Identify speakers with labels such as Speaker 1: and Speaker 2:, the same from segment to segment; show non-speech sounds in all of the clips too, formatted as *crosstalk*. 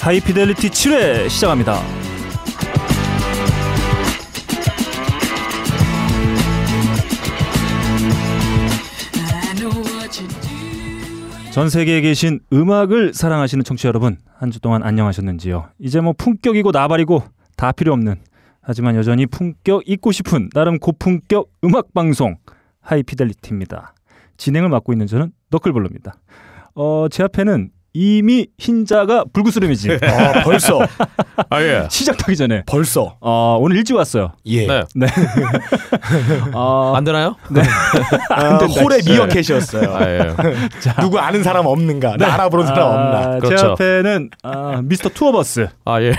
Speaker 1: 하이피델리티 7회 시작합니다. 전 세계에 계신 음악을 사랑하시는 청취자 여러분, 한 주 동안 안녕하셨는지요? 이제 뭐 품격이고 나발이고 다 필요 없는 하지만 여전히 품격 있고 싶은 나름 고품격 음악 방송 하이피델리티입니다. 진행을 맡고 있는 저는 너클볼로입니다. 어, 제 앞에는 이미 흰자가 불구스름이지
Speaker 2: 아, 벌써.
Speaker 3: 아
Speaker 1: *laughs*
Speaker 3: 예.
Speaker 1: 시작하기 전에
Speaker 2: 벌써.
Speaker 1: 어, 오늘 일찍 왔어요.
Speaker 2: 예.
Speaker 3: 네.
Speaker 1: 어,
Speaker 3: 안 되나요?
Speaker 2: 아,
Speaker 1: 된다.
Speaker 2: 홀의
Speaker 3: 네. *laughs*
Speaker 2: 미어캣이었어요.
Speaker 3: 아 예.
Speaker 2: 누구 아는 사람 없는가? 나 알아보는 사람 없나?
Speaker 1: 아, 제
Speaker 3: 그렇죠.
Speaker 1: 앞에는 아, 미스터 투어버스,
Speaker 3: 아 예.
Speaker 1: *laughs*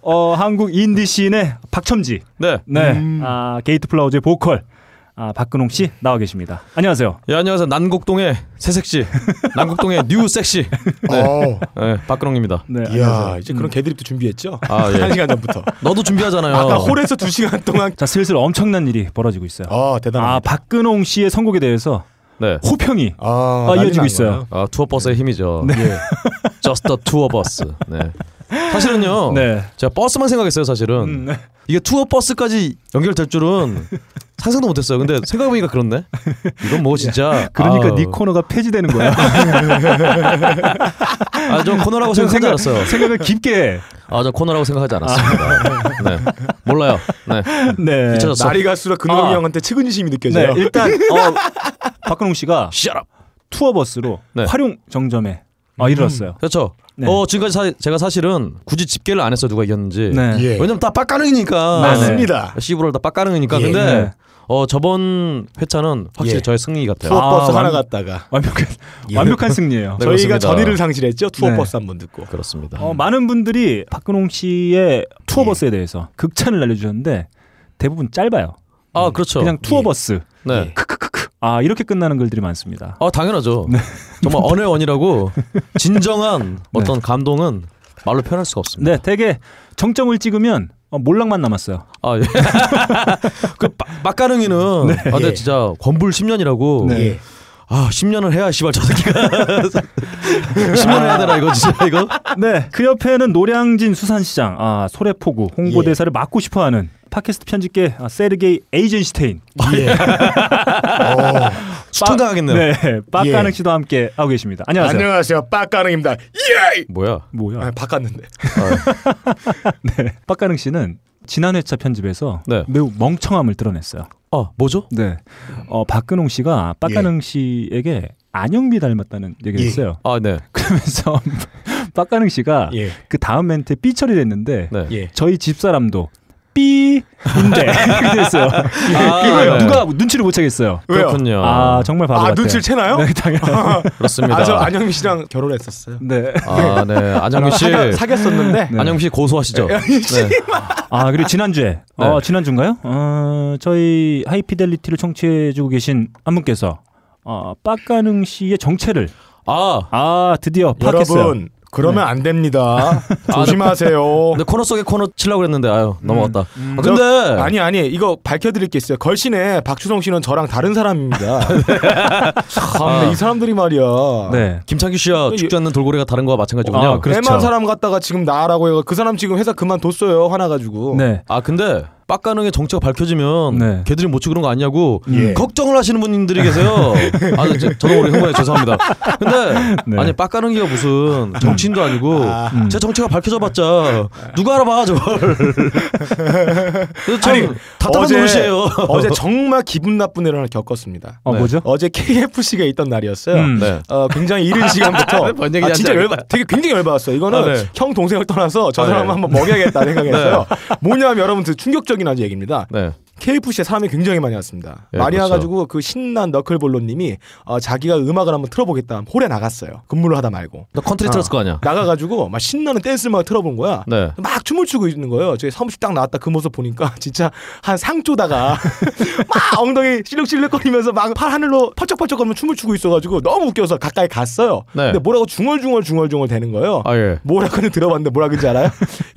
Speaker 1: 어, 한국 인디 씬의 박첨지,
Speaker 3: 네.
Speaker 1: 네,
Speaker 2: 음.
Speaker 1: 아, 게이트 플라워즈의 보컬 아, 박근홍 씨 나와 계십니다. 안녕하세요.
Speaker 3: 예, 안녕하세요. 난곡동의 새색시,
Speaker 1: *laughs*
Speaker 3: 난곡동의 뉴 섹시,
Speaker 2: 어.
Speaker 3: 예, 박근홍입니다.
Speaker 1: 네,
Speaker 2: 이야, 이제 그런 개드립도 준비했죠?
Speaker 3: 아
Speaker 2: *laughs* 한
Speaker 3: 예.
Speaker 2: 시간 전부터.
Speaker 3: 너도 준비하잖아요.
Speaker 2: 아까 홀에서 두 시간 동안.
Speaker 1: 자 슬슬 엄청난 일이 벌어지고 있어요.
Speaker 2: 아,
Speaker 1: 아
Speaker 2: 대단합니다.
Speaker 1: 박근홍 씨의 선곡에 대해서
Speaker 3: 네.
Speaker 1: 호평이
Speaker 2: 아,
Speaker 1: 아,
Speaker 2: 난리
Speaker 1: 이어지고
Speaker 2: 난
Speaker 1: 있어요.
Speaker 2: 거예요.
Speaker 3: 아 투어 버스의 힘이죠.
Speaker 1: 네.
Speaker 3: 예. Just the tour bus. 네. 사실은요.
Speaker 1: 네.
Speaker 3: 제가 버스만 생각했어요. 사실은
Speaker 1: 음, 네.
Speaker 3: 이게 투어 버스까지 연결될 줄은 상상도 못했어요. 근데 생각해보니까 그렇네. 이건 뭐 진짜.
Speaker 1: 그러니까
Speaker 3: 아우.
Speaker 1: 네 코너가 폐지되는 거야.
Speaker 3: 아, 저 코너라고 생각하지 않았어요.
Speaker 1: 생각을 깊게. 해.
Speaker 3: 아, 저 코너라고 생각하지 않았습니다. 네. 몰라요. 네.
Speaker 1: *laughs* 네.
Speaker 3: 미쳐졌어.
Speaker 2: 날이 갈수록 근홍이
Speaker 1: 아.
Speaker 2: 형한테 측은심이
Speaker 1: 네
Speaker 2: 느껴져요.
Speaker 1: 일단 어, 박근홍 씨가
Speaker 3: Shut up.
Speaker 1: 투어버스로
Speaker 3: 네.
Speaker 1: 활용 정점에 아, 이르렀어요.
Speaker 3: 그렇죠.
Speaker 1: 네.
Speaker 3: 어 지금까지 사- 제가 사실은 굳이 집계를 안 했어요 누가 이겼는지.
Speaker 1: 네.
Speaker 2: 예.
Speaker 3: 왜냐면 다 빡가능이니까.
Speaker 2: 아, 맞습니다.
Speaker 3: 시브롤 다 빡가능이니까.
Speaker 2: 예.
Speaker 3: 근데
Speaker 1: 네.
Speaker 3: 어 저번 회차는 확실히
Speaker 2: 예.
Speaker 3: 저의 승리 같아요.
Speaker 2: 투어
Speaker 1: 아,
Speaker 2: 버스 하나
Speaker 1: 완-
Speaker 2: 갔다가.
Speaker 1: 완벽한
Speaker 2: 예.
Speaker 1: 완벽한 승리예요.
Speaker 2: 저희가
Speaker 3: 네, 그렇습니다.
Speaker 2: 전의를 상실했죠. 투어
Speaker 1: 네.
Speaker 2: 버스 한 번 듣고.
Speaker 3: 그렇습니다.
Speaker 1: 어, 많은 분들이 박근홍 씨의
Speaker 3: 예.
Speaker 1: 투어버스에 대해서 극찬을 날려주셨는데 대부분 짧아요.
Speaker 3: 아 그렇죠.
Speaker 1: 그냥 투어버스.
Speaker 3: 네.
Speaker 1: 크크크크. 아 이렇게 끝나는 글들이 많습니다.
Speaker 3: 아 당연하죠.
Speaker 1: 네. *laughs*
Speaker 3: 정말 언의 원이라고 진정한 어떤 감동은 말로 표현할 수가 없습니다.
Speaker 1: 네, 되게 정점을 찍으면 어, 몰락만 남았어요.
Speaker 3: 아 예. *laughs* 그 빡- 빡가능이는
Speaker 1: 네.
Speaker 3: 아 근데
Speaker 2: 예.
Speaker 3: 진짜 권불 10년이라고.
Speaker 2: 예.
Speaker 3: 아 10년을 해야 씨발 저 새끼가 10년을 해야
Speaker 1: *laughs*
Speaker 3: 되나 이거 진짜 이거.
Speaker 1: 네, 그 옆에는 노량진 수산시장, 아 소래포구 홍보대사를
Speaker 3: 예.
Speaker 1: 맡고 싶어하는 팟캐스트 편집계 아, 세르게이 에이젠슈테인.
Speaker 2: 예. *laughs* 어.
Speaker 3: 수통당하겠네요. 예.
Speaker 1: 네, 빡가능 씨도 함께 하고 계십니다. 안녕하세요. 어.
Speaker 2: 안녕하세요. 빡가능입니다. 예!
Speaker 3: 뭐야?
Speaker 1: 뭐야?
Speaker 2: 아, 바꿨는데.
Speaker 1: 네, 빡가능 씨는 지난 회차 편집에서
Speaker 3: 네.
Speaker 1: 매우 멍청함을 드러냈어요.
Speaker 3: 아 뭐죠?
Speaker 1: 네. 어, 박근홍 씨가 빡가능 씨에게 안영미 닮았다는 얘기를
Speaker 2: 예.
Speaker 1: 했어요. *laughs*
Speaker 3: 아 네.
Speaker 1: 그래서 빡가능 씨가
Speaker 2: 예.
Speaker 1: 그 다음 멘트에 삐 처리를 했는데
Speaker 3: 네.
Speaker 2: 예.
Speaker 1: 저희 집사람도
Speaker 2: *laughs*
Speaker 1: 삐인데 그랬어요.
Speaker 3: 아,
Speaker 1: 이걸
Speaker 3: 네.
Speaker 1: 누가 눈치를 못 채겠어요.
Speaker 2: 왜요?
Speaker 3: 그렇군요.
Speaker 1: 아 정말 바보
Speaker 2: 아,
Speaker 1: 같아요.
Speaker 2: 눈치를 채나요?
Speaker 1: 네, 당연히.
Speaker 2: *laughs*
Speaker 3: 그렇습니다.
Speaker 2: 아, 저 안영미 씨랑 결혼했었어요.
Speaker 1: 네.
Speaker 3: 아, 네. 음. 안영미 씨.
Speaker 2: 사귀- 예. 사귀었었는데
Speaker 1: 네.
Speaker 3: 안영미 씨 고소하시죠. 네.
Speaker 1: 아 그리고 지난주에
Speaker 3: 네.
Speaker 1: 어, 지난주인가요? 어, 저희 하이피델리티를 청취해주고 계신 한 분께서 어, 빡가능 씨의 정체를
Speaker 3: 아.
Speaker 1: 아 드디어 파악했어요.
Speaker 2: 여러분 그러면 안 됩니다. 조심하세요.
Speaker 3: 근데 코너 속에 코너 치려고 그랬는데 아유, 넘어갔다. 아,
Speaker 2: 음. 저-
Speaker 3: 근데
Speaker 2: 아니 아니 이거 밝혀드릴 게 있어요. 걸신에 박주성 씨는 저랑 다른 사람입니다. 아, 근데 이 사람들이 말이야.
Speaker 1: 네.
Speaker 3: 김창규 씨와 죽지 않는 돌고래가 다른 거와 마찬가지군요.
Speaker 1: 아,
Speaker 3: 아,
Speaker 1: 그래. 그렇죠.
Speaker 2: 애만 사람 갖다가 지금 나라고 해요. 그 사람 지금 회사 그만뒀어요. 화나가지고.
Speaker 1: 네.
Speaker 3: 아, 근데 빡가능의 정체가 밝혀지면
Speaker 1: 네.
Speaker 3: 걔들이 못 치고 그런 거 아니냐고
Speaker 2: 예.
Speaker 3: 걱정을 하시는
Speaker 1: *laughs*
Speaker 3: 분들이 계세요. 아, 저, 저도 모르게 흥분해 죄송합니다. 근데
Speaker 1: 네.
Speaker 3: 아니 빡가능이가 무슨 정치인도 아니고
Speaker 2: 음. 아.
Speaker 1: 음.
Speaker 3: 제 정체가 밝혀져봤자 누가 알아봐
Speaker 2: *laughs*
Speaker 3: 저걸. 그래서 참
Speaker 2: 아니,
Speaker 3: 답답한 노릇이에요.
Speaker 2: 어제 정말 기분 나쁜 일을 하나 겪었습니다.
Speaker 1: 어
Speaker 3: 네.
Speaker 1: 뭐죠?
Speaker 2: 어제 KFC가 있던 날이었어요.
Speaker 1: 음.
Speaker 3: *laughs* 네.
Speaker 2: 어, 굉장히
Speaker 3: *laughs*
Speaker 2: 이른 시간부터
Speaker 3: 뭔 얘기인지
Speaker 2: 아, 진짜
Speaker 3: 알지
Speaker 2: 열받, 되게 굉장히 열받았어요. 이거는
Speaker 3: 아, 네.
Speaker 2: 형 동생을 떠나서 저
Speaker 3: 아, 네.
Speaker 2: 사람 한번 먹여야겠다
Speaker 3: *laughs*
Speaker 2: 생각했어요. 뭐냐면 여러분 들 충격적인 아주 얘기입니다.
Speaker 3: 네.
Speaker 2: KFC에 사람이 굉장히 많이 왔습니다.
Speaker 3: 예,
Speaker 2: 많이
Speaker 3: 그렇죠.
Speaker 2: 와가지고 그 신난 너클볼로님이 어, 자기가 음악을 한번 틀어보겠다 하면 홀에 나갔어요. 근무를 하다 말고
Speaker 3: 너 컨트리
Speaker 2: 아.
Speaker 3: 틀었을 거 아니야.
Speaker 2: 나가가지고 막 신나는 댄스 음악을 틀어본 거야.
Speaker 3: 네.
Speaker 2: 막 춤을 추고 있는 거예요. 저기 사무실 딱 나왔다 그 모습 보니까 *laughs* 진짜 한 상조다가 *laughs* 막 엉덩이 실룩실룩거리면서 막 팔 하늘로 펄쩍펄쩍 거리면 춤을 추고 있어가지고 너무 웃겨서 가까이 갔어요.
Speaker 3: 네.
Speaker 2: 근데 뭐라고 중얼중얼 중얼중얼 되는 거예요.
Speaker 3: 아 예.
Speaker 2: 뭐라고는 *laughs* 들어봤는데 뭐라 그런지 알아요?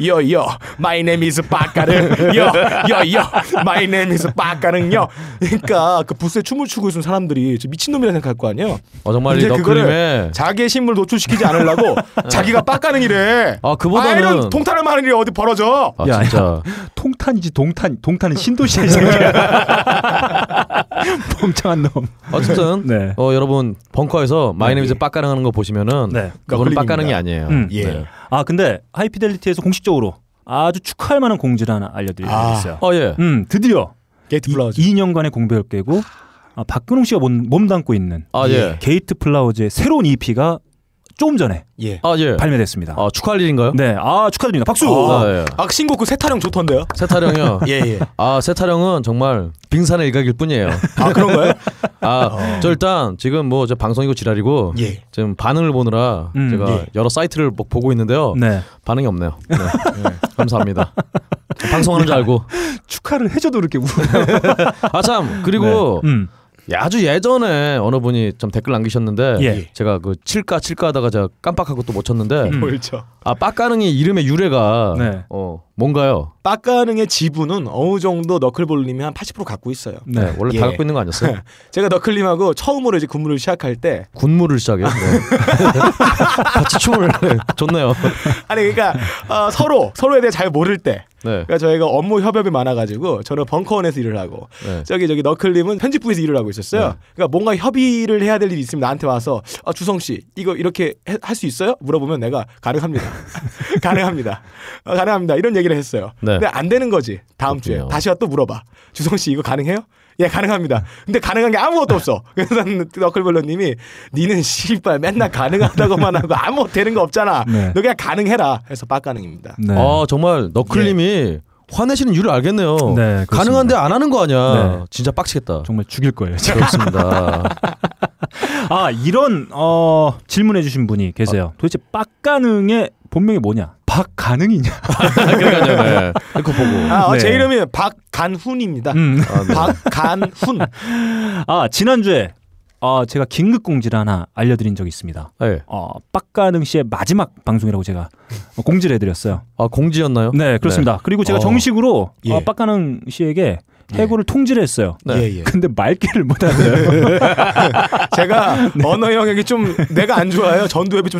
Speaker 2: 요요 마이 네임 이즈 빠까르 요요요 마이 name is 빡가는요. 그러니까 그 부스에 춤을 추고 있는 사람들이 진짜 미친놈이라 생각할 거 아니에요.
Speaker 3: 어 정말 이
Speaker 2: 근데 그거를
Speaker 3: 너클림에
Speaker 2: 네. 자기의 신분을 노출시키지 *laughs* 않으려고 자기가 빡가는 일에
Speaker 3: 아
Speaker 2: 네. 아,
Speaker 3: 그보다는
Speaker 2: 이런 통탄을 하는 일이 어디 벌어져.
Speaker 3: 아
Speaker 1: 야,
Speaker 3: 진짜
Speaker 1: 통탄이지 동탄 동탄은 신도시야 이 *laughs* 새끼야 멍청한 놈
Speaker 3: 어쨌든
Speaker 1: 네.
Speaker 3: 어 여러분 벙커에서
Speaker 2: 아, 예.
Speaker 3: 마이네미즈 빡가능 하는 거 보시면은
Speaker 2: 그러니까
Speaker 1: 네.
Speaker 3: 그거는
Speaker 2: 너클림입니다.
Speaker 3: 빡가능이 아니에요.
Speaker 1: 음.
Speaker 2: 예.
Speaker 3: 네.
Speaker 1: 아 근데 하이피델리티에서 공식적으로 아주 축하할 만한 공지를 하나 알려드리고
Speaker 2: 아.
Speaker 1: 있어요
Speaker 3: 어 예.
Speaker 1: 음 드디어
Speaker 2: 게이트
Speaker 1: 이,
Speaker 2: 플라워즈.
Speaker 1: 2년간의 공백을 깨고 아, 박근홍 씨가 몸, 몸담고 있는
Speaker 3: 아 예.
Speaker 1: 게이트 플라워즈의 새로운 EP가 조금 전에
Speaker 2: 예.
Speaker 3: 아 예.
Speaker 1: 발매됐습니다.
Speaker 3: 아 축하할 일인가요?
Speaker 1: 네, 아 축하드립니다. 박수.
Speaker 3: 아, 예.
Speaker 2: 아 신곡 그 세타령 좋던데요.
Speaker 3: 세타령이요.
Speaker 1: *laughs*
Speaker 2: 예 예.
Speaker 3: 아 세타령은 정말 빙산의 일각일 뿐이에요.
Speaker 2: 아 *laughs* 그런가요?
Speaker 3: 아
Speaker 1: 어.
Speaker 3: 저 일단 지금 뭐 저 방송이고 지랄이고
Speaker 2: 예.
Speaker 3: 지금 반응을 보느라
Speaker 1: 음,
Speaker 3: 제가
Speaker 2: 예.
Speaker 3: 여러 사이트를 뭐 보고 있는데요.
Speaker 1: 네,
Speaker 3: 반응이 없네요.
Speaker 1: *laughs*
Speaker 3: 네. 감사합니다. 방송하는 줄 알고.
Speaker 1: 축하를 해줘도 이렇게 우.
Speaker 3: 아 참 그리고
Speaker 1: 음,
Speaker 3: 예, 아주 예전에 어느 분이 좀 댓글 남기셨는데
Speaker 1: 예.
Speaker 3: 제가 그 칠까 칠까 하다가 제가 깜빡하고 또 못 쳤는데
Speaker 1: 음.
Speaker 2: 뭘죠?
Speaker 3: 아 빡가능이 이름의 유래가
Speaker 1: 네.
Speaker 3: 어 뭔가요?
Speaker 2: 빡가능의 지분은 어느 정도 너클볼님이 한 80% 갖고 있어요.
Speaker 1: 네.
Speaker 3: 네, 원래
Speaker 2: 예.
Speaker 3: 다 갖고 있는
Speaker 1: *laughs*
Speaker 3: 거 아니었어요?
Speaker 2: *laughs* 제가 너클님하고 처음으로 이제 근무를 시작할 때
Speaker 3: 군무를 시작해요. 네. *laughs* 같이 춤을 *laughs* 네, 좋네요.
Speaker 2: *laughs* 아니 그러니까 어, 서로 서로에 대해 잘 모를 때
Speaker 3: 네.
Speaker 2: 그러니까 저희가 업무 협업이 많아가지고 저는 벙커원에서 일을 하고
Speaker 3: 네.
Speaker 2: 저기 저기 너클님은 편집부에서 일을 하고 있었어요.
Speaker 3: 네.
Speaker 2: 그러니까 뭔가 협의를 해야 될 일이 있으면 나한테 와서 아, 주성 씨 이거 이렇게 할 수 있어요? 물어보면 내가
Speaker 3: *laughs*
Speaker 2: 가능합니다. 가능합니다. 어, 가능합니다. 이런 얘기를 했어요.
Speaker 3: 네.
Speaker 2: 근데 안 되는 거지. 다음 주에
Speaker 3: 그렇군요.
Speaker 2: 다시 와 또 물어봐. 주성 씨 이거 가능해요? 예 가능합니다. 근데 가능한 게 아무것도 없어. 그래서 너클볼러님이 니는 씨발 맨날 가능하다고만 하고 아무 *laughs* 되는 거 없잖아.
Speaker 1: 네.
Speaker 2: 너 그냥 가능해라. 해서 빡가능입니다.
Speaker 1: 네. 예.
Speaker 3: 아 정말 너클님이 화내시는 이유를 알겠네요.
Speaker 1: 네, 그렇습니다.
Speaker 3: 가능한데 안 하는 거 아니야?
Speaker 1: 네.
Speaker 3: 진짜 빡치겠다.
Speaker 1: 정말 죽일 거예요. 지금. *laughs*
Speaker 3: 그렇습니다.
Speaker 1: 아 이런 어, 질문해주신 분이 계세요. 도대체 빡가능의 본명이 뭐냐? 아. 박가능이냐?
Speaker 3: 그러니까요. 네. 그거 보고.
Speaker 2: 아, 어,
Speaker 1: 네.
Speaker 2: 제 이름이 박간훈입니다. 어,
Speaker 1: 음.
Speaker 3: 아, 네.
Speaker 2: 박간훈.
Speaker 1: 아 지난주에 아 제가 긴급 공지를 하나 알려드린 적이 있습니다.
Speaker 3: 네.
Speaker 1: 어, 빡가능 씨의 마지막 방송이라고 제가 어, 공지를 해드렸어요.
Speaker 3: 아 공지였나요?
Speaker 1: 네, 그렇습니다. 그리고 제가
Speaker 3: 어.
Speaker 1: 정식으로
Speaker 2: 예.
Speaker 1: 어, 빡가능 씨에게 해고를 통지를 했어요.
Speaker 3: 네.
Speaker 2: 예, 예.
Speaker 1: 근데 말귀를 못하네요.
Speaker 2: 제가
Speaker 1: 네.
Speaker 2: 언어 영역이 좀 내가 안 좋아요. 전두엽이 좀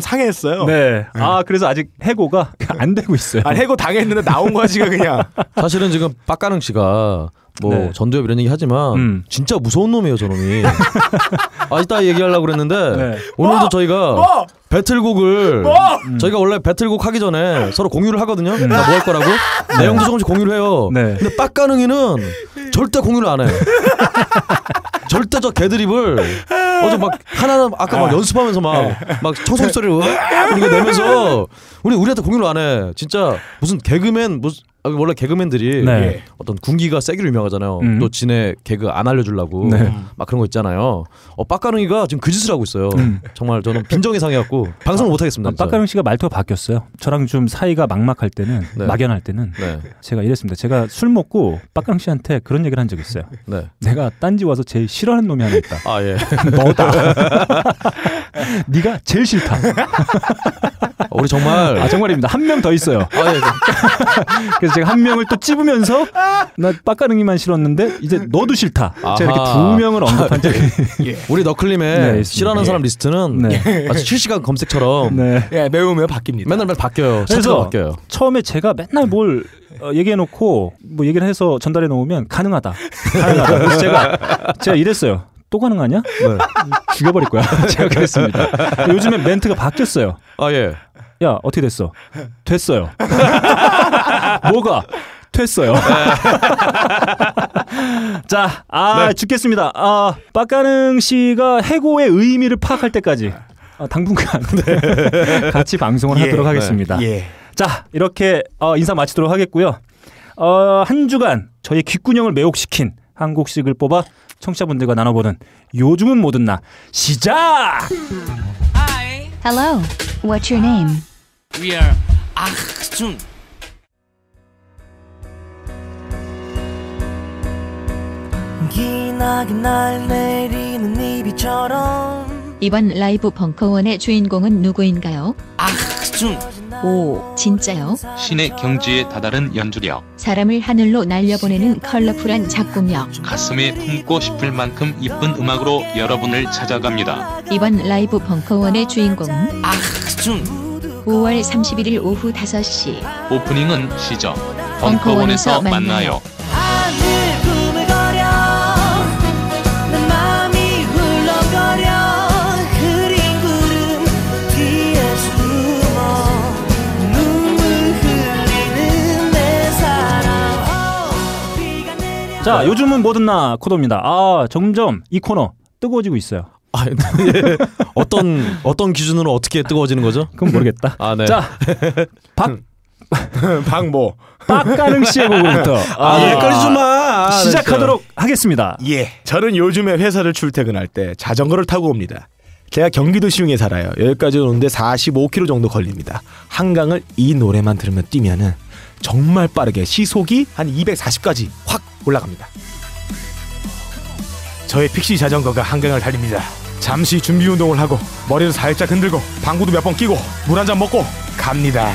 Speaker 1: *laughs*
Speaker 2: 상해했어요.
Speaker 1: 네. 아 그래서 아직 해고가 *laughs* 안 되고 있어요.
Speaker 2: 아, 해고 당했는데 나온 거야
Speaker 1: *laughs*
Speaker 2: 지금 그냥.
Speaker 3: 사실은 지금 빡가능 씨가 뭐
Speaker 1: 네.
Speaker 3: 전두엽 이런 얘기 하지만
Speaker 1: 음.
Speaker 3: 진짜 무서운 놈이에요
Speaker 1: *laughs*
Speaker 3: 저 놈이 아 이따 얘기하려고 그랬는데
Speaker 1: 네.
Speaker 3: 오늘도
Speaker 2: 뭐?
Speaker 3: 저희가
Speaker 2: 뭐?
Speaker 3: 배틀곡을 음.
Speaker 2: 뭐?
Speaker 3: 저희가 원래 배틀곡 하기 전에 서로 공유를 하거든요 나 뭐 할 거라고 내용도 조금씩 공유를 해요
Speaker 1: 음. 네.
Speaker 3: 근데 빡가능이는 절대
Speaker 1: *laughs*
Speaker 3: 공유를 안해 절대 저 개드립을 어제 막 하나 아까 막 연습하면서
Speaker 1: 예.
Speaker 3: 막 막 청소기 소리를 으악 이렇게 내면서 우리 우리한테 공유를 안 해. 진짜 무슨 개그맨 무슨 아, 원래 개그맨들이
Speaker 1: 네.
Speaker 2: 예.
Speaker 3: 어떤 군기가 세기로 유명하잖아요.
Speaker 1: 음.
Speaker 3: 또 진의 개그 안 알려주려고
Speaker 1: 네.
Speaker 3: 막 그런 거 있잖아요. 어, 빡가능이가 지금 그 짓을 하고 있어요. 정말 저는 빈정이 상해갖고 방송을 못 하겠습니다.
Speaker 1: 음. 아, 빡가능 씨가 말투가 바뀌었어요. 저랑 좀 사이가 막막할 때는
Speaker 3: 네.
Speaker 1: 막연할 때는
Speaker 3: 네,
Speaker 1: 제가 이랬습니다. 제가 술 먹고 빡가능 씨한테 그런 얘기를 한 적이 있어요.
Speaker 3: 네.
Speaker 1: 내가 딴지 와서 제일 싫어하는 놈이 하나 있다.
Speaker 3: 아 예.
Speaker 1: *laughs* 너다. 네가 제일 싫다.
Speaker 3: 어, 우리 정말
Speaker 1: 아 정말입니다. 한 명 더 있어요.
Speaker 3: 아, 예.
Speaker 1: 그래서 제가 한 명을 또 찝으면서 나 빡가능이만 싫었는데 이제 너도 싫다. 제가 이렇게
Speaker 3: 아하. 네.
Speaker 1: 두 명을 언급한 적이
Speaker 3: 우리 너클림의
Speaker 1: 네, 있습니다.
Speaker 3: 싫어하는
Speaker 1: 예.
Speaker 3: 사람 리스트는
Speaker 1: 네.
Speaker 3: 아주 실시간
Speaker 1: *laughs*
Speaker 3: 검색처럼
Speaker 1: 네.
Speaker 2: 예, 매우 매우 바뀝니다.
Speaker 3: 맨날 맨날 바뀌어요.
Speaker 1: 그래서
Speaker 3: 차트가 바뀌어요.
Speaker 1: 처음에 제가 맨날 뭘 어, 얘기해놓고 뭐 얘기를 해서 전달해 놓으면 가능하다. 가능하다. 그래서 제가 제가 이랬어요. 또 가능하냐? 네. 죽여버릴 거야. *laughs* 제가 그랬습니다. 요즘에 멘트가 바뀌었어요.
Speaker 3: 아 예.
Speaker 1: 야 어떻게 됐어? 됐어요. *laughs* 뭐가? 됐어요. *laughs* 자, 아
Speaker 2: 네.
Speaker 1: 죽겠습니다. 아 빡가능 씨가 해고의 의미를 파악할 때까지 아, 당분간 *laughs* 네. 같이 방송을
Speaker 2: 예,
Speaker 1: 하도록
Speaker 2: 네.
Speaker 1: 하겠습니다.
Speaker 2: 예.
Speaker 1: 자 이렇게 어, 인사 마치도록 하겠고요. 어, 한 주간 저희 귓구녕을 매혹시킨 한국식을 뽑아 청취자분들과 나눠보는 요즘은 뭐든 나 시작.
Speaker 4: Hi,
Speaker 5: Hello. What's your name?
Speaker 4: we are Achtung.
Speaker 6: 기나긴 날 내리는 이 비처럼
Speaker 5: 이번 라이브 벙커원의 주인공은 누구인가요?
Speaker 4: Achtung.
Speaker 6: 꺼진 날 오
Speaker 5: 진짜요?
Speaker 7: 신의 경지에 다다른 연주력,
Speaker 5: 사람을 하늘로 날려보내는 컬러풀한 작품력.
Speaker 7: 가슴에 품고 싶을 만큼 이쁜 음악으로 여러분을 찾아갑니다.
Speaker 5: 이번 라이브 벙커원의 주인공은
Speaker 4: 악순
Speaker 5: 5월 31일 오후 5시.
Speaker 7: 오프닝은 시저, 벙커원에서 만나요.
Speaker 6: 하늘 꾸물거려 내 마음이 훌렁거려 흐린 구름 뒤에 숨어 눈물 흘리는 내 사랑 오, 비가 내려
Speaker 3: 네.
Speaker 1: 자, 요즘은 뭐든 나 코너입니다. 아, 점점 이 코너 뜨거워지고 있어요.
Speaker 3: 아, 예. *laughs* 어떤 어떤 기준으로 어떻게 뜨거워지는 거죠?
Speaker 1: 그건 모르겠다.
Speaker 3: 아, 네.
Speaker 1: 자, 박
Speaker 2: 방모. 뭐.
Speaker 1: 박가능 씨의 곡부터
Speaker 3: *laughs* 아, 네, 헷갈리지 마.
Speaker 1: 아, 네, 시작하도록 하겠습니다.
Speaker 2: 예. 저는 요즘에 회사를 출퇴근할 때 자전거를 타고 옵니다. 제가 경기도 시흥에 살아요. 여기까지 오는데 45km 정도 걸립니다. 한강을 이 노래만 들으면 뛰면은 정말 빠르게 시속이 한 240까지 확 올라갑니다. 저의 픽시 자전거가 한강을 달립니다. 잠시 준비 운동을 하고 머리를 살짝 흔들고 방구도 몇 번 끼고 물 한 잔 먹고 갑니다.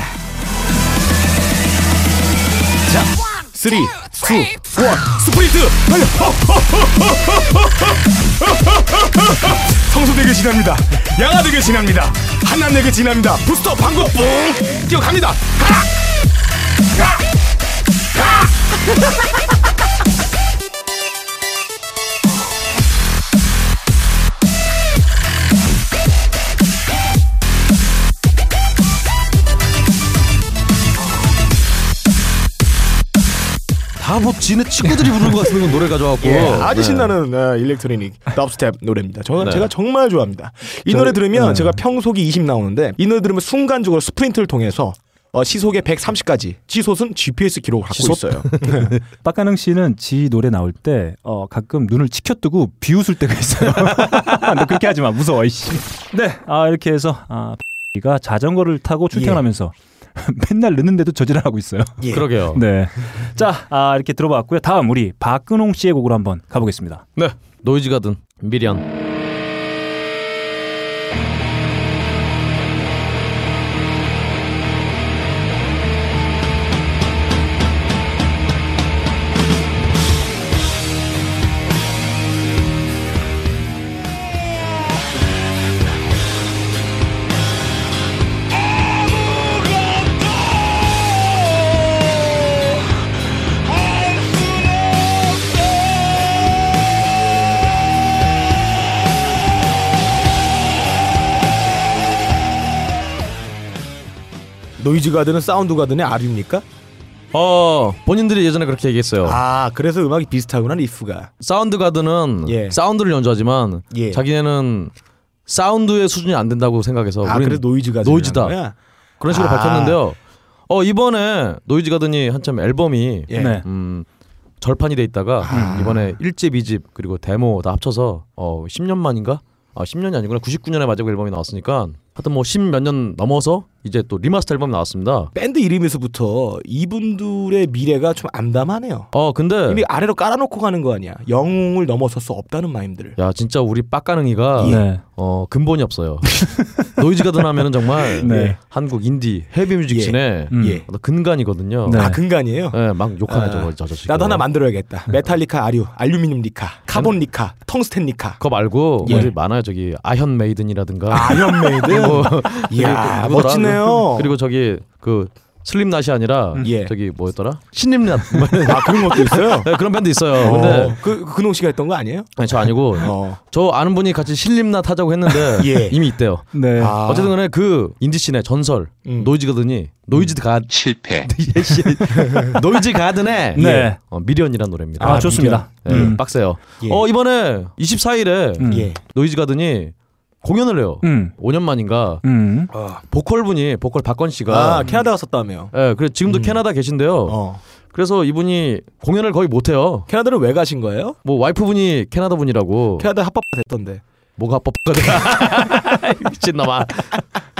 Speaker 2: 자, 3, 2, 1, 스프린트! 달려! 성수대교 지납니다. 양화대교 지납니다. 한남대교 지납니다. 부스터 방구 뿡 뛰어갑니다. 가! 가! 가!
Speaker 3: 다뭐 지네 친구들이 부르는 것 같은 노래 가져왔고.
Speaker 2: 예, 아주
Speaker 3: 네.
Speaker 2: 신나는 네, 일렉트로닉 덥스텝 노래입니다. 저는
Speaker 3: 네.
Speaker 2: 제가 정말 좋아합니다. 이
Speaker 1: 저-
Speaker 2: 노래 들으면
Speaker 1: 네.
Speaker 2: 제가 평속이 20 나오는데 이 노래 들으면 순간적으로 스프린트를 통해서 어, 시속의 130까지 지솟은 GPS 기록을 갖고 있어요.
Speaker 1: 박가능 씨는 지 노래 나올 때 어, 가끔 눈을 치켜뜨고 비웃을 때가 있어요. *laughs* 너 그렇게 하지 마. 무서워 이씨. 네, 아 이렇게 해서 아 가 자전거를 타고 출퇴근하면서 *laughs* 맨날 늦는데도 저질을 하고 있어요.
Speaker 2: 예.
Speaker 3: 그러게요.
Speaker 1: 네. 자, 아, 이렇게 들어봤고요. 다음 우리 박근홍 씨의 곡으로 한번 가보겠습니다.
Speaker 3: 네. 노이즈 가든 미리안.
Speaker 2: 노이즈 가든은 사운드 가든의 R입니까?
Speaker 3: 어 본인들이 예전에 그렇게 얘기했어요.
Speaker 2: 아 그래서 음악이 비슷하구나 리프가.
Speaker 3: 사운드 가든은
Speaker 2: 예.
Speaker 3: 사운드를 연주하지만
Speaker 2: 예.
Speaker 3: 자기네는 사운드의 수준이 안 된다고 생각해서
Speaker 2: 아
Speaker 3: 어, 우리는
Speaker 2: 그래서 노이즈 가든.
Speaker 3: 노이즈다. 그런 식으로
Speaker 2: 아.
Speaker 3: 밝혔는데요. 어 이번에 노이즈 가든이 한참 앨범이
Speaker 2: 예.
Speaker 1: 네.
Speaker 3: 음, 절판이 돼 있다가
Speaker 2: 아.
Speaker 3: 이번에 1집, 2집 그리고 데모 다 합쳐서 어 10년 만인가? 아 10년이 아니구나. 99년에 마지막 앨범이 나왔으니까 하여튼 뭐 10 몇 년 넘어서 이제 또 리마스터 앨범 나왔습니다.
Speaker 2: 밴드 이름에서부터 이분들의 미래가 좀 암담하네요.
Speaker 3: 어 근데
Speaker 2: 이미 아래로 깔아놓고 가는 거 아니야. 영웅을 넘어설 수 없다는 마인드를.
Speaker 3: 야 진짜 우리 빡가능이가
Speaker 2: 예.
Speaker 1: 네.
Speaker 3: 어
Speaker 2: *laughs*
Speaker 3: 근본이 없어요. 노이즈 가든 하면은 정말
Speaker 1: 네.
Speaker 3: 한국 인디 헤비 뮤직
Speaker 2: 예.
Speaker 3: 씬의
Speaker 1: 음.
Speaker 2: 예.
Speaker 3: 어떤 근간이거든요.
Speaker 1: 네.
Speaker 2: 아 근간이에요.
Speaker 3: 예, 막 욕하네
Speaker 2: 아,
Speaker 3: 저거 네. 저 자식.
Speaker 2: 나도 하나 만들어야겠다. 메탈리카 아류, 알루미늄 리카, 카본
Speaker 3: 네.
Speaker 2: 리카, 텅스텐 리카.
Speaker 3: 그거 말고
Speaker 2: 예.
Speaker 3: 어디 많아요 저기 아현 메이든이라든가. *laughs*
Speaker 2: 아이언 메이드.
Speaker 3: 뭐
Speaker 2: 이야
Speaker 3: 그리고
Speaker 2: 멋지네요.
Speaker 3: 그리고 저기 그 슬림낫이 아니라
Speaker 2: 예.
Speaker 3: 저기 뭐였더라? 신림낫 뭐
Speaker 2: 아 그런 것도 있어요.
Speaker 3: *laughs* 네, 그런 밴드 *laughs* 있어요. 근데
Speaker 2: 어, 그 근홍 씨가 했던 거 아니에요?
Speaker 3: 아니, 저 아니고
Speaker 2: 어.
Speaker 3: 저 아는 분이 같이 신림낫 하자고 했는데
Speaker 2: 예.
Speaker 3: 이미 있대요.
Speaker 1: 네.
Speaker 2: 아.
Speaker 3: 어쨌든 간에 그 인디 씬의 전설
Speaker 2: 음.
Speaker 3: 노이즈 가든이 노이즈 가 *laughs*
Speaker 7: 실패.
Speaker 3: 예, 씨. 노이즈 가든의
Speaker 1: 네.
Speaker 3: 예. 어, 미련이란 노래입니다.
Speaker 1: 아, 좋습니다.
Speaker 3: 예,
Speaker 1: 음.
Speaker 3: 빡세요.
Speaker 2: 예.
Speaker 3: 어 이번에 24일에
Speaker 1: 음.
Speaker 2: 예.
Speaker 3: 노이즈 가든이 공연을 해요.
Speaker 1: 음.
Speaker 3: 5년 만인가
Speaker 1: 음.
Speaker 3: 보컬 분이 보컬 박건 씨가
Speaker 2: 아 캐나다 갔었다며.
Speaker 3: 예, 그래 지금도 캐나다 계신데요.
Speaker 2: 어.
Speaker 3: 그래서 이분이 공연을 거의 못 해요.
Speaker 2: 캐나다를 왜 가신 거예요?
Speaker 3: 뭐 와이프분이 캐나다 분이라고
Speaker 2: 캐나다 합법 됐던데.
Speaker 3: 뭐가 뻑뻑하다 *laughs* 미친놈아.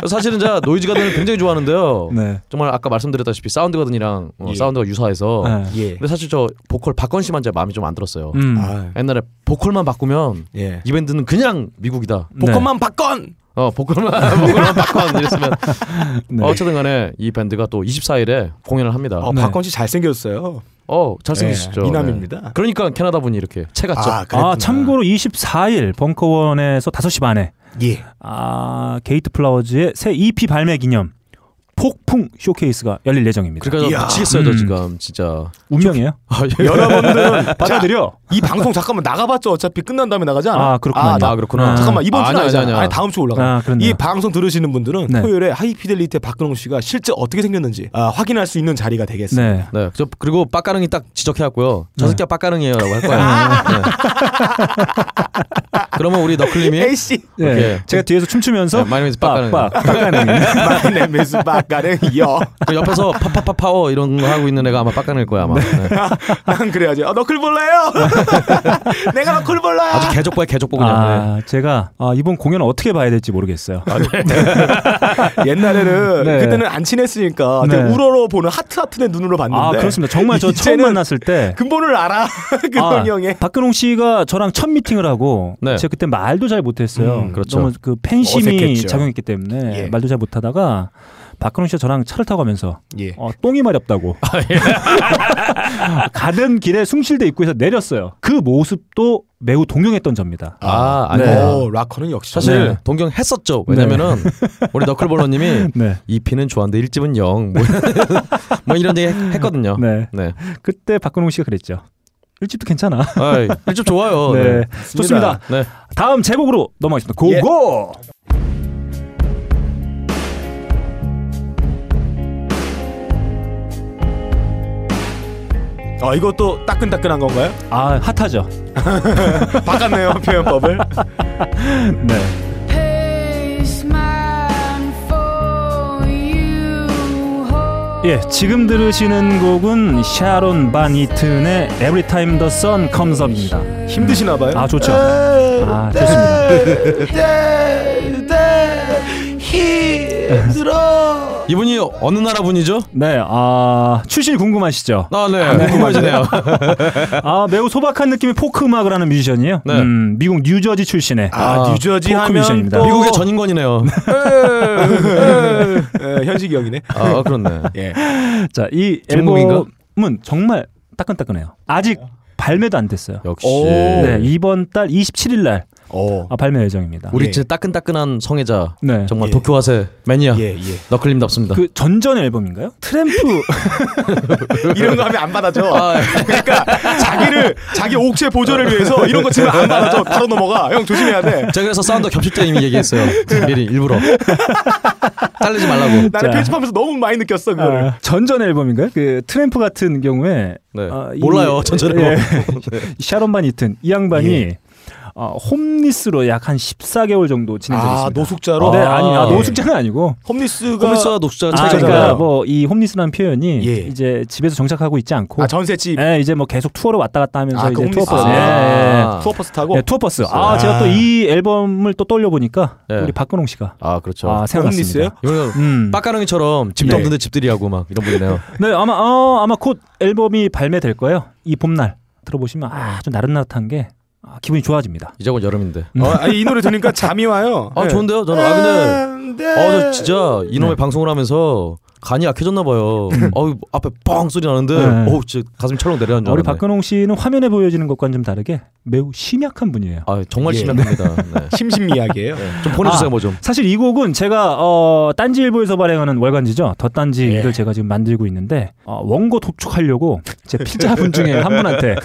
Speaker 3: 사실은 제가 노이즈 가든을 굉장히 좋아하는데요.
Speaker 1: 네.
Speaker 3: 정말 아까 말씀드렸다시피 사운드 가든이랑 어,
Speaker 2: 예.
Speaker 3: 사운드가 유사해서.
Speaker 1: 네.
Speaker 2: 예.
Speaker 3: 근데 사실 저 보컬 박건 씨만 제 마음이 좀 안 들었어요.
Speaker 1: 음.
Speaker 2: 아,
Speaker 3: 옛날에 보컬만 바꾸면
Speaker 2: 예. 음.
Speaker 3: 이 밴드는 그냥 미국이다.
Speaker 1: 네.
Speaker 2: 복권만 박건.
Speaker 3: 어 복근만 *laughs* 복근만 박건 이랬으면
Speaker 1: 네.
Speaker 3: 어쨌든 간에 이 밴드가 또 24일에 공연을 합니다.
Speaker 2: 어,
Speaker 1: 네.
Speaker 2: 박건 씨 잘생겼어요.
Speaker 3: 어 잘생기시죠.
Speaker 2: 네, 미남입니다.
Speaker 3: 네. 그러니까 캐나다 분이 이렇게 채 같죠.
Speaker 2: 그랬구나.
Speaker 1: 아, 참고로 24일 벙커원에서 5시 반에
Speaker 2: 예.
Speaker 1: 아, 게이트 플라워즈의 새 EP 발매 기념 폭풍 쇼케이스가 열릴 예정입니다.
Speaker 3: 그러니까
Speaker 2: 이야.
Speaker 3: 저 미치겠어요 저
Speaker 1: 음.
Speaker 3: 지금 진짜.
Speaker 1: 운명이에요?
Speaker 3: 아,
Speaker 2: *laughs*
Speaker 3: 예.
Speaker 2: 여러분들은
Speaker 1: 받아들여.
Speaker 2: 이 방송 잠깐만 나가봤자 어차피 끝난 다음에 나가지 않아?
Speaker 1: 아, 그렇구나.
Speaker 2: 나-
Speaker 3: 아, 그렇구나.
Speaker 2: 잠깐만 이번
Speaker 3: 아,
Speaker 2: 주는
Speaker 3: 아니야,
Speaker 2: 아니잖아.
Speaker 3: 아니야,
Speaker 2: 아니
Speaker 3: 아니야.
Speaker 2: 다음 주 올라가.
Speaker 1: 아, 그렇네요.
Speaker 2: 이 방송 들으시는 분들은
Speaker 1: 네.
Speaker 2: 토요일에 하이피델리티의 박근홍 씨가 실제 어떻게 생겼는지 아, 확인할 수 있는 자리가 되겠습니다.
Speaker 1: 네.
Speaker 3: *laughs* 네. 저, 그리고 빡가릉이 딱 지적해왔고요.
Speaker 2: 네.
Speaker 3: 저 새끼가 빡가릉이에요라고 할 거예요.
Speaker 2: 아.
Speaker 3: 네. 그러면 우리 너클님이
Speaker 2: 에이 씨.
Speaker 1: 예.
Speaker 3: 오케이.
Speaker 1: 제가 뒤에서 춤추면서
Speaker 3: 네, 마이너스 빡가릉.
Speaker 1: 빡빡빡가는
Speaker 2: *laughs* 마네 메스 박가랭이요.
Speaker 3: 그 옆에서 파파파파워 이런 거 하고 있는 애가 아마 빡가릉일 거야 아마. 네.
Speaker 2: *laughs* 난 그래야지. 어, 너클 볼래요? *laughs* 내가 너클 볼라.
Speaker 3: 아주 개족보야 개족보 그냥. 네.
Speaker 1: 아, 제가 아, 이번 공연 어떻게 봐야 될지 모르겠어요.
Speaker 2: 옛날에는
Speaker 1: 네.
Speaker 2: 그때는 안 친했으니까
Speaker 1: 네.
Speaker 2: 그냥 우러러 보는 하트 하트 내 눈으로 봤는데.
Speaker 1: 아, 그렇습니다. 정말 저 처음
Speaker 2: 이제는
Speaker 1: 만났을 때
Speaker 2: 근본을 알아. *laughs*
Speaker 1: 아,
Speaker 2: 근본 형의.
Speaker 1: 박근홍 씨가 저랑 첫 미팅을 하고
Speaker 3: 네.
Speaker 1: 제가 그때 말도 잘 못했어요.
Speaker 2: 음,
Speaker 3: 그렇죠.
Speaker 1: 너무 그 팬심이
Speaker 2: 어색했죠.
Speaker 1: 작용했기 때문에
Speaker 2: 예.
Speaker 1: 말도 잘 못하다가 박근홍 씨가 저랑 차를 타고 가면서
Speaker 2: 예.
Speaker 1: 어, 똥이 마렵다고 *laughs* 가던 길에 숭실대 입구에서 내렸어요. 그 모습도 매우 동경했던 점입니다.
Speaker 3: 아
Speaker 2: 네.
Speaker 3: 아니에요.
Speaker 2: 오, 락커는 역시
Speaker 3: 사실
Speaker 1: 네.
Speaker 3: 동경했었죠. 왜냐면은 우리 너클볼러님이
Speaker 1: 네,
Speaker 3: 이 피는 좋아한데 일집은 영. 뭐, 뭐 이런 얘기 했- 했거든요. 네.
Speaker 1: 네. 그때 박근홍 씨가 그랬죠. 일집도 괜찮아.
Speaker 3: 아이, 일집
Speaker 1: *laughs*
Speaker 3: 좋아요.
Speaker 1: 네,
Speaker 3: 네.
Speaker 1: 좋습니다.
Speaker 3: 네.
Speaker 1: 다음 제목으로 넘어가겠습니다. 고고. 예.
Speaker 2: 아 이것도 따끈따끈한 건가요?
Speaker 1: 아 핫하죠. *laughs*
Speaker 2: 바꿨네요 표현법을.
Speaker 1: 네. 예, 지금 들으시는 곡은 샤론 반 이튼의 Every Time the Sun Comes Up입니다.
Speaker 2: 힘드시나 봐요. 네.
Speaker 1: 아 좋죠. 아 좋습니다.
Speaker 2: 힘들어.
Speaker 3: 이분이 어느 나라 분이죠?
Speaker 1: 네, 아 출신이 궁금하시죠?
Speaker 3: 아, 네. 궁금해지네요.
Speaker 1: 아 매우 소박한 느낌의 포크 음악을 하는 뮤지션이에요.
Speaker 3: 네.
Speaker 1: 음, 미국 뉴저지 출신의
Speaker 2: 아,
Speaker 3: 아,
Speaker 2: 뉴저지
Speaker 1: 포크
Speaker 2: 하면
Speaker 1: 미션입니다.
Speaker 2: 또
Speaker 3: *laughs* 미국의 전인권이네요.
Speaker 2: 에, 에, 현식이 네. 형이네.
Speaker 3: 아, 그렇네.
Speaker 2: 예.
Speaker 1: 자, 이
Speaker 3: 중국인가?
Speaker 1: 앨범은 정말 따끈따끈해요. 아직 발매도 안 됐어요.
Speaker 3: 역시.
Speaker 2: 오.
Speaker 1: 네, 이번 달 27일 날
Speaker 2: 오.
Speaker 1: 아, 발매 예정입니다.
Speaker 3: 우리
Speaker 2: 예.
Speaker 3: 진짜 따끈따끈한 성애자.
Speaker 1: 네.
Speaker 3: 정말
Speaker 2: 예.
Speaker 3: 도쿄화세 매니아.
Speaker 2: 예, 예.
Speaker 3: 너클림답습니다.
Speaker 1: 그 전전 앨범인가요? 트램프
Speaker 2: 이런 거 하면 안 받아줘.
Speaker 3: 아,
Speaker 1: 예.
Speaker 2: 그러니까 자기를 자기 옥체 보존을 위해서 이런 거 치면 안 받아줘. 바로 넘어가. 형 조심해야 돼.
Speaker 3: 제가 그래서 사운드 겹칠 때 이미 얘기했어요. 미리 일부러. 잘리지 말라고.
Speaker 2: 나는
Speaker 1: 자.
Speaker 2: 편집하면서 너무 많이 느꼈어 그거를.
Speaker 1: 아, 전전 앨범인가요? 그 트램프 같은 경우에
Speaker 3: 네.
Speaker 1: 아, 이-
Speaker 3: 몰라요. 전전에 *laughs*
Speaker 1: 예. 샤론 반 이튼 이 양반이
Speaker 2: 예.
Speaker 1: 어, 홈리스로 약 한 14개월 정도 진행됐습니다.
Speaker 2: 아, 노숙자로?
Speaker 1: 네, 아니 아,
Speaker 3: 아, 예.
Speaker 1: 노숙자는 아니고.
Speaker 2: 홈리스가
Speaker 3: 호미스와 녹수자
Speaker 1: 아,
Speaker 3: 차이잖아요.
Speaker 1: 그러니까 뭐 이 홈리스라는 표현이
Speaker 2: 예.
Speaker 1: 이제 집에서 정착하고 있지 않고,
Speaker 2: 아 전세집
Speaker 1: 예, 이제 뭐 계속 투어를 왔다 갔다 하면서
Speaker 2: 아, 그
Speaker 1: 이제
Speaker 2: 홈리스. 뭐
Speaker 1: 투어버스,
Speaker 3: 아.
Speaker 1: 예, 예.
Speaker 2: 투어버스 타고
Speaker 1: 예, 투어버스. 아, 제가 또 이 앨범을 또 떠올려 보니까
Speaker 3: 예.
Speaker 1: 우리 박근홍 씨가
Speaker 3: 아, 그렇죠.
Speaker 1: 아,
Speaker 2: 홈리스예요?
Speaker 1: 생각났습니다.
Speaker 3: 이거는
Speaker 1: 음.
Speaker 3: 빡가릉이처럼 집도
Speaker 1: 네.
Speaker 3: 없는데 집들이 하고 막
Speaker 1: *laughs*
Speaker 3: 이런 분이네요.
Speaker 1: 네, 아마 어, 아마 곧 앨범이 발매될 거예요. 이 봄날 들어보시면 아주 나른나릇한 게 아, 기분이 좋아집니다.
Speaker 3: 이제 곧 여름인데.
Speaker 1: 네.
Speaker 2: 어, 아니, 이 노래 들으니까 잠이 와요.
Speaker 3: *laughs* 아
Speaker 2: 네.
Speaker 3: 좋은데요? 저는 아 근데
Speaker 2: 근데
Speaker 3: 아저 진짜
Speaker 1: 네.
Speaker 3: 이놈의
Speaker 1: 음.
Speaker 3: 방송을 하면서 간이 약해졌나 봐요. 어우 앞에 뻥 소리 나는데
Speaker 1: 네.
Speaker 3: 어우 진짜 가슴이 철렁 내려앉는 줄
Speaker 1: 우리
Speaker 3: 알았네.
Speaker 1: 박근홍 씨는 화면에 보여지는 것과는 좀 다르게 매우 심약한 분이에요.
Speaker 3: 아 정말
Speaker 2: 예.
Speaker 3: 심각합니다. 네.
Speaker 2: 심심미약이에요.
Speaker 3: 좀 보내주세요
Speaker 1: 아.
Speaker 3: 뭐 좀.
Speaker 1: 사실 이 곡은 제가 어, 딴지일보에서 발행하는 월간지죠. 더 딴지를 제가 지금 만들고 있는데 어, 원고 독촉하려고 제 필자분 중에 한 분한테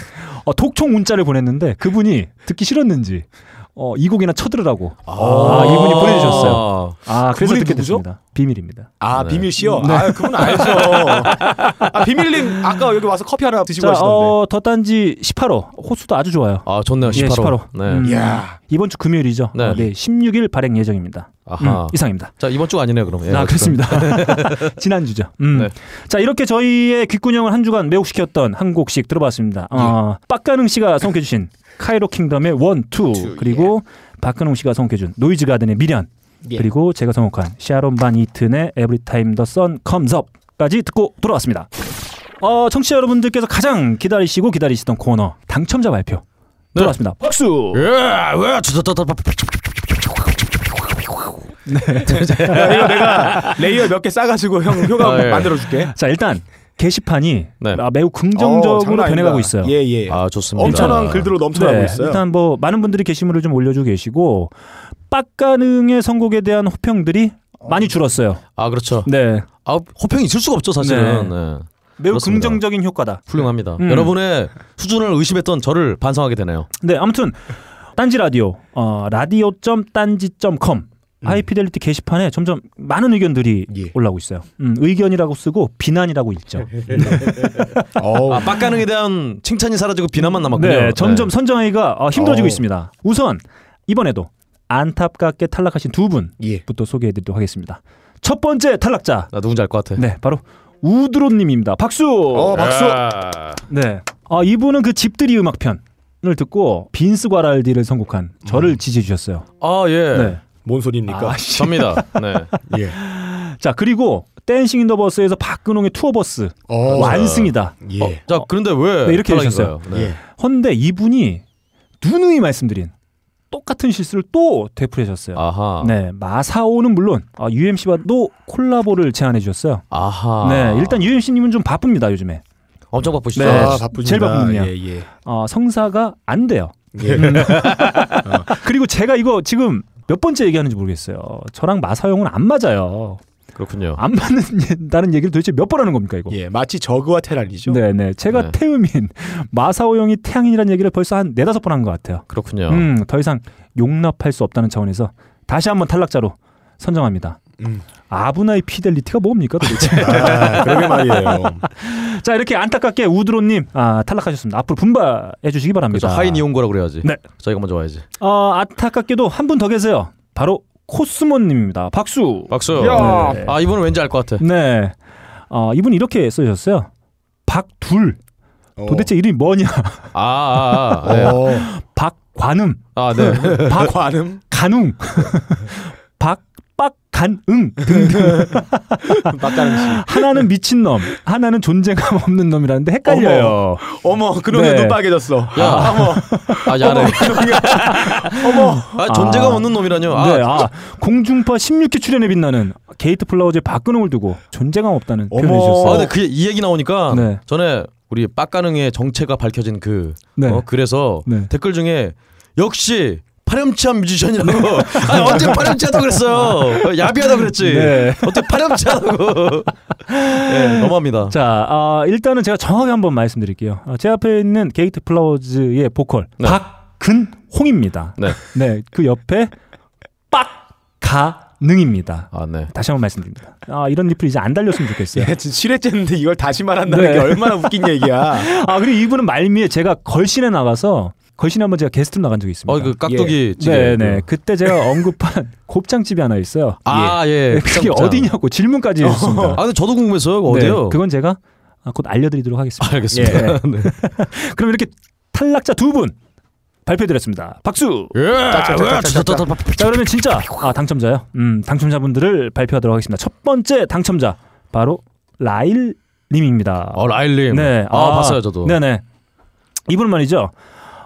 Speaker 1: 어, 독촉 문자를 보냈는데 그분이 듣기 싫었는지 어, 이 곡이나 쳐들으라고 아, 이분이 보내주셨어요. 아 그래서
Speaker 2: 그분이
Speaker 1: 듣게
Speaker 2: 누구죠?
Speaker 1: 됐습니다. 비밀입니다.
Speaker 2: 아
Speaker 3: 네.
Speaker 2: 비밀 씨요. 아 그건 알죠. 아 비밀님 아까 여기 와서 커피 하나 드시고
Speaker 1: 자,
Speaker 2: 하시던데.
Speaker 1: 어, 더 딴지 18호 호수도 아주 좋아요.
Speaker 3: 아 좋네요. 18호.
Speaker 1: 예, 18호.
Speaker 3: 네.
Speaker 1: 음.
Speaker 2: 이야.
Speaker 1: 이번 주 금요일이죠.
Speaker 3: 네.
Speaker 1: 아, 네, 16일 발행 예정입니다. 음,
Speaker 3: 아하.
Speaker 1: 이상입니다.
Speaker 3: 자 이번 주가 아니네요 그럼. 예,
Speaker 1: 아,
Speaker 3: 어쨌든.
Speaker 1: 그렇습니다. *laughs* 지난주죠. 음.
Speaker 3: 네.
Speaker 1: 자, 이렇게 저희의 귓구녕을 한 주간 매혹시켰던 한 곡씩 들어봤습니다. 어, 빡가능 씨가 선곡해주신 카이로 킹덤의 원, 투, 그리고 박근홍 씨가 선곡해준 노이즈 가든의 미련, 그리고 제가 선곡한 샤론 반 이튼의 Every Time the Sun Comes Up까지 듣고 돌아왔습니다. 어, 청취자 여러분들께서 가장 기다리시고 기다리시던 코너 당첨자 발표 돌아왔습니다. 박수!
Speaker 3: 예, 왜 주저저저
Speaker 2: 야, 이거 내가 레이어 몇 개 싸가지고 형 효과
Speaker 3: 아, 예.
Speaker 2: 만들어줄게.
Speaker 1: 자 일단 게시판이
Speaker 3: 네.
Speaker 1: 아, 매우
Speaker 2: 어,
Speaker 1: 긍정적으로
Speaker 2: 장난 아니다.
Speaker 1: 변해가고 있어요.
Speaker 2: 예, 예.
Speaker 3: 아 좋습니다.
Speaker 2: 엄청난 글들로 넘쳐나고
Speaker 1: 네,
Speaker 2: 있어요.
Speaker 1: 일단 뭐 많은 분들이 게시물을 좀 올려주고 계시고 빡가능의 선곡에 대한 호평들이 많이 줄었어요.
Speaker 3: 아 그렇죠.
Speaker 1: 네,
Speaker 3: 아 호평이 있을 수가 없죠 사실은. 네.
Speaker 1: 매우
Speaker 3: 그렇습니다.
Speaker 1: 긍정적인 효과다.
Speaker 3: 훌륭합니다.
Speaker 1: 음.
Speaker 3: 여러분의 수준을 의심했던 저를 반성하게 되네요.
Speaker 1: 네, 아무튼 딴지 라디오 어, 라디오 점 딴지 점 com 하이피델리티 게시판에 점점 많은 의견들이
Speaker 2: 음. 예.
Speaker 1: 올라오고 있어요. 음, 의견이라고 쓰고 비난이라고 읽죠.
Speaker 2: 어우.
Speaker 3: 아 빡가능에 대한 칭찬이 사라지고 비난만 남았군요.
Speaker 1: 네, 점점
Speaker 3: 네.
Speaker 1: 선정하기가 어, 힘들어지고
Speaker 2: 어.
Speaker 1: 있습니다. 우선 이번에도 안타깝게 탈락하신 두
Speaker 2: 예.
Speaker 1: 분부터 소개해드리도록 하겠습니다. 첫 번째 탈락자,
Speaker 3: 나 누군지 알 것 같아.
Speaker 1: 네, 바로 우드로님입니다. 박수.
Speaker 2: 어, 박수.
Speaker 1: 네, 아 이분은 그 집들이 음악편을 듣고 빈스 과랄디를 선곡한 저를 지지해 주셨어요.
Speaker 3: 아 예.
Speaker 1: 네.
Speaker 2: 뭔 소리입니까?
Speaker 1: 아,
Speaker 3: 접니다.
Speaker 1: *laughs*
Speaker 3: 네.
Speaker 2: 예.
Speaker 1: 자 그리고 댄싱 인더 버스에서 박근홍의 투어버스
Speaker 2: 어.
Speaker 1: 완승이다.
Speaker 2: 예.
Speaker 3: 어, 자 그런데 왜
Speaker 1: 네, 이렇게
Speaker 3: 탈락인
Speaker 1: 해주셨어요.
Speaker 3: 거예요? 네.
Speaker 2: 예.
Speaker 1: 헌데 이분이 누누이 말씀드린 똑같은 실수를 또 되풀이하셨어요.
Speaker 3: 아하.
Speaker 1: 네 마사오는 물론 아, UMC와도 콜라보를 제안해 주셨어요.
Speaker 3: 아하.
Speaker 1: 네 일단 UMC님은 좀 바쁩니다 요즘에
Speaker 3: 엄청 바쁘시죠.
Speaker 1: 네.
Speaker 2: 아, 바쁘십니다.
Speaker 1: 제일 바쁜 분이야.
Speaker 2: 예, 예.
Speaker 1: 어, 성사가 안 돼요.
Speaker 2: 예.
Speaker 1: 그리고 제가 이거 지금 몇 번째 얘기하는지 모르겠어요. 저랑 마사오형은 안 맞아요.
Speaker 3: 그렇군요.
Speaker 1: 안 맞는다는 얘기를 도대체 몇 번 하는 겁니까 이거?
Speaker 2: 예. 마치 저그와 테란이죠.
Speaker 1: 네네 제가
Speaker 3: 네.
Speaker 1: 태음인 마사오형이 태양인이라는 얘기를 벌써 한 네다섯 번 한 것 같아요.
Speaker 3: 그렇군요.
Speaker 1: 음, 더 이상 용납할 수 없다는 차원에서 다시 한번 탈락자로 선정합니다.
Speaker 2: 음.
Speaker 1: 아브나이 피델리티가 뭡니까
Speaker 3: *laughs*
Speaker 1: 도대체?
Speaker 2: 아, 그러게 말이에요.
Speaker 1: 자 이렇게 안타깝게 우드로님 아, 탈락하셨습니다. 앞으로 분발해 주시기
Speaker 3: 그래서
Speaker 1: 바랍니다.
Speaker 3: 하이니온고라 그래야지.
Speaker 1: 네.
Speaker 3: 저희가 먼저 와야지.
Speaker 1: 어, 안타깝게도 한 분 더 계세요. 바로 코스모님입니다. 박수.
Speaker 3: 박수.
Speaker 2: 야.
Speaker 1: 네.
Speaker 3: 아 이분은 왠지 알 것 같아.
Speaker 1: 네. 어, 이분 이렇게 쓰셨어요. 박둘
Speaker 2: 어.
Speaker 1: 도대체 이름이 뭐냐?
Speaker 3: 아, 아, 아, 네.
Speaker 2: 어.
Speaker 1: 박관음,
Speaker 3: 아 네.
Speaker 1: *laughs*
Speaker 2: 관음. *laughs*
Speaker 1: 간웅, 박박간응 등등.
Speaker 2: 막가는 씨.
Speaker 1: 하나는 미친 놈, 하나는 존재감 없는 놈이라는데 헷갈려요.
Speaker 2: 어머. 어머, 그놈의
Speaker 1: 네.
Speaker 2: 눈 빨개졌어.
Speaker 3: 야. 아 야래.
Speaker 2: 어머.
Speaker 3: 아 존재감
Speaker 1: 아.
Speaker 3: 없는 놈이라뇨. 아,
Speaker 1: 네, 아, 공중파 16기 출연에 빛나는 게이트 플라워즈의 박근홍을 두고 존재감 없다는
Speaker 2: 어머.
Speaker 1: 표현을
Speaker 3: 아
Speaker 1: 주셨어요.
Speaker 3: 근데 그 이 얘기 나오니까
Speaker 1: 네.
Speaker 3: 전에 우리 빡가능의 정체가 밝혀진 그
Speaker 1: 네.
Speaker 3: 어, 그래서
Speaker 1: 네.
Speaker 3: 댓글 중에 역시 파렴치한 뮤지션이라고 *laughs* 아니 언제 파렴치하다 그랬어요 어, 야비하다 그랬지
Speaker 1: 네.
Speaker 3: 어떻게
Speaker 1: *laughs*
Speaker 3: 파렴치하다고 네, 너무합니다
Speaker 1: 자, 아, 일단은 제가 정확히 한번 말씀드릴게요. 아, 제 앞에 있는 게이트 플라워즈의 보컬
Speaker 3: 네.
Speaker 1: 박근홍입니다.
Speaker 3: 네.
Speaker 1: 네, 그 옆에 빡가능입니다.
Speaker 3: 아네
Speaker 1: 다시 한번 말씀드립니다. 아, 이런 리플 이제 안 달렸으면 좋겠어요.
Speaker 2: 예, 지금 7회째인데 이걸 다시 말한다는
Speaker 1: 네.
Speaker 2: 게 얼마나 웃긴 얘기야.
Speaker 1: *laughs* 아, 그리고 이분은 말미에 제가 걸신에 나가서 걸신에 한번 제가 게스트로 나간 적이 있습니다.
Speaker 3: 어그 깍두기 찌개
Speaker 1: 네, 네. 그때 제가 언급한 *laughs* 곱창집이 하나 있어요. 네,
Speaker 3: 아예
Speaker 1: 그게 어디냐고 질문까지 해주셨습니다.
Speaker 3: 아 근데 저도 궁금했어요 그거 어디요
Speaker 1: 네, 그건 제가 아, 곧 알려드리도록 하겠습니다.
Speaker 3: 알겠습니다
Speaker 1: 예.
Speaker 3: 아,
Speaker 1: 그럼 이렇게 탈락자 두 분 발표드렸습니다. 박수.
Speaker 3: 예.
Speaker 1: 자 그러면 진짜 아 당첨자요. 음 당첨자분들을 발표하도록 하겠습니다. 첫 번째 당첨자 바로 라일 님입니다.
Speaker 3: 어 라일님
Speaker 1: 네,
Speaker 3: 아, 봤어요 저도
Speaker 1: 네네 이분 말이죠.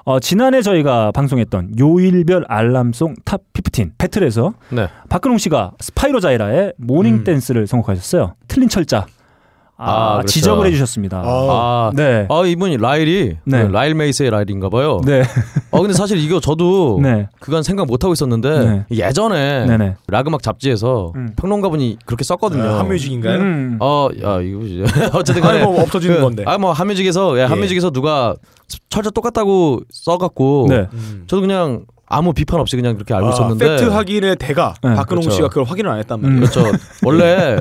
Speaker 1: 어, 지난해 저희가 방송했던 요일별 알람송 탑 15 배틀에서
Speaker 3: 네. 음.
Speaker 1: 박근홍 씨가 스파이로 자이라의 모닝 댄스를 선곡하셨어요. 틀린 철자 아,
Speaker 3: 아, 그렇죠.
Speaker 1: 지적을 해주셨습니다.
Speaker 2: 어,
Speaker 3: 아,
Speaker 1: 네.
Speaker 3: 아 이분이 라일이
Speaker 1: 네.
Speaker 3: 그 라일 메이스의 라일인가 봐요
Speaker 1: 네.
Speaker 3: 아 근데 사실 이거 저도
Speaker 1: *laughs* 네.
Speaker 3: 그간 생각 못 하고 있었는데 예전에
Speaker 1: 네네.
Speaker 3: 락음악 잡지에서
Speaker 1: 음.
Speaker 3: 평론가분이 그렇게 썼거든요.
Speaker 2: 아, 한뮤직인가요?
Speaker 1: 음.
Speaker 3: 어, 야 이거 *laughs* 어쨌든
Speaker 2: 아니
Speaker 3: 간에
Speaker 2: 뭐 없어지는
Speaker 3: 그,
Speaker 2: 건데.
Speaker 3: 아, 뭐 한뮤직에서 예, 한뮤직에서 누가 철저 똑같다고 써갖고
Speaker 1: 네.
Speaker 3: 저도 그냥 아무 비판 없이 그냥 그렇게 알고
Speaker 2: 아,
Speaker 3: 있었는데
Speaker 2: 팩트 확인의 대가
Speaker 1: 네,
Speaker 2: 박근홍
Speaker 3: 그렇죠.
Speaker 2: 씨가 그걸 확인을 안 했단
Speaker 1: 음.
Speaker 2: 말이에요. *laughs*
Speaker 3: 그렇죠. 원래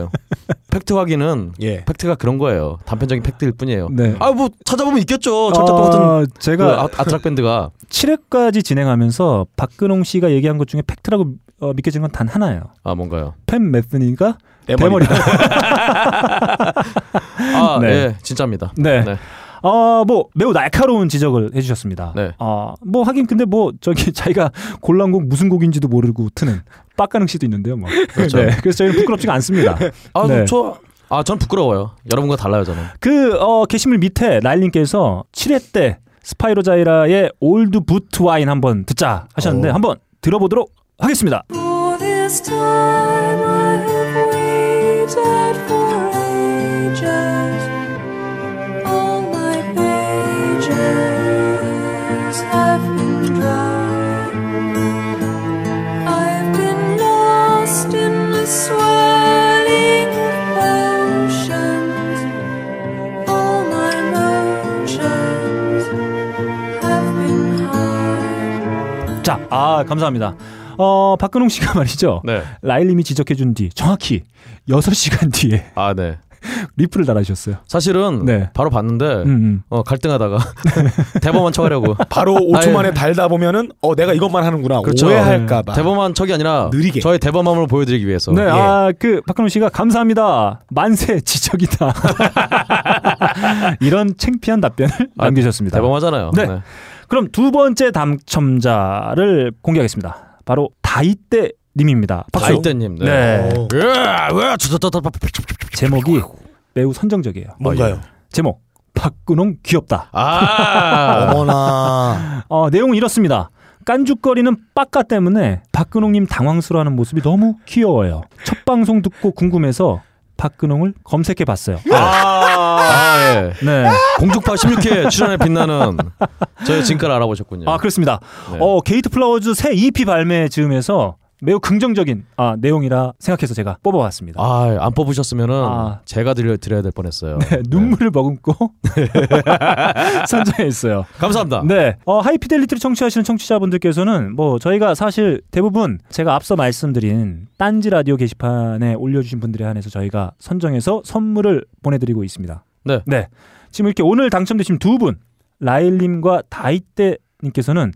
Speaker 3: 팩트 확인은
Speaker 2: 예.
Speaker 3: 팩트가 그런 거예요. 단편적인 팩트일 뿐이에요.
Speaker 1: 네.
Speaker 3: 아 뭐 찾아보면 있겠죠. 철저 똑같은
Speaker 1: 아,
Speaker 3: 그
Speaker 1: 제가
Speaker 3: 아, 아트락 밴드가
Speaker 1: 7회까지 진행하면서 박근홍 씨가 얘기한 것 중에 팩트라고 어, 믿겨진 건 단 하나예요.
Speaker 3: 아 뭔가요?
Speaker 1: 팬 메스니가
Speaker 2: 대머리다.
Speaker 3: *laughs*
Speaker 1: 대머리다.
Speaker 3: 아
Speaker 1: *laughs* 네.
Speaker 3: 예, 진짜입니다.
Speaker 1: 네.
Speaker 3: 네.
Speaker 1: 어, 뭐 매우 날카로운 지적을 해주셨습니다.
Speaker 3: 네.
Speaker 1: 어, 뭐 하긴 근데 뭐 저기 *laughs* 자기가 골라온 곡 무슨 곡인지도 모르고 트는 빡가능 씨도 있는데요, 뭐.
Speaker 3: 그렇죠.
Speaker 1: 네. 그래서 저희는 부끄럽지가 않습니다.
Speaker 3: *laughs* 아,
Speaker 1: 네.
Speaker 3: 저, 아, 전 부끄러워요. 여러분과 달라요, 저는.
Speaker 1: 그 어, 게시물 밑에 라일님께서 7회 때 스파이로자이라의 올드 부트 와인 한번 듣자 하셨는데
Speaker 2: 오.
Speaker 1: 한번 들어보도록 하겠습니다.
Speaker 6: 모든 this time I have waited for ages. All my pages have been dry. I've been lost in the swirling oceans. All my motions have been high.
Speaker 1: 자, 아 감사합니다. 어 박근홍 씨가 *laughs* 말이죠.
Speaker 3: 네.
Speaker 1: 라일님이 지적해준 뒤 정확히 6시간 *laughs* 뒤에
Speaker 3: 아, 네.
Speaker 1: 리플을 달아주셨어요.
Speaker 3: 사실은
Speaker 1: 네.
Speaker 3: 바로 봤는데
Speaker 1: 음, 음.
Speaker 3: 어, 갈등하다가 *laughs* 대범한 척하려고.
Speaker 2: 바로 5초
Speaker 3: 예.
Speaker 2: 만에 달다 보면은 어 내가 이것만 하는구나
Speaker 3: 그렇죠.
Speaker 2: 오해할까봐.
Speaker 3: 대범한 척이 아니라
Speaker 2: 느리게.
Speaker 3: 저의 대범함을 보여드리기 위해서.
Speaker 1: 네,
Speaker 3: 예.
Speaker 1: 아, 그, 박근홍 씨가 감사합니다. 만세 *laughs* 지적이다. 이런 창피한 답변을
Speaker 3: 아,
Speaker 1: 남기셨습니다.
Speaker 3: 대범하잖아요.
Speaker 1: 네. 그럼 두 번째 당첨자를 공개하겠습니다. 바로 다이떼 님입니다. 박수.
Speaker 3: 박수대님.
Speaker 1: 네.
Speaker 2: 오.
Speaker 1: 제목이 매우 선정적이에요.
Speaker 2: 뭔가요?
Speaker 1: 제목. 박근홍 귀엽다.
Speaker 2: 예.
Speaker 3: 아.
Speaker 2: 어머나.
Speaker 1: 어, 내용은 이렇습니다. 깐죽거리는 빠까 때문에 박근홍님 당황스러워하는 모습이 너무 귀여워요. 첫 방송 듣고 궁금해서 박근홍을 검색해 봤어요.
Speaker 3: 아, 예.
Speaker 1: 네.
Speaker 3: 공중파 16회 출연에 빛나는 저의 진가를 알아보셨군요.
Speaker 1: 아 그렇습니다.
Speaker 3: 네.
Speaker 1: 어 게이트 플라워즈 새 EP 발매 즈음에서 매우 긍정적인 아, 내용이라 생각해서 제가 뽑아봤습니다.
Speaker 3: 아, 안 뽑으셨으면은
Speaker 1: 아.
Speaker 3: 제가 드려 드려야
Speaker 2: *laughs*
Speaker 3: 될 뻔했어요.
Speaker 1: 네, 눈물을 머금고 *laughs* 선정했어요.
Speaker 3: 감사합니다.
Speaker 1: 네, 어, 하이피델리티를 청취하시는 청취자분들께서는 뭐 저희가 사실 대부분 제가 앞서 말씀드린 딴지 라디오 게시판에 올려주신 분들에 한해서 저희가 선정해서 선물을 보내드리고 있습니다.
Speaker 3: 네.
Speaker 1: 지금 이렇게 오늘 당첨되신 두 분, 라일님과 다이떼님께서는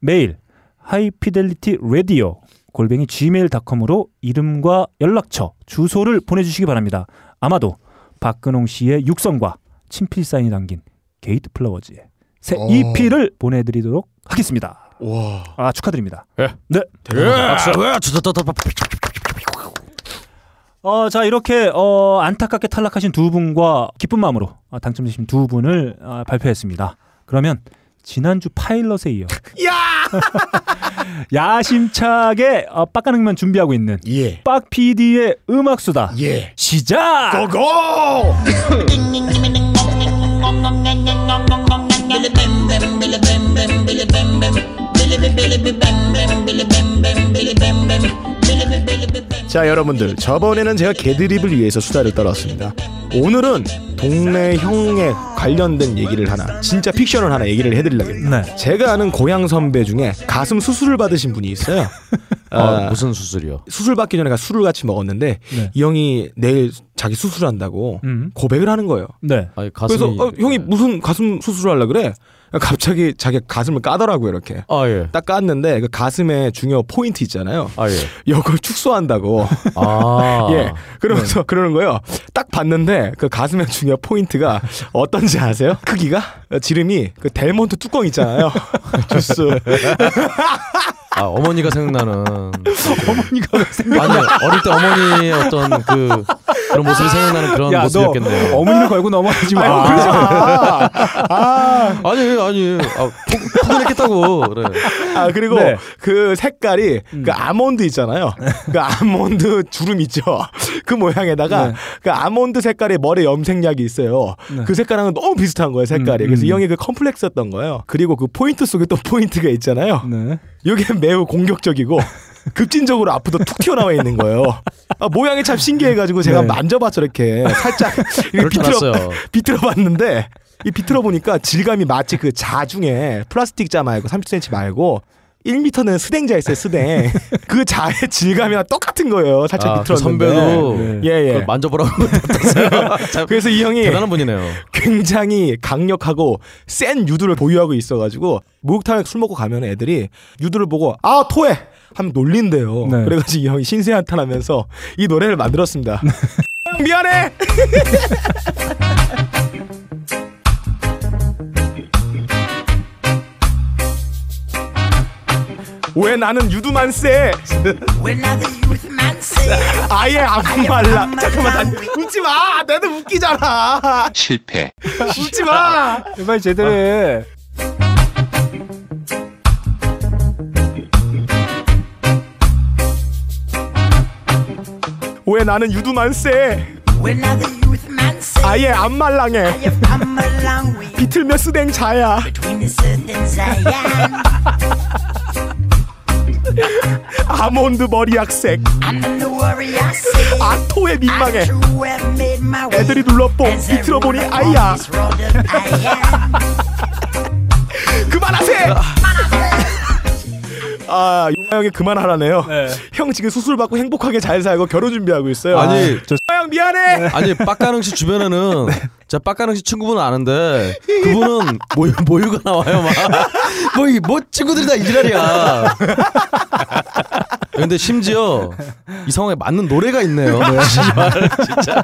Speaker 1: 매일 하이피델리티 라디오 골뱅이 gmail.com으로 이름과 연락처, 주소를 보내주시기 바랍니다. 아마도 박근홍 씨의 육성과 친필 사인이 담긴 게이트 플라워즈의 새
Speaker 2: 어.
Speaker 1: EP를 보내드리도록 하겠습니다.
Speaker 2: 와.
Speaker 1: 아 축하드립니다.
Speaker 3: 예.
Speaker 1: 네.
Speaker 3: 네.
Speaker 2: 네.
Speaker 1: 어, 자 이렇게 어, 안타깝게 탈락하신 두 분과 기쁜 마음으로 아, 당첨되신 두 분을 아, 발표했습니다. 그러면 지난주 파일럿에
Speaker 2: *laughs*
Speaker 1: 이어 *laughs* 야심차게 어, 빡가능면 준비하고 있는
Speaker 2: 예.
Speaker 1: 빡 PD의 음악 수다
Speaker 2: 예.
Speaker 1: 시작.
Speaker 2: 고고. 자 여러분들 저번에는 제가 개드립을 위해서 수다를 떨었습니다 오늘은 동네 형에 관련된 얘기를 하나 진짜 픽션을 하나 얘기를 해드리려고 합니다
Speaker 1: 네.
Speaker 2: 제가 아는 고향 선배 중에 가슴 수술을 받으신 분이 있어요
Speaker 3: 아, 무슨 수술이요?
Speaker 2: 수술 받기 전에 가 술을 같이 먹었는데
Speaker 1: 네.
Speaker 2: 이 형이 내일 자기 수술한다고
Speaker 1: 음.
Speaker 2: 고백을 하는 거예요
Speaker 1: 네.
Speaker 3: 아니, 가슴이 네.
Speaker 2: 그래서 어, 형이 무슨 가슴 수술을 하려 그래 갑자기 자기 가슴을 까더라고요 이렇게
Speaker 3: 아, 예.
Speaker 2: 딱 깠는데 그 가슴에 중요 포인트 있잖아요
Speaker 3: 아, 예.
Speaker 2: 이걸 축소한다고 *laughs*
Speaker 3: 아.
Speaker 2: 예. 그러면서 그러는 거예요. 딱 봤는데 그 가슴에 중요한 포인트가 어떤지 아세요? 크기가 지름이 그 델몬트 뚜껑
Speaker 3: *laughs*
Speaker 2: 있잖아요. 주스.
Speaker 3: 아, 어머니가 생각나는
Speaker 1: 어머니가
Speaker 3: 아니 어릴 때 어머니의 어떤 그 그런 모습이 생각나는 그런
Speaker 1: 야, 너
Speaker 3: 모습이었겠네요.
Speaker 1: 어머니를 걸고 넘어가지 마.
Speaker 2: 아이고 그러지 마.
Speaker 3: 아니 아니 아, 포- 포근했겠다고. 그래.
Speaker 2: 아 그리고
Speaker 1: 네. 음.
Speaker 2: 그 색깔이 그 아몬드 있잖아요. 그 아몬드 주름 있죠. *laughs* 그 모양에다가
Speaker 1: 네.
Speaker 2: 그 아몬드 색깔의 머리 염색약이 있어요.
Speaker 1: 네.
Speaker 2: 그 색깔하고 너무 비슷한 거예요. 색깔이.
Speaker 1: 음,
Speaker 2: 그래서 이
Speaker 1: 음.
Speaker 2: 형이 그 컴플렉스였던 거예요. 그리고 그 포인트 속에 또 포인트가 있잖아요.
Speaker 1: 네.
Speaker 2: 이게 매우
Speaker 1: *laughs*
Speaker 2: 공격적이고 급진적으로 앞으로 툭 튀어나와 있는 거예요. 아, 모양이 참 신기해가지고 제가
Speaker 1: 네.
Speaker 2: 만져봤죠 이렇게 살짝
Speaker 3: 그럴
Speaker 2: 이렇게
Speaker 3: 줄
Speaker 2: *laughs* 비틀어
Speaker 3: 알았어요.
Speaker 2: 비틀어봤는데 이 비틀어 보니까 질감이 마치 그 자중에 플라스틱 자 말고 30cm 말고 1m는 스댕자 있어요 스댕 *laughs* 그 자의 질감이랑 똑같은 거예요. 살짝
Speaker 3: 아, 그
Speaker 2: 비틀었는데
Speaker 3: 선배도
Speaker 1: 네.
Speaker 2: 예예.
Speaker 3: 그걸 만져보라고 *laughs* 했어요.
Speaker 2: *laughs* 그래서 이 형이
Speaker 3: 대단한 분이네요.
Speaker 2: 굉장히 강력하고 센 유두를 보유하고 있어가지고 목욕탕에 술 먹고 가면 애들이 유두를 보고 아 토해 하면 놀린대요.
Speaker 1: 네.
Speaker 2: 그래가지고 이 형이 신세한탄하면서 이 노래를 만들었습니다. *laughs* 미안해. 왜 나는 유두만 세? 아예 아무 말라. 잠깐만, 나, 웃지 마. 내도 웃기잖아.
Speaker 7: 실패.
Speaker 2: 웃지 마.
Speaker 1: 제발 제대로 해.
Speaker 2: 왜 나는 유두만세? 아예 안 말랑해. 비틀메스 댕자야. *laughs* 아몬드 머리 약색. 아토에 민망해. 애들이 눌러뽕 비틀어보니 아이야. 그만하세요. 아, 용화 형이 그만하라네요. 형 지금 수술 받고 행복하게 잘 살고 결혼 준비하고 있어요.
Speaker 3: 아니
Speaker 1: 저
Speaker 2: 용화 형
Speaker 1: 네.
Speaker 2: 미안해.
Speaker 3: 아니 빡가능 씨 *laughs* 주변에는 제가 빡가능 씨 친구분은 아는데 그분은 모유 모유가 나와요 *laughs* 막뭐이뭐 친구들이 다 이지랄이야. 근데 심지어 이 상황에 맞는 노래가 있네요. 씨발, 진짜.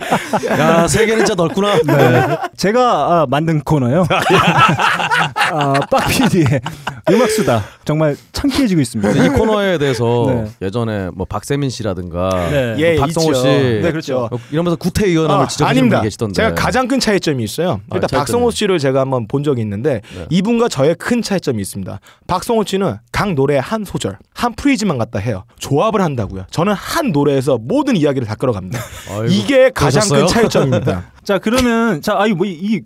Speaker 3: 야 세계는 진짜 넓구나.
Speaker 1: 네. 제가 아, 만든 코너요.
Speaker 2: 예.
Speaker 1: *laughs* 아, 빡피디의 음악수다 정말 창피해지고
Speaker 3: 근데
Speaker 1: 있습니다.
Speaker 3: 네, 이 코너에 대해서
Speaker 1: 네.
Speaker 2: 네.
Speaker 3: 예전에 뭐 박세민 씨라든가
Speaker 1: 네.
Speaker 2: 예,
Speaker 3: 박성호
Speaker 2: 있죠.
Speaker 3: 씨. 뭐
Speaker 1: 네, 그렇죠.
Speaker 3: 이러면서 구태 의원함을
Speaker 2: 아,
Speaker 3: 지적하시는
Speaker 2: 아닙니다.
Speaker 3: 분이 계시던데.
Speaker 2: 제가 가장 큰 차이점이 있어요.
Speaker 3: 아,
Speaker 2: 일단
Speaker 3: 차이점이. 네.
Speaker 2: 박성호 씨를 제가 한번 본 적이 있는데 이분과 저의 큰 차이점이 있습니다. 박성호 씨는 각 노래 한 소절, 한 프리즈만 갖다 해요. 조합을 한다고요. 저는 한 노래에서 모든 이야기를 다 끌어갑니다.
Speaker 3: *laughs* 아이고,
Speaker 2: 이게 가장 큰
Speaker 3: 그러셨어요? *laughs* 예.
Speaker 2: 차이점입니다.
Speaker 1: 자 그러면 자 아이 뭐이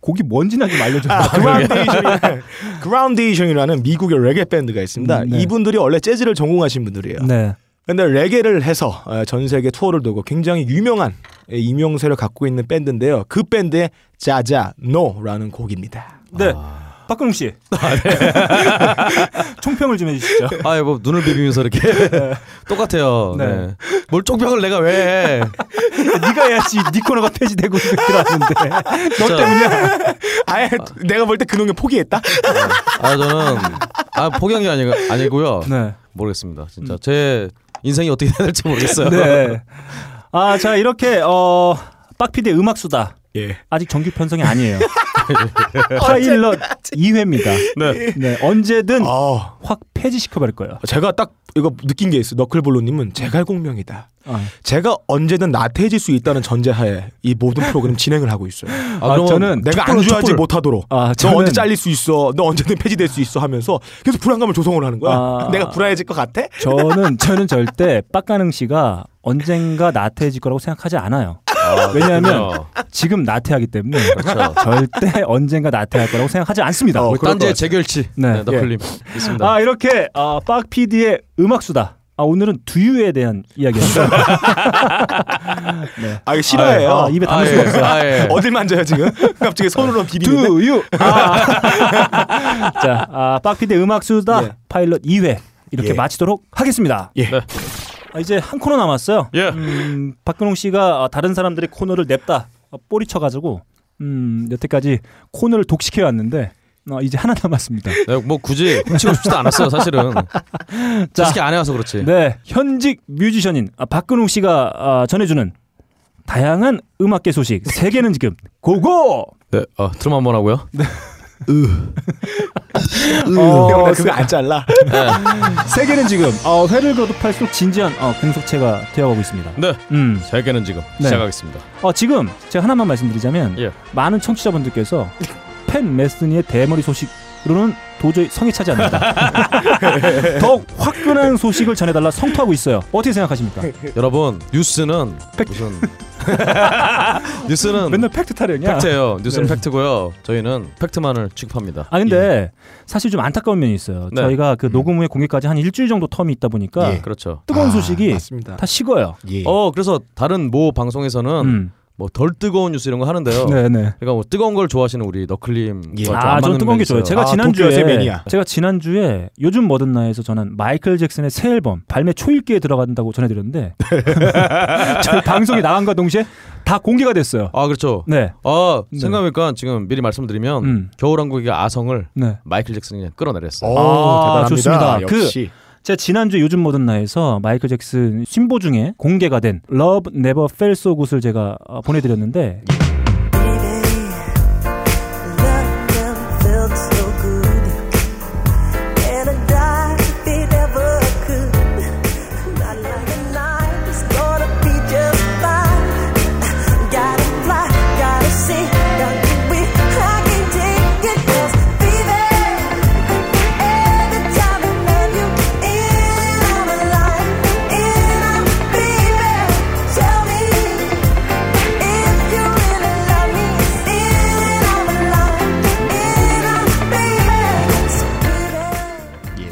Speaker 1: 곡이 뭔지나 좀 알려줘요.
Speaker 2: 아, 그라운데이션이라는, 그라운데이션이라는 미국의 레게 밴드가 있습니다.
Speaker 1: 음, 네.
Speaker 2: 이분들이 원래 재즈를 전공하신 분들이에요.
Speaker 1: 네.
Speaker 2: 근데 레게를 해서 어, 전 세계 투어를 돌고 굉장히 유명한 예, 임용세를 갖고 있는 밴드인데요. 그 밴드의 자자 노라는 곡입니다. *laughs*
Speaker 1: 네.
Speaker 2: 아.
Speaker 1: 박근홍 씨.
Speaker 2: 네.
Speaker 1: *laughs* 총평을 좀 해주시죠.
Speaker 3: 아예 뭐 눈을 비비면서 이렇게 *laughs* 똑같아요.
Speaker 1: 네.
Speaker 3: 네. 뭘 쪽병을 내가 왜? 해.
Speaker 1: 네가 해야지 네 코너가 폐지되고 있는 줄 알았는데.
Speaker 3: 진짜.
Speaker 2: 아예 내가 볼 때 그놈이 포기했다. *laughs*
Speaker 3: 아 저는 아 포기한 게 아니, 아니고요.
Speaker 1: 네.
Speaker 3: 모르겠습니다. 진짜 제 인생이 어떻게 해야 될지 모르겠어요.
Speaker 1: *laughs* 네. 아, 자 이렇게 어 빡피디의 음악 수다.
Speaker 2: 예.
Speaker 1: 아직 정규 편성이
Speaker 2: *laughs*
Speaker 1: 아니에요. 파일럿 2회입니다.
Speaker 3: 네.
Speaker 1: 네. 언제든
Speaker 2: 아
Speaker 1: 확 폐지시켜 버릴 거예요.
Speaker 2: 제가 딱 이거 느낀 게 있어. 너클볼로님은 제갈공명이다.
Speaker 1: 아.
Speaker 2: 제가 언제든 나태해질 수 있다는 전제하에 이 모든 프로그램 진행을 하고 있어요.
Speaker 3: 아, 그러면
Speaker 1: 저는
Speaker 2: 내가
Speaker 1: 촛불을,
Speaker 2: 안주하지
Speaker 1: 촛불.
Speaker 2: 못하도록
Speaker 1: 아, 저는-
Speaker 2: 너 언제 잘릴 수 있어 너 언제든 폐지될 수 있어 하면서 계속 불안감을 조성을 하는 거야
Speaker 1: 아.
Speaker 2: 내가 불안해질 것 같아?
Speaker 1: 저는 저는 절대 빡가능 씨가 언젠가 나태해질 거라고 생각하지 않아요.
Speaker 3: 아,
Speaker 1: 왜냐하면
Speaker 3: 그렇군요.
Speaker 1: 지금 나태하기 때문에
Speaker 3: 그렇죠.
Speaker 1: 절대 언젠가 나태할 거라고 생각하지 않습니다.
Speaker 2: 어,
Speaker 3: 우리
Speaker 2: 그럴
Speaker 3: 뭐 딴지의
Speaker 2: 것
Speaker 3: 재결치.
Speaker 1: 네.
Speaker 3: 네. 너클림 있습니다.
Speaker 1: 아 이렇게 아, 빡 PD의 음악 수다. 아 오늘은 두유에 대한 이야기였어요.
Speaker 3: *laughs*
Speaker 2: 아 이거 싫어해요
Speaker 1: 아, 입에 담을 수가 없어요.
Speaker 3: 아, 예.
Speaker 2: *laughs* 어딜 만져요 지금? 갑자기 손으로 비비는데
Speaker 1: 두유. 아. *laughs* 자, 아, 빡 PD의 음악 수다
Speaker 3: 예.
Speaker 2: 네.
Speaker 1: 파일럿 2회 이렇게
Speaker 2: 예.
Speaker 1: 마치도록 하겠습니다.
Speaker 2: 예.
Speaker 3: 네.
Speaker 1: 아, 이제 한 코너 남았어요.
Speaker 3: 예.
Speaker 1: 음, 박근홍 씨가 아, 다른 사람들의 코너를 냅다 아, 뿌리쳐가지고 음, 여태까지 코너를 독식해 왔는데 어, 이제 하나 남았습니다.
Speaker 3: 네, 뭐 굳이 훔치고 싶지도 않았어요 사실은.
Speaker 1: *laughs* 자.
Speaker 3: 자식이 안 해와서 그렇지.
Speaker 1: 네, 현직 뮤지션인 아, 박근홍 씨가 아, 전해주는 다양한 음악계 소식 세계는 지금 고고.
Speaker 3: 네, 어, 트름 한번 하고요.
Speaker 1: 네.
Speaker 2: 어, 그거 안 잘라 네.
Speaker 1: 세계는 지금 어, 회를 거듭할수록 진지한 어, 공석체가 되어가고 있습니다.
Speaker 3: 네,
Speaker 1: 음,
Speaker 3: 세계는 지금
Speaker 1: 네.
Speaker 3: 시작하겠습니다.
Speaker 1: 어, 지금 제가 하나만 말씀드리자면
Speaker 3: 예.
Speaker 1: 많은 청취자분들께서 팬 메스니의 대머리 소식으로는 도저히 성이 차지 않는다. *laughs* 더욱 화끈한 소식을 전해달라 성토하고 있어요. 어떻게 생각하십니까?
Speaker 3: 여러분 뉴스는 무슨 *laughs*
Speaker 1: *laughs*
Speaker 3: 뉴스는
Speaker 1: 맨날 팩트 타령이야.
Speaker 3: 팩트예요. 뉴스는
Speaker 1: 네.
Speaker 3: 팩트고요. 저희는 팩트만을 취급합니다.
Speaker 1: 아 근데 사실 좀 안타까운 면이 있어요.
Speaker 3: 네.
Speaker 1: 저희가 그 녹음 후에 공개까지 한 일주일 정도 텀이 있다 보니까
Speaker 3: 예. 그렇죠.
Speaker 1: 뜨거운
Speaker 2: 아,
Speaker 1: 소식이
Speaker 2: 맞습니다
Speaker 1: 다 식어요.
Speaker 2: 예.
Speaker 3: 어 그래서 다른 모 방송에서는
Speaker 1: 네. 음. 어.
Speaker 3: 뭐 덜 뜨거운 뉴스 이런 거 하는데요.
Speaker 1: 네네.
Speaker 3: 그러니까 뭐 뜨거운 걸 좋아하시는 우리 너클림.
Speaker 2: 예.
Speaker 1: 아, 저는 뜨거운 게 좋아요. 제가
Speaker 2: 아,
Speaker 1: 지난주에
Speaker 2: 도쿄에서의 매니아.
Speaker 1: 제가 지난주에 요즘 뭐든 나에서 저는 마이클 잭슨의 새 앨범 발매 초일기에 들어간다고
Speaker 2: *laughs*
Speaker 1: 전해드렸는데 저희 방송이 나간과 동시에 다 공개가 됐어요.
Speaker 3: 아 그렇죠.
Speaker 1: 네,
Speaker 3: 아
Speaker 1: 네.
Speaker 3: 생각해보니까 지금 미리 말씀드리면
Speaker 1: 음.
Speaker 3: 겨울왕국의 아성을
Speaker 1: 네.
Speaker 3: 마이클 잭슨이 그냥 끌어내렸어요.
Speaker 2: 오,
Speaker 1: 아,
Speaker 2: 대단합니다. 그
Speaker 1: 좋습니다. 그
Speaker 2: 역시
Speaker 1: 제가 지난주 요즘 뭐든 나에서 마이클 잭슨 신보 중에 공개가 된 Love Never Felt So Good을 제가 어, 보내드렸는데
Speaker 2: 예.
Speaker 6: Yeah.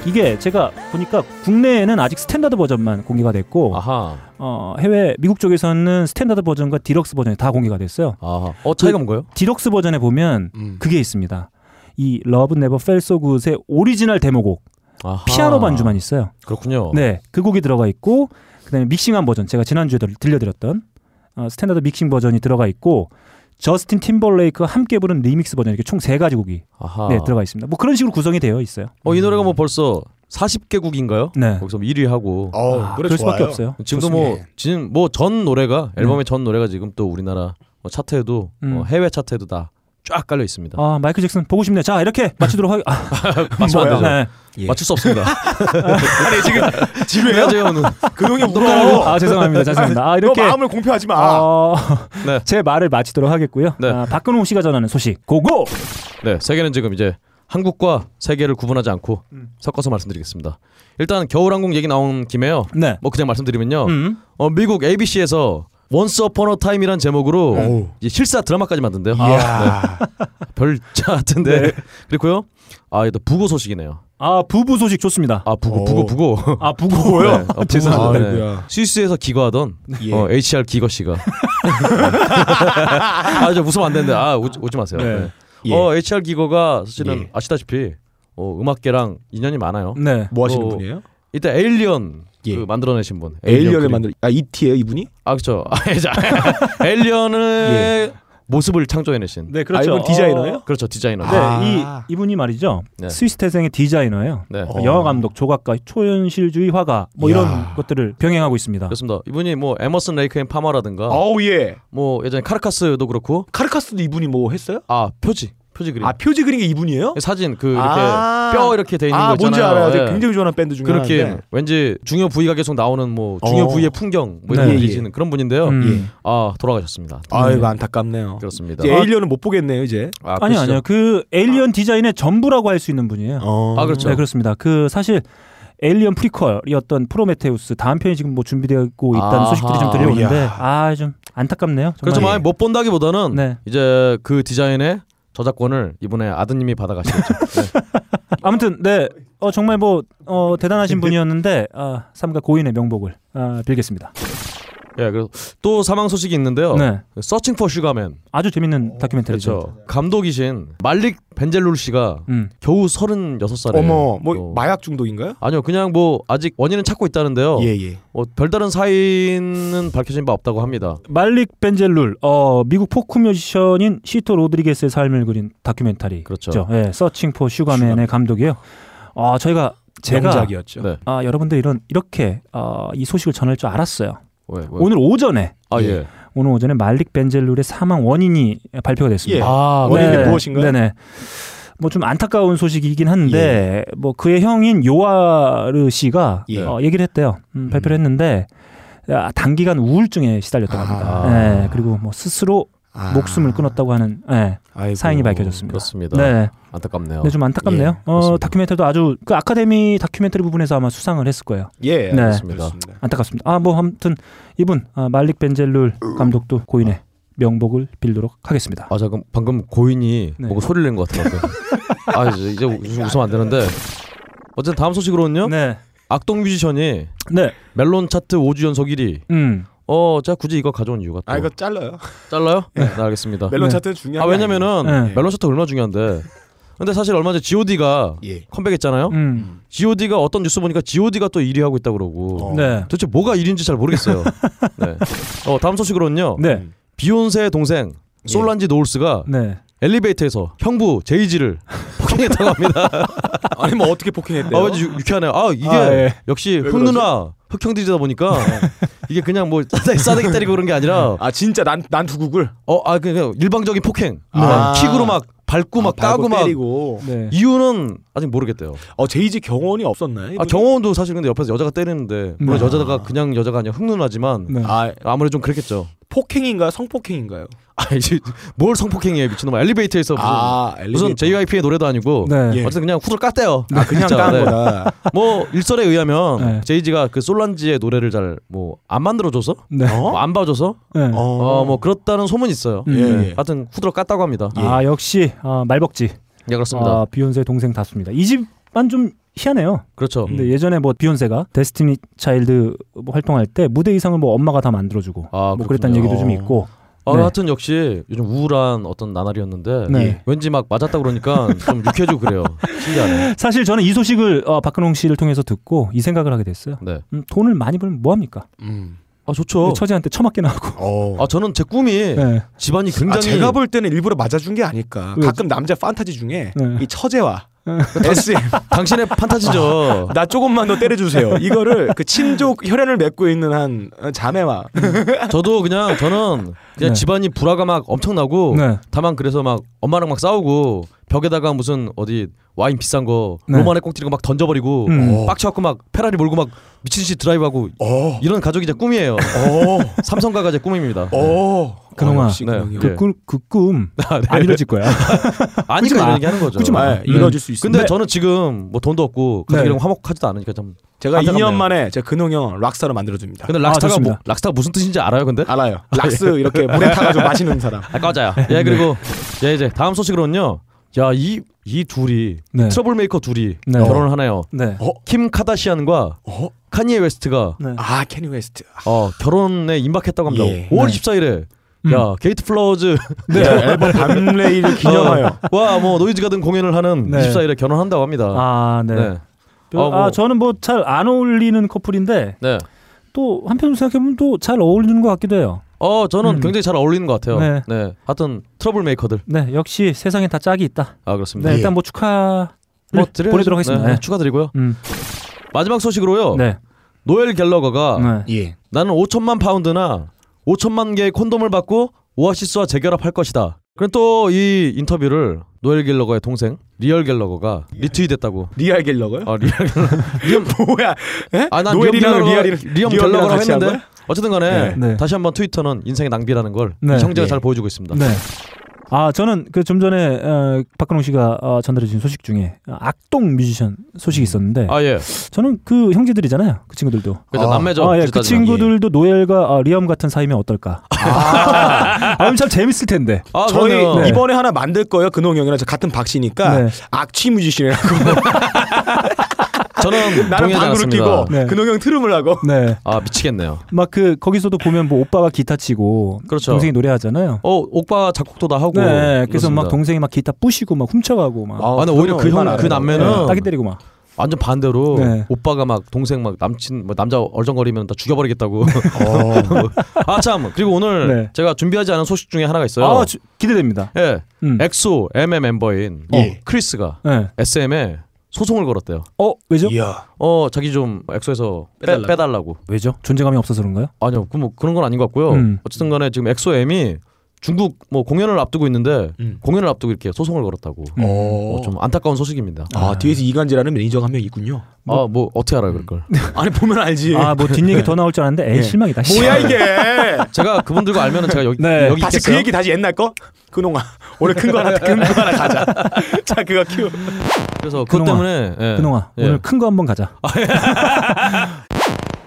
Speaker 1: 이게 제가 보니까 국내에는 아직 스탠다드 버전만 공개가 됐고
Speaker 3: 아하.
Speaker 1: 어, 해외 미국 쪽에서는 스탠다드 버전과 디럭스 버전이 다 공개가 됐어요.
Speaker 3: 아하.
Speaker 1: 그
Speaker 3: 어 차이가 뭔가요?
Speaker 1: 디럭스 버전에 보면
Speaker 2: 음.
Speaker 1: 그게 있습니다. 이 러브 네버 펠 소 굿의 오리지널 데모곡
Speaker 3: 아하.
Speaker 1: 피아노 반주만 있어요.
Speaker 3: 그렇군요.
Speaker 1: 네, 그 곡이 들어가 있고 그다음에 믹싱한 버전 제가 지난주에 들- 들려드렸던 어, 스탠다드 믹싱 버전이 들어가 있고 저스틴 팀벌레이크와 함께 부른 리믹스 버전 이렇게 총 세 가지 곡이
Speaker 3: 아하.
Speaker 1: 네, 들어가 있습니다. 뭐 그런 식으로 구성이 되어 있어요.
Speaker 3: 어, 이 노래가 뭐 벌써 40개국인가요?
Speaker 1: 네.
Speaker 3: 거기서 뭐 1위 하고.
Speaker 2: 어,
Speaker 1: 아,
Speaker 2: 노래
Speaker 1: 그럴
Speaker 2: 좋아요.
Speaker 1: 수밖에 없어요.
Speaker 3: 지금도 뭐
Speaker 2: 예.
Speaker 3: 지금 뭐 전
Speaker 2: 음.
Speaker 3: 노래가 앨범의 전 노래가 지금 또 우리나라 뭐 차트에도
Speaker 1: 음.
Speaker 3: 어, 해외 차트에도 다 쫙 깔려 있습니다.
Speaker 1: 아 마이클 잭슨 보고 싶네. 자 이렇게 마치도록
Speaker 2: *laughs*
Speaker 1: 하겠. 아,
Speaker 3: 맞추면 안
Speaker 1: 뭐야?
Speaker 3: 되죠.
Speaker 1: 네.
Speaker 2: 예.
Speaker 3: 맞출 수 없습니다.
Speaker 2: *laughs* 아니
Speaker 3: *laughs*
Speaker 2: 지금 지루해요?
Speaker 3: 안녕하세요 오늘.
Speaker 2: 근홍이
Speaker 1: 아,
Speaker 2: 그 울어. 아.
Speaker 1: 죄송합니다. 죄송합니다. 아,
Speaker 2: 너
Speaker 1: 이렇게
Speaker 2: 마음을 공표하지 마.
Speaker 1: 어,
Speaker 3: *laughs* 네.
Speaker 1: 제 말을 마치도록 하겠고요.
Speaker 3: 네.
Speaker 1: 아, 박근홍 씨가 전하는 소식 고고.
Speaker 3: 네, 세계는 지금 이제 한국과 세계를 구분하지 않고
Speaker 2: 음.
Speaker 3: 섞어서 말씀드리겠습니다. 일단 겨울항공 얘기 나온 김에요.
Speaker 1: 네.
Speaker 3: 뭐 그냥 말씀드리면요.
Speaker 1: 음.
Speaker 3: 어, 미국 ABC에서 원스 어퍼너 타임이란 제목으로
Speaker 2: 오우.
Speaker 3: 이 실사 드라마까지 만든대요.
Speaker 2: 아. *laughs*
Speaker 3: 아,
Speaker 2: 이야. 네.
Speaker 3: 별자 같은데. 그렇고요. 아, 이또 부고 소식이네요.
Speaker 1: 아 부부 소식 좋습니다.
Speaker 3: 아, 부고
Speaker 2: 오.
Speaker 3: 부고 부고.
Speaker 1: 아 부고요?
Speaker 3: 네, 어,
Speaker 1: 죄송합니다.
Speaker 3: 부고, 네.
Speaker 2: 아이고야.
Speaker 3: 스위스에서 기거하던
Speaker 2: 예.
Speaker 3: 어, HR
Speaker 2: *laughs*
Speaker 3: 기거 씨가 아, 저 웃으면 안 되는데. 아, 웃, 웃지 마세요.
Speaker 1: 네.
Speaker 3: 네.
Speaker 2: 예.
Speaker 3: 어 HR 기거가 사실은
Speaker 2: 예.
Speaker 3: 아시다시피 어, 음악계랑 인연이 많아요.
Speaker 1: 네.
Speaker 2: 뭐 하시는
Speaker 3: 어,
Speaker 2: 분이에요?
Speaker 3: 이때 에일리언
Speaker 2: 예.
Speaker 3: 그 만들어내신 분.
Speaker 2: 에일리언을
Speaker 3: 그림.
Speaker 2: 만들. 아 이티예요 이분이?
Speaker 3: 아 *laughs* 그렇죠.
Speaker 2: 예.
Speaker 3: 에일리언의 모습을 창조해내신.
Speaker 1: 네
Speaker 2: 아, 이분 디자이너예요?
Speaker 3: 그렇죠 디자이너.
Speaker 1: 네,
Speaker 3: 네.
Speaker 2: 아.
Speaker 1: 이 이분이 말이죠.
Speaker 3: 네.
Speaker 1: 스위스 태생의 디자이너예요.
Speaker 3: 네.
Speaker 2: 어.
Speaker 1: 영화 감독, 조각가, 초현실주의 화가 뭐
Speaker 2: 이야.
Speaker 1: 이런 것들을 병행하고 있습니다.
Speaker 3: 그렇습니다. 이분이 뭐 에머슨 레이크 앤 파머라든가
Speaker 2: 어우 예.
Speaker 3: 뭐 예전에 카르카스도 그렇고
Speaker 2: 카르카스도 이분이 뭐 했어요?
Speaker 3: 아 표지 표지 그림
Speaker 2: 아 표지 그린 게 이분이에요?
Speaker 3: 사진 그 이렇게
Speaker 2: 아.
Speaker 3: 뼈 이렇게 돼 네, 있는
Speaker 2: 아
Speaker 3: 거 있잖아요.
Speaker 2: 뭔지 알아요. 제가
Speaker 3: 예.
Speaker 2: 굉장히 좋아하는 밴드 중에
Speaker 3: 그렇게
Speaker 2: 하나인데.
Speaker 3: 왠지 중요 부위가 계속 나오는 뭐 중요
Speaker 2: 어.
Speaker 3: 부위의 풍경 뭐
Speaker 1: 네.
Speaker 3: 이런
Speaker 1: 예,
Speaker 3: 리지는 그런 분인데요.
Speaker 1: 음.
Speaker 3: 아 돌아가셨습니다.
Speaker 2: 아이고 안타깝네요.
Speaker 3: 그렇습니다.
Speaker 2: 이제 에일리언은 못 보겠네요 이제.
Speaker 3: 아,
Speaker 1: 아니
Speaker 3: 그러시죠?
Speaker 1: 아니요. 그 에일리언 디자인의 전부라고 할 수 있는 분이에요.
Speaker 2: 어.
Speaker 3: 아 그렇죠.
Speaker 1: 네, 그렇습니다. 그 사실 에일리언 프리퀄이었던 프로메테우스 다음 편이 지금 뭐 준비되고 있다는
Speaker 3: 아하.
Speaker 1: 소식들이 좀 들려오는데
Speaker 2: 이야.
Speaker 1: 아 좀 안타깝네요. 정말.
Speaker 3: 그렇죠. 만약 못 본다기보다는
Speaker 1: 네.
Speaker 3: 이제 그 디자인의 저작권을 이번에 아드님이
Speaker 1: *laughs*
Speaker 3: 받아가시겠죠. 네.
Speaker 1: 아무튼 네. 어 정말 뭐 어,
Speaker 3: 네,
Speaker 1: 대단하신 분이었는데 아, 삼가 고인의 명복을 아, 빌겠습니다.
Speaker 3: 예, 그래서 또 사망 소식이 있는데요.
Speaker 1: 네.
Speaker 3: 서칭 포 슈가맨.
Speaker 1: 아주 재밌는 다큐멘터리죠.
Speaker 3: 그렇죠. 감독이신 말릭 벤젤룰 씨가
Speaker 1: 음.
Speaker 3: 겨우 36살에
Speaker 2: 어머 뭐 마약 중독인가요?
Speaker 3: 아니요. 그냥 뭐 아직 원인은 찾고 있다는데요.
Speaker 2: 예 예.
Speaker 3: 어, 별다른 사인은 밝혀진 바 없다고 합니다.
Speaker 1: 말릭 벤젤룰, 어, 미국 포크 뮤지션인 시토 로드리게스의 삶을 그린 다큐멘터리.
Speaker 3: 그렇죠.
Speaker 1: 예, 서칭 포 슈가맨의 감독이에요. 아, 저희가 제가
Speaker 2: 명작이었죠.
Speaker 3: 네.
Speaker 1: 아, 여러분들 이런 이렇게 어, 이 소식을 전할 줄 알았어요.
Speaker 3: 왜, 왜?
Speaker 1: 오늘 오전에
Speaker 3: 아 예.
Speaker 1: 오늘 오전에 말릭 벤젤룰의 사망 원인이 발표가 됐습니다.
Speaker 2: 예.
Speaker 3: 아,
Speaker 1: 네.
Speaker 2: 원인이 무엇인가요?
Speaker 1: 네네. 뭐 좀 안타까운 소식이긴 한데 뭐 그의 형인 요아르 씨가
Speaker 2: 예.
Speaker 1: 어, 얘기를 했대요. 음, 발표를 했는데 아, 단기간 우울증에 시달렸다고 합니다.
Speaker 3: 아.
Speaker 1: 예, 그리고 뭐 스스로
Speaker 2: 아.
Speaker 1: 목숨을 끊었다고 하는 예,
Speaker 2: 아이고.
Speaker 1: 사인이 밝혀졌습니다.
Speaker 3: 그렇습니다.
Speaker 1: 네,
Speaker 3: 안타깝네요.
Speaker 1: 네, 좀 안타깝네요.
Speaker 2: 예,
Speaker 1: 어,
Speaker 3: 그렇습니다.
Speaker 1: 다큐멘터리도 아주 그 아카데미 다큐멘터리 부분에서 아마 수상을 했을 거예요.
Speaker 2: 예.
Speaker 1: 네.
Speaker 2: 알겠습니다.
Speaker 3: 그렇습니다.
Speaker 1: 안타깝습니다. 아 뭐 아무튼 이분 아, 말릭 벤젤룰 감독도 고인의 명복을 빌도록 하겠습니다.
Speaker 3: 아 잠깐 방금 고인이
Speaker 1: 네.
Speaker 3: 뭔가 소리를 낸
Speaker 1: *laughs*
Speaker 3: 것 같아요. 아 이제, 이제 웃- 웃으면 안 되는데 어쨌든 다음 소식으로는요.
Speaker 1: 네,
Speaker 3: 악동 뮤지션이
Speaker 1: 네,
Speaker 3: 멜론 차트 5주 연속 1위.
Speaker 1: 음,
Speaker 3: 어, 제가 굳이 이거 가져온 이유가 또
Speaker 2: 아 이거 잘라요.
Speaker 3: 잘라요? 네, 네, 알겠습니다.
Speaker 2: 멜론
Speaker 1: 네.
Speaker 2: 차트는 중요한.
Speaker 3: 아
Speaker 2: 게
Speaker 3: 왜냐면은
Speaker 1: 네.
Speaker 3: 멜론 차트 얼마나 중요한데. 근데 사실 얼마 전에 G.O.D가
Speaker 2: 아니에요. 예.
Speaker 3: 컴백했잖아요.
Speaker 1: 음,
Speaker 3: G.O.D가 어떤 뉴스 보니까 G.O.D가 또 1위 하고 있다 그러고.
Speaker 2: 어.
Speaker 1: 네,
Speaker 3: 도대체 뭐가 1위인지 잘 모르겠어요. *laughs* 네. 어, 다음 소식으로는요.
Speaker 1: 네,
Speaker 3: 비욘세의 동생 솔란지 노울스가
Speaker 1: 네.
Speaker 3: 엘리베이터에서 형부 *laughs* 제이지를 폭행했다고 *laughs* 합니다.
Speaker 2: 예. 아니 뭐 어떻게 폭행했대요?
Speaker 3: 아, 왠지 유- 유쾌하네요. 아, 이게
Speaker 1: 아, 예.
Speaker 3: 역시
Speaker 2: 왜
Speaker 3: 흑 누나 흑형 디지다 어. 보니까 *laughs* 이게 그냥 뭐 싸대기, 싸대기 때리고 그런 게 아니라
Speaker 2: 아 진짜 난 난 두국을
Speaker 3: 어, 아 그냥 일방적인 폭행. 뭐
Speaker 2: 아.
Speaker 3: 킥으로 막 네. 아, 밟고 막
Speaker 2: 밟고
Speaker 3: 까고 막
Speaker 2: 때리고.
Speaker 1: 네.
Speaker 3: 이유는 아직 모르겠대요.
Speaker 2: 어 제이지 경원이 없었나요?
Speaker 3: 아, 경호원도 사실 근데 옆에서 여자가 때리는데 물론
Speaker 1: 네.
Speaker 3: 여자가 그냥 여자가 아니라 흑 누나지만
Speaker 1: 네.
Speaker 2: 아
Speaker 3: 아무래도 좀 그랬겠죠.
Speaker 2: 폭행인가요? 성폭행인가요?
Speaker 3: 아 이제 뭘 성폭행이에요 미친놈아 엘리베이터에서 무슨
Speaker 2: 아
Speaker 3: 무슨 JYP의 노래도 아니고
Speaker 1: 네.
Speaker 2: 예.
Speaker 3: 어쨌든 그냥 후들 깠대요.
Speaker 2: 아 그냥
Speaker 3: 진짜,
Speaker 2: 깐
Speaker 3: 네.
Speaker 2: 거다.
Speaker 3: 뭐 일설에 의하면
Speaker 1: 네.
Speaker 3: 제이지가 그 솔란지의 노래를 잘 뭐 안 만들어줘서
Speaker 1: 네.
Speaker 3: 뭐안 봐줘서
Speaker 1: 네.
Speaker 3: 어 아, 뭐 그렇다는 소문이 있어요.
Speaker 1: 음. 예.
Speaker 2: 예, 예.
Speaker 3: 하여튼 후드로 깠다고 합니다.
Speaker 1: 아 역시 아, 말벅지.
Speaker 3: 예 그렇습니다.
Speaker 1: 아, 비욘세 동생 다수입니다. 이 집만 좀 희한해요.
Speaker 3: 그렇죠.
Speaker 1: 근데 예전에 뭐 비욘세가 데스티니 차일드 뭐 활동할 때 무대 의상을 뭐 엄마가 다 만들어주고
Speaker 3: 아,
Speaker 1: 뭐 그랬다는
Speaker 3: 그렇군요.
Speaker 1: 얘기도 좀 있고
Speaker 3: 아,
Speaker 1: 네.
Speaker 3: 하여튼 역시 요즘 우울한 어떤 나날이었는데
Speaker 1: 네.
Speaker 3: 왠지 막 맞았다 그러니까 좀 유쾌해지고 그래요. 신기하네.
Speaker 1: 사실 저는 이 소식을 어, 박근홍 씨를 통해서 듣고 이 생각을 하게 됐어요.
Speaker 3: 네.
Speaker 1: 음, 돈을 많이 벌면 뭐 합니까?
Speaker 2: 음.
Speaker 3: 아 좋죠.
Speaker 1: 처제한테 처맞게 나고.
Speaker 2: 어.
Speaker 3: 아 저는 제 꿈이
Speaker 1: 네.
Speaker 3: 집안이
Speaker 2: 아,
Speaker 3: 굉장히
Speaker 2: 제가 볼 때는 일부러 맞아준 게 아닐까.
Speaker 1: 왜죠?
Speaker 2: 가끔 남자 판타지 중에
Speaker 1: 네.
Speaker 2: 이 처제와 SM
Speaker 3: 당신의 판타지죠.
Speaker 2: 나 조금만 더 때려주세요. 이거를 그 친족 혈연을 맺고 있는 한 자매와
Speaker 3: 저도 그냥 저는
Speaker 1: 네.
Speaker 3: 그냥 집안이 불화가 막 엄청나고
Speaker 1: 네.
Speaker 3: 다만 그래서 막 엄마랑 막 싸우고 벽에다가 무슨 어디 와인 비싼 거
Speaker 1: 네.
Speaker 3: 로만에 꽁트리고 막 던져버리고
Speaker 1: 음.
Speaker 3: 빡쳐갖고 막 페라리 몰고 막 미친 듯이 드라이브하고
Speaker 2: 어.
Speaker 3: 이런 가족이 제
Speaker 1: *laughs*
Speaker 3: 꿈이에요.
Speaker 2: 어.
Speaker 3: 삼성가가 제 꿈입니다. *laughs*
Speaker 2: 어.
Speaker 1: 그놈아.
Speaker 2: 어, 역시
Speaker 3: 네.
Speaker 2: 그놈이요.
Speaker 1: 그, 꿈- 그 꿈, 안 이뤄질 거야.
Speaker 3: 아니까
Speaker 1: 마.
Speaker 3: 이런 얘기 하는 거죠. 네.
Speaker 2: 굳이 말 이뤄질 수 있어.
Speaker 3: 근데 저는 지금 뭐 돈도 없고 가족이랑
Speaker 1: 네.
Speaker 3: 화목하지도 않으니까 좀.
Speaker 2: 제가
Speaker 3: 안타깝네요.
Speaker 2: 2년 만에 제가 근홍 형 락사로 만들어줍니다.
Speaker 3: 아, 근데
Speaker 1: 아,
Speaker 3: 락스타가
Speaker 1: 좋습니다.
Speaker 3: 뭐, 락스타가 무슨 뜻인지 알아요, 예. 네. 근데?
Speaker 2: 알아요. 락스 이렇게 물에 타가지고 마시는 사람.
Speaker 3: 아, 꺼져요.
Speaker 1: 네.
Speaker 3: 예, 그리고 예 이제 다음 소식으로는요. 야, 이 이 둘이
Speaker 1: 네.
Speaker 3: 트러블 메이커 둘이
Speaker 1: 네.
Speaker 3: 결혼을 *laughs* 하네요.
Speaker 1: 네.
Speaker 3: 킴 카다시안과
Speaker 2: 어?
Speaker 3: 카니에 웨스트가
Speaker 1: 네.
Speaker 2: 아 케니 웨스트. 아,
Speaker 3: 어, 결혼에 임박했다고 합니다.
Speaker 2: 예.
Speaker 3: 5월
Speaker 1: 네.
Speaker 3: 24일에
Speaker 1: 음.
Speaker 3: 야
Speaker 1: *laughs*
Speaker 3: 게이트 플라워즈
Speaker 2: 네. 어. 앨범 밤레이를 기념하여.
Speaker 3: *laughs* 와뭐 노이즈 가든 공연을 하는
Speaker 1: 네.
Speaker 3: 24일에 결혼한다고 합니다.
Speaker 1: 아, 네.
Speaker 3: 네.
Speaker 1: 뼈-
Speaker 3: 아, 뭐.
Speaker 1: 아, 저는 뭐 잘 안 어울리는 커플인데
Speaker 3: 네.
Speaker 1: 또 한편으로 생각해보면 또 잘 어울리는 것 같기도 해요.
Speaker 3: 어 저는
Speaker 1: 음.
Speaker 3: 굉장히 잘 어울리는 것 같아요.
Speaker 1: 네.
Speaker 3: 네. 하여튼 트러블 메이커들.
Speaker 1: 네, 역시 세상에 다 짝이 있다.
Speaker 3: 아 그렇습니다.
Speaker 1: 네, 일단 뭐 축하
Speaker 3: 뭐
Speaker 1: 를
Speaker 3: 드려야죠.
Speaker 1: 보내도록 하겠습니다.
Speaker 3: 네, 어.
Speaker 1: 네.
Speaker 3: 축하드리고요.
Speaker 1: 음,
Speaker 3: 마지막 소식으로요.
Speaker 1: 네.
Speaker 3: 노엘 갤러거가
Speaker 1: 네.
Speaker 2: 예.
Speaker 3: 나는 5천만 파운드나 5천만 개의 콘돔을 받고 오아시스와 재결합할 것이다. 그럼 또 이 인터뷰를 노엘 갤러거의 동생 리얼 갤러거가
Speaker 2: 예.
Speaker 3: 리트윗했다고.
Speaker 2: 리알 갤러거요?
Speaker 3: 아 리얼
Speaker 2: 뭐야? 에?
Speaker 3: 아난
Speaker 2: 노엘이랑
Speaker 3: 리얼
Speaker 2: 리알이
Speaker 3: 리엄 갤러거라고
Speaker 2: 같이 한
Speaker 3: 했는데
Speaker 2: 거야? 예.
Speaker 3: 어쨌든 간에
Speaker 1: 네. 네.
Speaker 3: 다시 한번 트위터는 인생의 낭비라는 걸
Speaker 1: 네.
Speaker 3: 이 형제가
Speaker 2: 네.
Speaker 3: 잘 보여주고 있습니다.
Speaker 1: 네. 아, 저는 그 좀 전에 어, 박근홍 씨가 어, 전달해 주신 소식 중에 악동 뮤지션 소식이 있었는데
Speaker 3: 아 예.
Speaker 1: 저는 그 형제들이잖아요. 그 친구들도.
Speaker 3: 그래서
Speaker 2: 아.
Speaker 3: 남매죠.
Speaker 1: 아, 예.
Speaker 3: 둘
Speaker 1: 그
Speaker 3: 다지만.
Speaker 1: 친구들도 노엘과 아, 리엄 같은 사이면 어떨까? *laughs* 아, 그럼 참 재밌을 텐데.
Speaker 3: 아,
Speaker 2: 저희
Speaker 3: 저희 요
Speaker 1: 네.
Speaker 2: 이번에 하나 만들 거예요. 근홍 형이랑 저 같은 박씨니까
Speaker 1: 네.
Speaker 2: 악취 뮤지션이라고
Speaker 3: 저는
Speaker 2: 나는
Speaker 3: 동의하지
Speaker 2: 방구를
Speaker 3: 않습니다.
Speaker 2: 끼고
Speaker 1: 네.
Speaker 2: 근홍 형 트름을 하고
Speaker 1: 네.
Speaker 3: 아 미치겠네요.
Speaker 1: 막 그 거기서도 보면 뭐 오빠가 기타 치고
Speaker 3: 그렇죠.
Speaker 1: 동생이 노래하잖아요.
Speaker 3: 어 오빠 작곡도 다 하고.
Speaker 1: 네. 그래서 막
Speaker 3: 그렇습니다.
Speaker 1: 동생이 막 기타 부시고 막 훔쳐가고 막 네,
Speaker 3: 아, 근데 오히려 그 형
Speaker 2: 얼마나
Speaker 3: 그
Speaker 2: 알아요. 네.
Speaker 3: 남매는
Speaker 1: 따기 때리고 막.
Speaker 3: 완전 반대로
Speaker 1: 네.
Speaker 3: 오빠가 막 동생 막 남친 뭐 남자 얼쩡거리면 다 죽여버리겠다고. *laughs* 아 참 그리고 오늘
Speaker 1: 네.
Speaker 3: 제가 준비하지 않은 소식 중에 하나가 있어요.
Speaker 1: 아, 주- 기대됩니다.
Speaker 3: 예,
Speaker 1: 음.
Speaker 3: 엑소 MM 멤버인
Speaker 2: 예.
Speaker 3: 어, 크리스가
Speaker 1: 네.
Speaker 3: SM에 소송을 걸었대요.
Speaker 1: 어, 왜죠?
Speaker 2: 이야.
Speaker 3: 어 자기 좀 엑소에서 빼,
Speaker 2: 빼달라고.
Speaker 3: 빼달라고.
Speaker 1: 왜죠? 존재감이 없어서 그런가요?
Speaker 3: 아니요, 그 뭐 그런 건 아닌 것 같고요.
Speaker 1: 음.
Speaker 3: 어쨌든간에 지금 엑소 M이 중국 뭐 공연을 앞두고 있는데
Speaker 2: 음.
Speaker 3: 공연을 앞두고 이렇게 소송을 걸었다고.
Speaker 1: 음.
Speaker 2: 어.
Speaker 3: 어, 좀 안타까운 소식입니다.
Speaker 2: 아 뒤에서 이간질하는 매니저가 한 명 있군요.
Speaker 3: 아 뭐 어떻게 알아요
Speaker 1: 음.
Speaker 3: 그걸? 걸
Speaker 2: 아니 보면
Speaker 3: 예.
Speaker 2: 알지.
Speaker 1: 아, 뭐 뒷얘기 더 나올 줄 알았는데 에이
Speaker 2: 예.
Speaker 1: 실망이다.
Speaker 2: 뭐야 *laughs* 이게?
Speaker 3: 제가 그분들과 알면은 제가 여기
Speaker 1: 네.
Speaker 3: 여기
Speaker 2: 다시
Speaker 3: 있겠어요?
Speaker 2: 그 얘기 다시 옛날 거? 그놈아 올해 큰 거 하나 큰거 하나 가자. *laughs* 자 그거 키워.
Speaker 3: 그래서 그것
Speaker 1: 그놈아.
Speaker 3: 때문에 예.
Speaker 1: 근홍아
Speaker 3: 예.
Speaker 1: 오늘 그 큰 거 한번 가자. *laughs*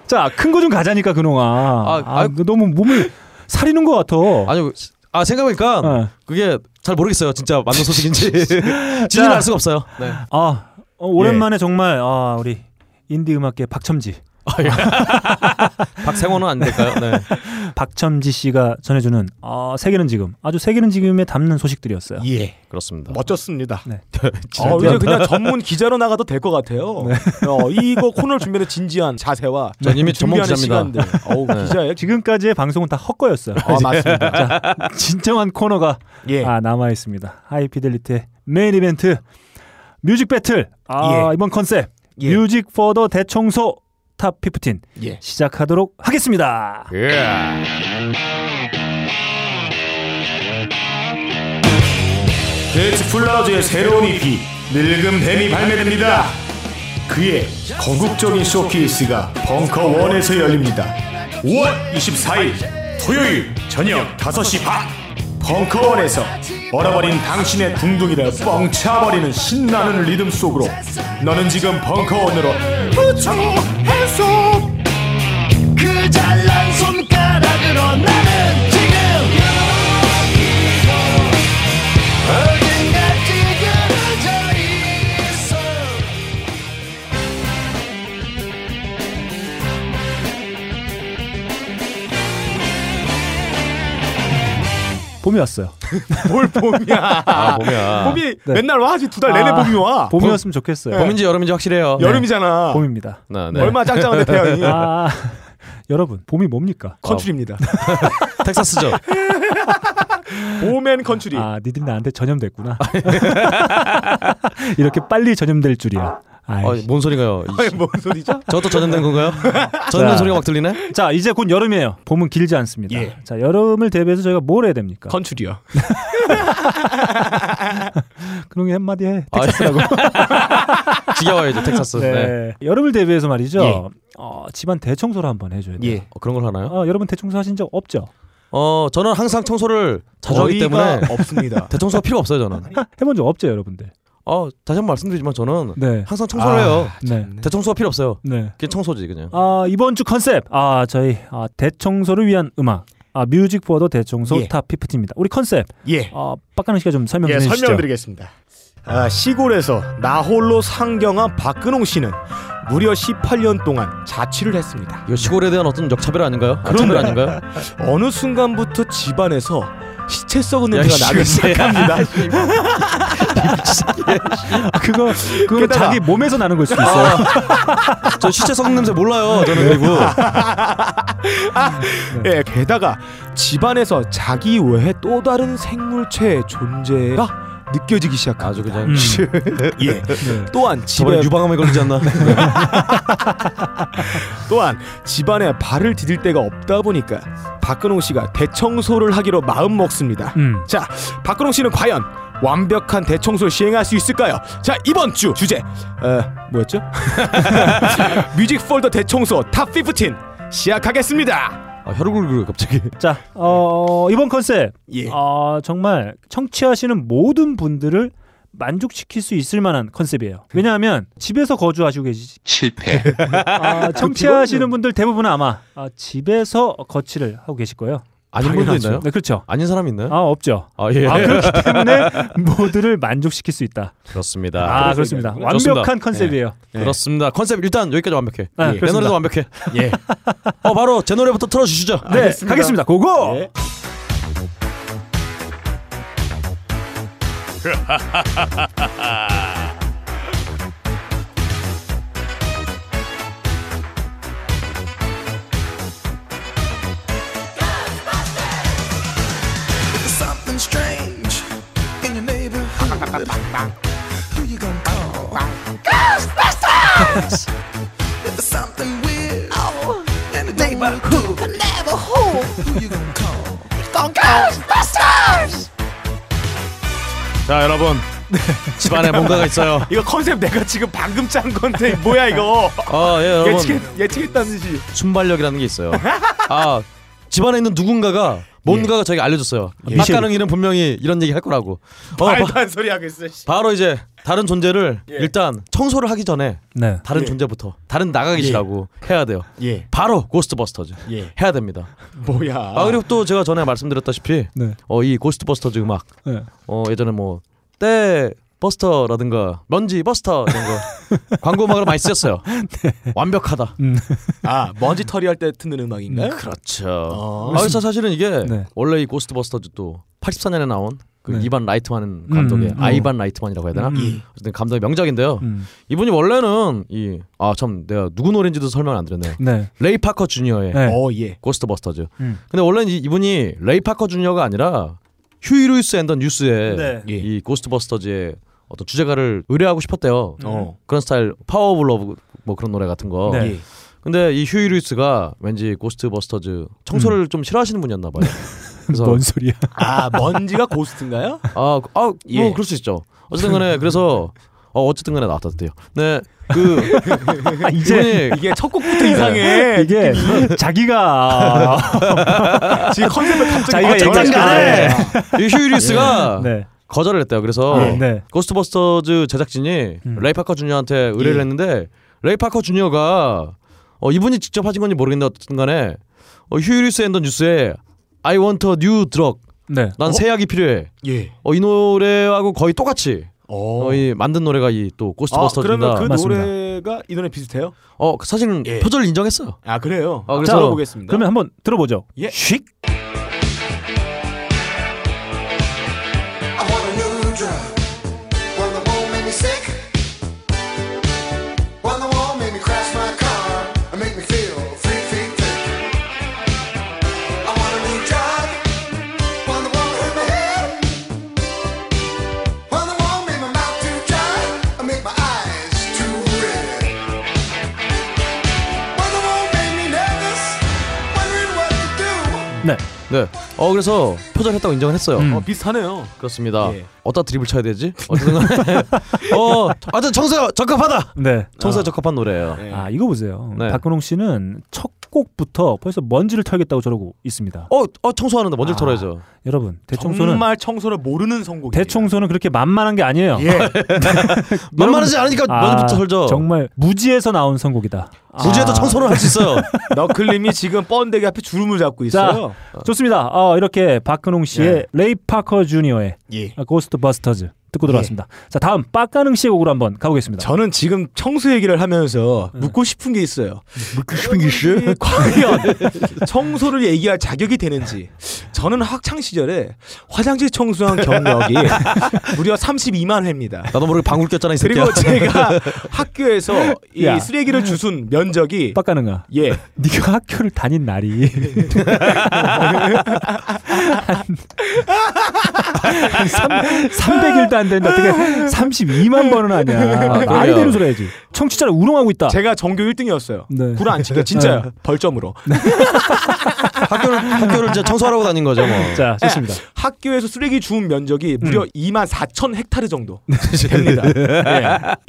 Speaker 1: 자, 큰 거 좀 가자니까 근홍아. 아,
Speaker 3: 아, 아.
Speaker 1: 그 너무 몸을 사리는 것 같아.
Speaker 3: 아니 아 생각해보니까
Speaker 1: 네.
Speaker 3: 그게 잘 모르겠어요 진짜
Speaker 1: *laughs*
Speaker 3: 맞는 소식인지 진짜 알 수가 없어요 네.
Speaker 1: 아, 어, 오랜만에 정말 아, 우리 인디 음악계 박첨지, 예.
Speaker 3: *laughs* 박생원은 안 될까요? 네.
Speaker 1: 박첨지 씨가 전해주는 아, 세계는 지금 아주 세계는 지금에 담는 소식들이었어요.
Speaker 2: 예.
Speaker 3: 그렇습니다
Speaker 2: 멋졌습니다.
Speaker 1: 네.
Speaker 2: *laughs* 어, 이제 그냥 전문 기자로 나가도 될 것 같아요. 어, 이거 코너를 준비하는 진지한 자세와
Speaker 3: 전 이미 전문
Speaker 2: 준비하는
Speaker 3: 기자입니다.
Speaker 2: 시간들. 어우
Speaker 3: 네.
Speaker 2: 기자예요. 지금
Speaker 1: 지금까지의 방송은 다 헛거였어요.
Speaker 2: 아 맞습니다.
Speaker 1: *laughs* 진정한 코너가
Speaker 2: 예.
Speaker 1: 아, 남아 있습니다. 하이피델리티의 메인 이벤트 뮤직 배틀. 아,
Speaker 2: 예.
Speaker 1: 이번 컨셉
Speaker 2: 예.
Speaker 1: 뮤직 포더 대청소 탑 15
Speaker 2: 예.
Speaker 1: 시작하도록 하겠습니다.
Speaker 8: 데이트 플라워즈의 새로운 EP 늙은 뱀이 발매됩니다. 그의 건국적인 쇼케이스가 벙커원에서 열립니다. 5월 24일 토요일 저녁 5시 반 벙커원에서 얼어버린 당신의 둥둥이를 뻥차버리는 신나는 리듬 속으로 너는 지금 벙커원으로 부처해소 그 잘난 손가락으로 나는 지금 어딘가 찌그러져 있어
Speaker 1: 봄이 왔어요.
Speaker 2: 뭘 봄이야.
Speaker 3: 아, 봄이야.
Speaker 2: 봄이
Speaker 1: 네.
Speaker 2: 맨날 와. 지두 달 내내
Speaker 1: 아.
Speaker 2: 봄이 와.
Speaker 1: 봄이 예. 왔으면 좋겠어요.
Speaker 3: 봄인지 여름인지 확실해요.
Speaker 2: 여름이잖아.
Speaker 1: 봄입니다.
Speaker 3: 네,
Speaker 2: 네.
Speaker 3: 네.
Speaker 2: 얼마나 짱짱한데 태양이.
Speaker 1: 아, *laughs* 여러분, 봄이 뭡니까?
Speaker 2: 컨츄리입니다.
Speaker 3: 텍사스죠.
Speaker 2: 봄엔 컨츄리. *laughs*
Speaker 1: 아, 니들이 나한테 전염됐구나. *laughs* 이렇게 빨리 전염될 줄이야. 예. 아이. 예.
Speaker 3: 어, 뭔 소리가요? 이
Speaker 2: 아니, 뭐- 뭔 소리죠?
Speaker 3: 저도
Speaker 2: *laughs*
Speaker 3: 전염된 건가요? 전염된
Speaker 1: 자.
Speaker 3: 소리가 막 들리네.
Speaker 1: 자, 이제 곧 여름이에요. 봄은 길지 않습니다.
Speaker 2: 예.
Speaker 1: 자, 여름을 대비해서 저희가 뭘 해야 됩니까?
Speaker 2: 컨츄리요.
Speaker 1: 그런 게 한마디 해.
Speaker 3: 아, 예.
Speaker 1: 텍사스라고.
Speaker 3: *laughs* 지겨워야죠 텍사스. 네.
Speaker 1: 네. 여름을 대비해서 말이죠.
Speaker 2: 예.
Speaker 1: 어, 집안 대청소를 한번 해줘야 돼요.
Speaker 2: 예.
Speaker 3: 어, 그런 걸 하나요?
Speaker 1: 어, 여러분 대청소 하신 적 없죠?
Speaker 3: 어, 저는 항상 청소를 자주 하기
Speaker 2: 저희가
Speaker 3: 때문에 *laughs*
Speaker 2: 없습니다.
Speaker 3: 대청소가 필요 없어요 저는.
Speaker 1: 해본 적 없죠, 여러분들?
Speaker 3: 어, 다시 한번 말씀드리지만 저는
Speaker 1: 네.
Speaker 3: 항상
Speaker 2: 아,
Speaker 3: 청소를 해요.
Speaker 1: 네.
Speaker 3: 대청소가 필요 없어요.
Speaker 1: 네.
Speaker 3: 그게 청소지 그냥.
Speaker 1: 아, 이번 주 컨셉. 아, 저희 아, 대청소를 위한 음악. 아, 뮤직 보더 대청소
Speaker 2: 예.
Speaker 1: 탑 피프티입니다. 우리 컨셉.
Speaker 2: 예.
Speaker 1: 아, 빡가는 씨가 좀 설명 좀
Speaker 2: 예,
Speaker 1: 해주시죠.
Speaker 2: 설명드리겠습니다. 아, 시골에서 나홀로 상경한 박근홍 씨는 무려 18년 동안 자취를 했습니다.
Speaker 3: 이거 시골에 대한 어떤 역차별 아닌가요?
Speaker 2: 그런데.
Speaker 3: 역차별 아닌가요?
Speaker 2: 어느 순간부터 집안에서 시체 썩은
Speaker 3: 야,
Speaker 2: 냄새가
Speaker 3: 씨,
Speaker 2: 나기 시작합니다. *laughs*
Speaker 1: 그거 그거
Speaker 2: 게다가-
Speaker 1: 자기 몸에서 나는
Speaker 2: *laughs*
Speaker 1: 걸 수도 있어요.
Speaker 3: *laughs* 저 시체 썩는 냄새 몰라요. 저는 그리고
Speaker 2: 예, 게다가 집안에서 자기 외에 또 다른 생물체의 존재가 느껴지기 시작합니다.
Speaker 3: 아주 그냥
Speaker 1: 음.
Speaker 2: 예.
Speaker 1: 네.
Speaker 2: 또한
Speaker 3: 저번에
Speaker 2: 집에
Speaker 3: 유방암에 걸리지 않나?
Speaker 2: 또한 집안에 발을 디딜 데가 없다 보니까 박근홍 씨가 대청소를 하기로 마음 먹습니다.
Speaker 1: 음.
Speaker 2: 자, 박근홍 씨는 과연 완벽한 대청소를 시행할 수 있을까요? 자, 이번 주 주제 어, 뭐였죠? *laughs* 뮤직 폴더 대청소 탑 15 시작하겠습니다.
Speaker 3: 아, 혈액을 그려 갑자기.
Speaker 1: 자, 어, 이번 컨셉.
Speaker 2: 예.
Speaker 1: 아, 정말 청취하시는 모든 분들을 만족시킬 수 있을 만한 컨셉이에요. 왜냐하면 집에서 거주하시고
Speaker 2: *laughs*
Speaker 1: 계시지.
Speaker 7: 실패.
Speaker 1: 아, 청취하시는 분들 대부분은 아마 아, 집에서 거치를 하고 계실 거예요.
Speaker 3: 아닌 분도
Speaker 2: 당연하죠.
Speaker 3: 있나요?
Speaker 1: 네, 그렇죠.
Speaker 3: 아닌 사람 있나요?
Speaker 1: 아, 없죠.
Speaker 3: 아 예.
Speaker 1: 아, 그렇기 때문에 모두를 만족시킬 수 있다.
Speaker 3: 그렇습니다.
Speaker 1: 아, 그렇습니다.
Speaker 3: 좋습니다.
Speaker 1: 완벽한 컨셉이에요.
Speaker 2: 네.
Speaker 3: 그렇습니다. 컨셉 일단 여기까지 완벽해.
Speaker 1: 아,
Speaker 3: 내 노래도 완벽해.
Speaker 2: 예.
Speaker 3: 어 바로 제 노래부터 틀어주시죠.
Speaker 1: 네, 가겠습니다. 고고.
Speaker 2: 예.
Speaker 9: Something strange in your neighborhood. Who you gonna call? Ghostbusters! There's something weird in the neighborhood. The neighborhood. Who you gonna call? Ghostbusters!
Speaker 3: 자 여러분 집안에 뭔가가 있어요.
Speaker 2: 이거 컨셉 내가 지금 방금 짠 건데 뭐야 *laughs* 이거?
Speaker 3: 아 예, 여러분
Speaker 2: 예측했, 예측했다는지.
Speaker 3: 순발력이라는
Speaker 2: *laughs*
Speaker 3: 게 있어요. 아 집안에 있는 누군가가 뭔가가 저에게 알려줬어요. 박가능이는 분명히 이런 얘기 할 거라고. 어,
Speaker 2: 말도 예.
Speaker 3: 바,
Speaker 2: 안 소리 하고 있어. 씨.
Speaker 3: 바로 이제 다른 존재를 일단 청소를 하기 전에
Speaker 1: 네.
Speaker 3: 다른 존재부터 다른 나가 계시라고 해야 돼요.
Speaker 2: 예.
Speaker 3: 바로 고스트버스터즈
Speaker 2: 예.
Speaker 3: 해야 됩니다.
Speaker 2: 뭐야?
Speaker 3: 아 그리고 또 제가 전에 말씀드렸다시피
Speaker 1: 네.
Speaker 3: 어, 이 고스트버스터즈 음악
Speaker 1: 네.
Speaker 3: 어 예전에 뭐때 버스터라든가 먼지 버스터 이런
Speaker 2: *laughs*
Speaker 3: 거 광고 음악으로 많이 쓰였어요.
Speaker 2: 네.
Speaker 3: 완벽하다.
Speaker 2: 아 먼지 털이 할 때 듣는 음악인가요?
Speaker 3: 그렇죠. 아, 그래서 사실은 이게
Speaker 1: 네.
Speaker 3: 원래 이 고스트버스터즈도 84년에 나온 그
Speaker 1: 네.
Speaker 3: 이반 라이트만 감독의
Speaker 1: 음, 음.
Speaker 3: 아이반 라이트만이라고 해야 되나? 어쨌든 감독의 명작인데요. 이분이 원래는 이 아 참 내가 누구 노래인지도 설명 안 드렸네.
Speaker 1: 네.
Speaker 3: 레이 파커 주니어의
Speaker 1: 네.
Speaker 2: 어 예.
Speaker 3: 고스트버스터즈.
Speaker 1: 음.
Speaker 3: 근데 원래는 이- 이분이 레이 파커 주니어가 아니라 휴이 루이스 앤더 뉴스의
Speaker 1: 네.
Speaker 2: 예.
Speaker 3: 이 고스트버스터즈의 어떤 주제가를 의뢰하고 싶었대요.
Speaker 2: 어.
Speaker 3: 그런 스타일 파워 오브 러브 뭐 그런 노래 같은 거.
Speaker 1: 네.
Speaker 2: 예.
Speaker 3: 근데 이 휴이 루이스가 왠지 고스트버스터즈 청소를 좀 싫어하시는 분이었나 봐요. 그래서
Speaker 1: 뭔 소리야?
Speaker 2: 아 먼지가 고스트인가요?
Speaker 3: 아, 아, 뭐
Speaker 2: 예.
Speaker 3: 그럴 수 있죠. 어쨌든 간에 그래서 어, 어쨌든 간에 나왔다대요. 네. 그 이제
Speaker 2: 이게 첫 곡부터
Speaker 1: *laughs*
Speaker 2: 이상해.
Speaker 1: 이게 자기가
Speaker 2: 지금 컨셉을 갑자기
Speaker 1: 자기가
Speaker 2: 바꿔
Speaker 1: 얘기하는
Speaker 2: 정하시네.
Speaker 3: 이 휴이 루이스가
Speaker 1: 네.
Speaker 3: 거절을 했대요. 그래서
Speaker 1: 네. 네.
Speaker 3: 고스트버스터즈 제작진이
Speaker 1: 음.
Speaker 3: 레이 파커 주니어한테 의뢰를
Speaker 2: 예.
Speaker 3: 했는데 레이 파커 주니어가 어, 이분이 직접 하신 건지 모르겠는데 어쨌든 간에 어, 휴이리스 앤더 뉴스에 I want a new drug
Speaker 1: 네.
Speaker 3: 난 새 약이 필요해
Speaker 2: 예.
Speaker 3: 어, 이 노래하고 거의 똑같이
Speaker 2: 어.
Speaker 3: 어, 이 만든 노래가 이 또
Speaker 2: 아,
Speaker 3: 고스트버스터즈다
Speaker 2: 그러면 그
Speaker 1: 맞습니다.
Speaker 2: 노래가 이 노래 비슷해요?
Speaker 3: 어, 사실은
Speaker 2: 예.
Speaker 3: 표절을 인정했어요
Speaker 2: 아 그래요.
Speaker 3: 아,
Speaker 2: 자,
Speaker 3: 그래서
Speaker 1: 예.
Speaker 2: 들어보겠습니다.
Speaker 1: 그러면 한번 들어보죠.
Speaker 2: 예.
Speaker 1: 쉥. 네.
Speaker 3: 네. 어 그래서 표절했다고 인정을 했어요.
Speaker 1: 음.
Speaker 3: 어,
Speaker 2: 비슷하네요.
Speaker 3: 그렇습니다.
Speaker 2: 예.
Speaker 3: 어디다 드립을 쳐야 되지? 어쨌든
Speaker 2: *laughs*
Speaker 3: 간에 어, 하여튼 청소에 적합하다.
Speaker 1: 네.
Speaker 3: 청소에 적합한 노래예요.
Speaker 2: 아. 네.
Speaker 1: 아 이거 보세요.
Speaker 3: 네.
Speaker 1: 박근홍 씨는 첫 곡부터 벌써 먼지를 털겠다고 저러고 있습니다.
Speaker 3: 어, 어 청소하는데 먼저
Speaker 1: 아.
Speaker 3: 털어야죠.
Speaker 1: 여러분 대청소는
Speaker 2: 정말 청소를 모르는 선곡이에요.
Speaker 1: 대청소는 그렇게 만만한 게 아니에요. 아,
Speaker 2: 예.
Speaker 3: 만만하지 않으니까
Speaker 2: 아,
Speaker 3: 먼저부터 털죠.
Speaker 1: 정말 무지에서 나온 선곡이다.
Speaker 3: 무지해도
Speaker 1: 아,
Speaker 3: 청소를 할 수
Speaker 2: *laughs*
Speaker 3: 있어요.
Speaker 2: 너클님이 지금 번데기 앞에 주름을 잡고 있어요.
Speaker 1: 좋습니다. 어, 이렇게 박근홍 씨의 레이 파커 주니어의
Speaker 2: 예.
Speaker 1: 고스트 버스터즈 듣고 들어왔습니다. 자 다음 빡가능 씨의 곡으로 한번 가보겠습니다.
Speaker 2: 네. 저는 지금 청소 얘기를 하면서 묻고 싶은 게 있어요.
Speaker 1: 네. 묻고 싶은 게
Speaker 2: 이 *laughs* 과연 청소를 얘기할 자격이 되는지. 저는 학창 시절에 화장실
Speaker 1: *laughs*
Speaker 2: 청소한 경력이 무려 32만 회입니다.
Speaker 3: 나도 모르게 방울 꼈잖아 이 새끼야.
Speaker 2: 그리고 제가 학교에서 이
Speaker 1: 야.
Speaker 2: 쓰레기를 주순 면적이
Speaker 1: 빡가능아.
Speaker 2: 예.
Speaker 1: 네가 학교를 다닌 날이 한 300일도 안 되는데 어떻게 32만 번은 아니야
Speaker 3: 그래요.
Speaker 1: 말이 되는 소리 해야지 청취자를 우롱하고 있다
Speaker 2: 제가 전교 1등이었어요.
Speaker 1: 네.
Speaker 2: 구라 안 치게 진짜요. 벌점으로.
Speaker 3: *laughs* 학교를 학교를 이제 청소하라고 다닌 거죠 뭐.
Speaker 1: 자 좋습니다
Speaker 2: 학교에서 쓰레기 주운 면적이 무려
Speaker 3: 음.
Speaker 2: 2만 4천 헥타르
Speaker 3: *laughs*
Speaker 2: 정도
Speaker 3: 네.
Speaker 2: 됩니다. 예.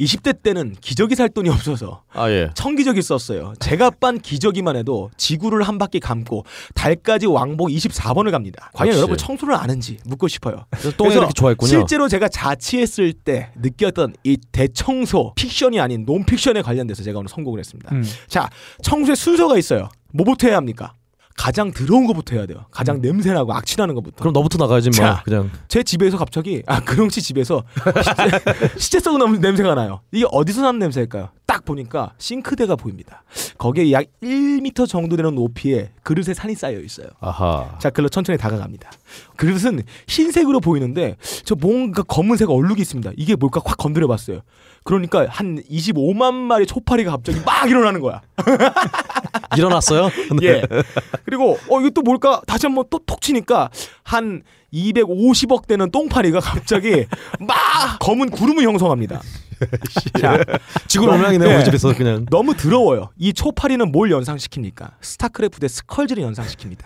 Speaker 2: 20대 때는 기저귀 살 돈이 없어서
Speaker 3: 아 예.
Speaker 2: 청기저귀 썼어요. 제가 빤 기저귀만 해도 지구를 한 바퀴 감고 달까지 왕복 24번을 갑니다. 과연
Speaker 3: 역시.
Speaker 2: 여러분 청소를 아는지 묻고 싶어요.
Speaker 3: 그래서 똥이 이렇게 좋아했군요.
Speaker 2: 실제로 제가 자취했을 때 느꼈던 이 대청소 픽션이 아닌 논픽션에 관련돼서 제가 오늘 선곡을 했습니다.
Speaker 1: 음.
Speaker 2: 자, 청소의 순서가 있어요. 뭐부터 해야 합니까? 가장 더러운 것부터 해야 돼요. 가장 냄새나고 악취나는 것부터.
Speaker 3: 그럼 너부터 나가야지 뭐.
Speaker 2: 자.
Speaker 3: 그냥
Speaker 2: 제 집에서 갑자기 아 근홍 씨 집에서 시체- *laughs* 시체 썩은 냄- 냄새가 나요. 이게 어디서 나는 냄새일까요? 딱 보니까 싱크대가 보입니다. 거기에 약 1m 정도 되는 높이에 그릇에 산이 쌓여 있어요.
Speaker 3: 아하.
Speaker 2: 자, 글로 천천히 다가갑니다. 그릇은 흰색으로 보이는데 저 뭔가 검은색 얼룩이 있습니다. 이게 뭘까 확 건드려봤어요. 그러니까 한 25만 마리 초파리가 갑자기 막 일어나는 거야.
Speaker 3: 일어났어요?
Speaker 2: *laughs* 예. 그리고 어 이거 또 뭘까 다시 한번 또 톡 치니까 한 250억 되는 똥파리가 갑자기 막 검은 구름을 형성합니다. 자,
Speaker 3: *laughs* 지구 운명이네
Speaker 2: 네.
Speaker 3: 우리 집에서 그냥.
Speaker 2: 너무 더러워요. 이 초파리는 뭘 연상시킵니까? 스타크래프트의 스컬즈를 연상시킵니다.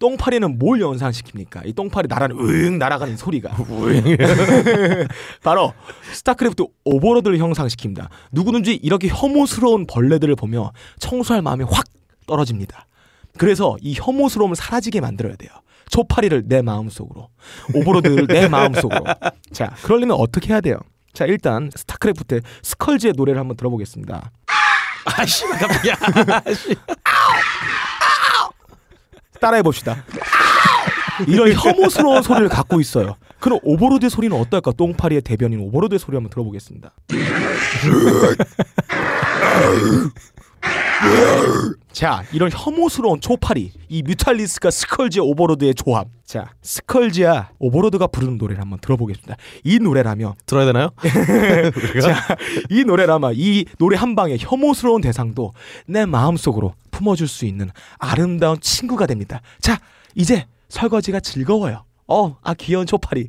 Speaker 2: 똥파리는 뭘 연상시킵니까? 이 똥파리 날아는 으응 날아가는 소리가 *laughs* 바로 스타크래프트 오버로드를 형상시킵니다. 누구든지 이렇게 혐오스러운 벌레들을 보며 청소할 마음이 확 떨어집니다. 그래서 이 혐오스러움을 사라지게 만들어야 돼요. 초파리를 내 마음속으로 오버로드를 내 마음속으로 자 그러려면 어떻게 해야 돼요? 자 일단 스타크래프트의 스컬즈의 노래를 한번 들어보겠습니다.
Speaker 3: 아씨 갑자기.
Speaker 2: 따라해 봅시다. 이런 혐오스러운 소리를 갖고 있어요. 그럼 오버로드의 소리는 어떨까? 똥파리의 대변인 오버로드의 소리 한번 들어보겠습니다. 자, 이런 혐오스러운 초파리, 이 뮤탈리스가 스컬지와 오버로드의 조합. 자, 스컬지와 오버로드가 부르는 노래를 한번 들어보겠습니다. 이 노래라면
Speaker 3: 들어야 되나요?
Speaker 2: 예. 자, *laughs* 이 노래라마 이 노래 한 방에 혐오스러운 대상도 내 마음속으로 품어줄 수 있는 아름다운 친구가 됩니다. 자, 이제 설거지가 즐거워요. 어, 아 귀여운 초파리.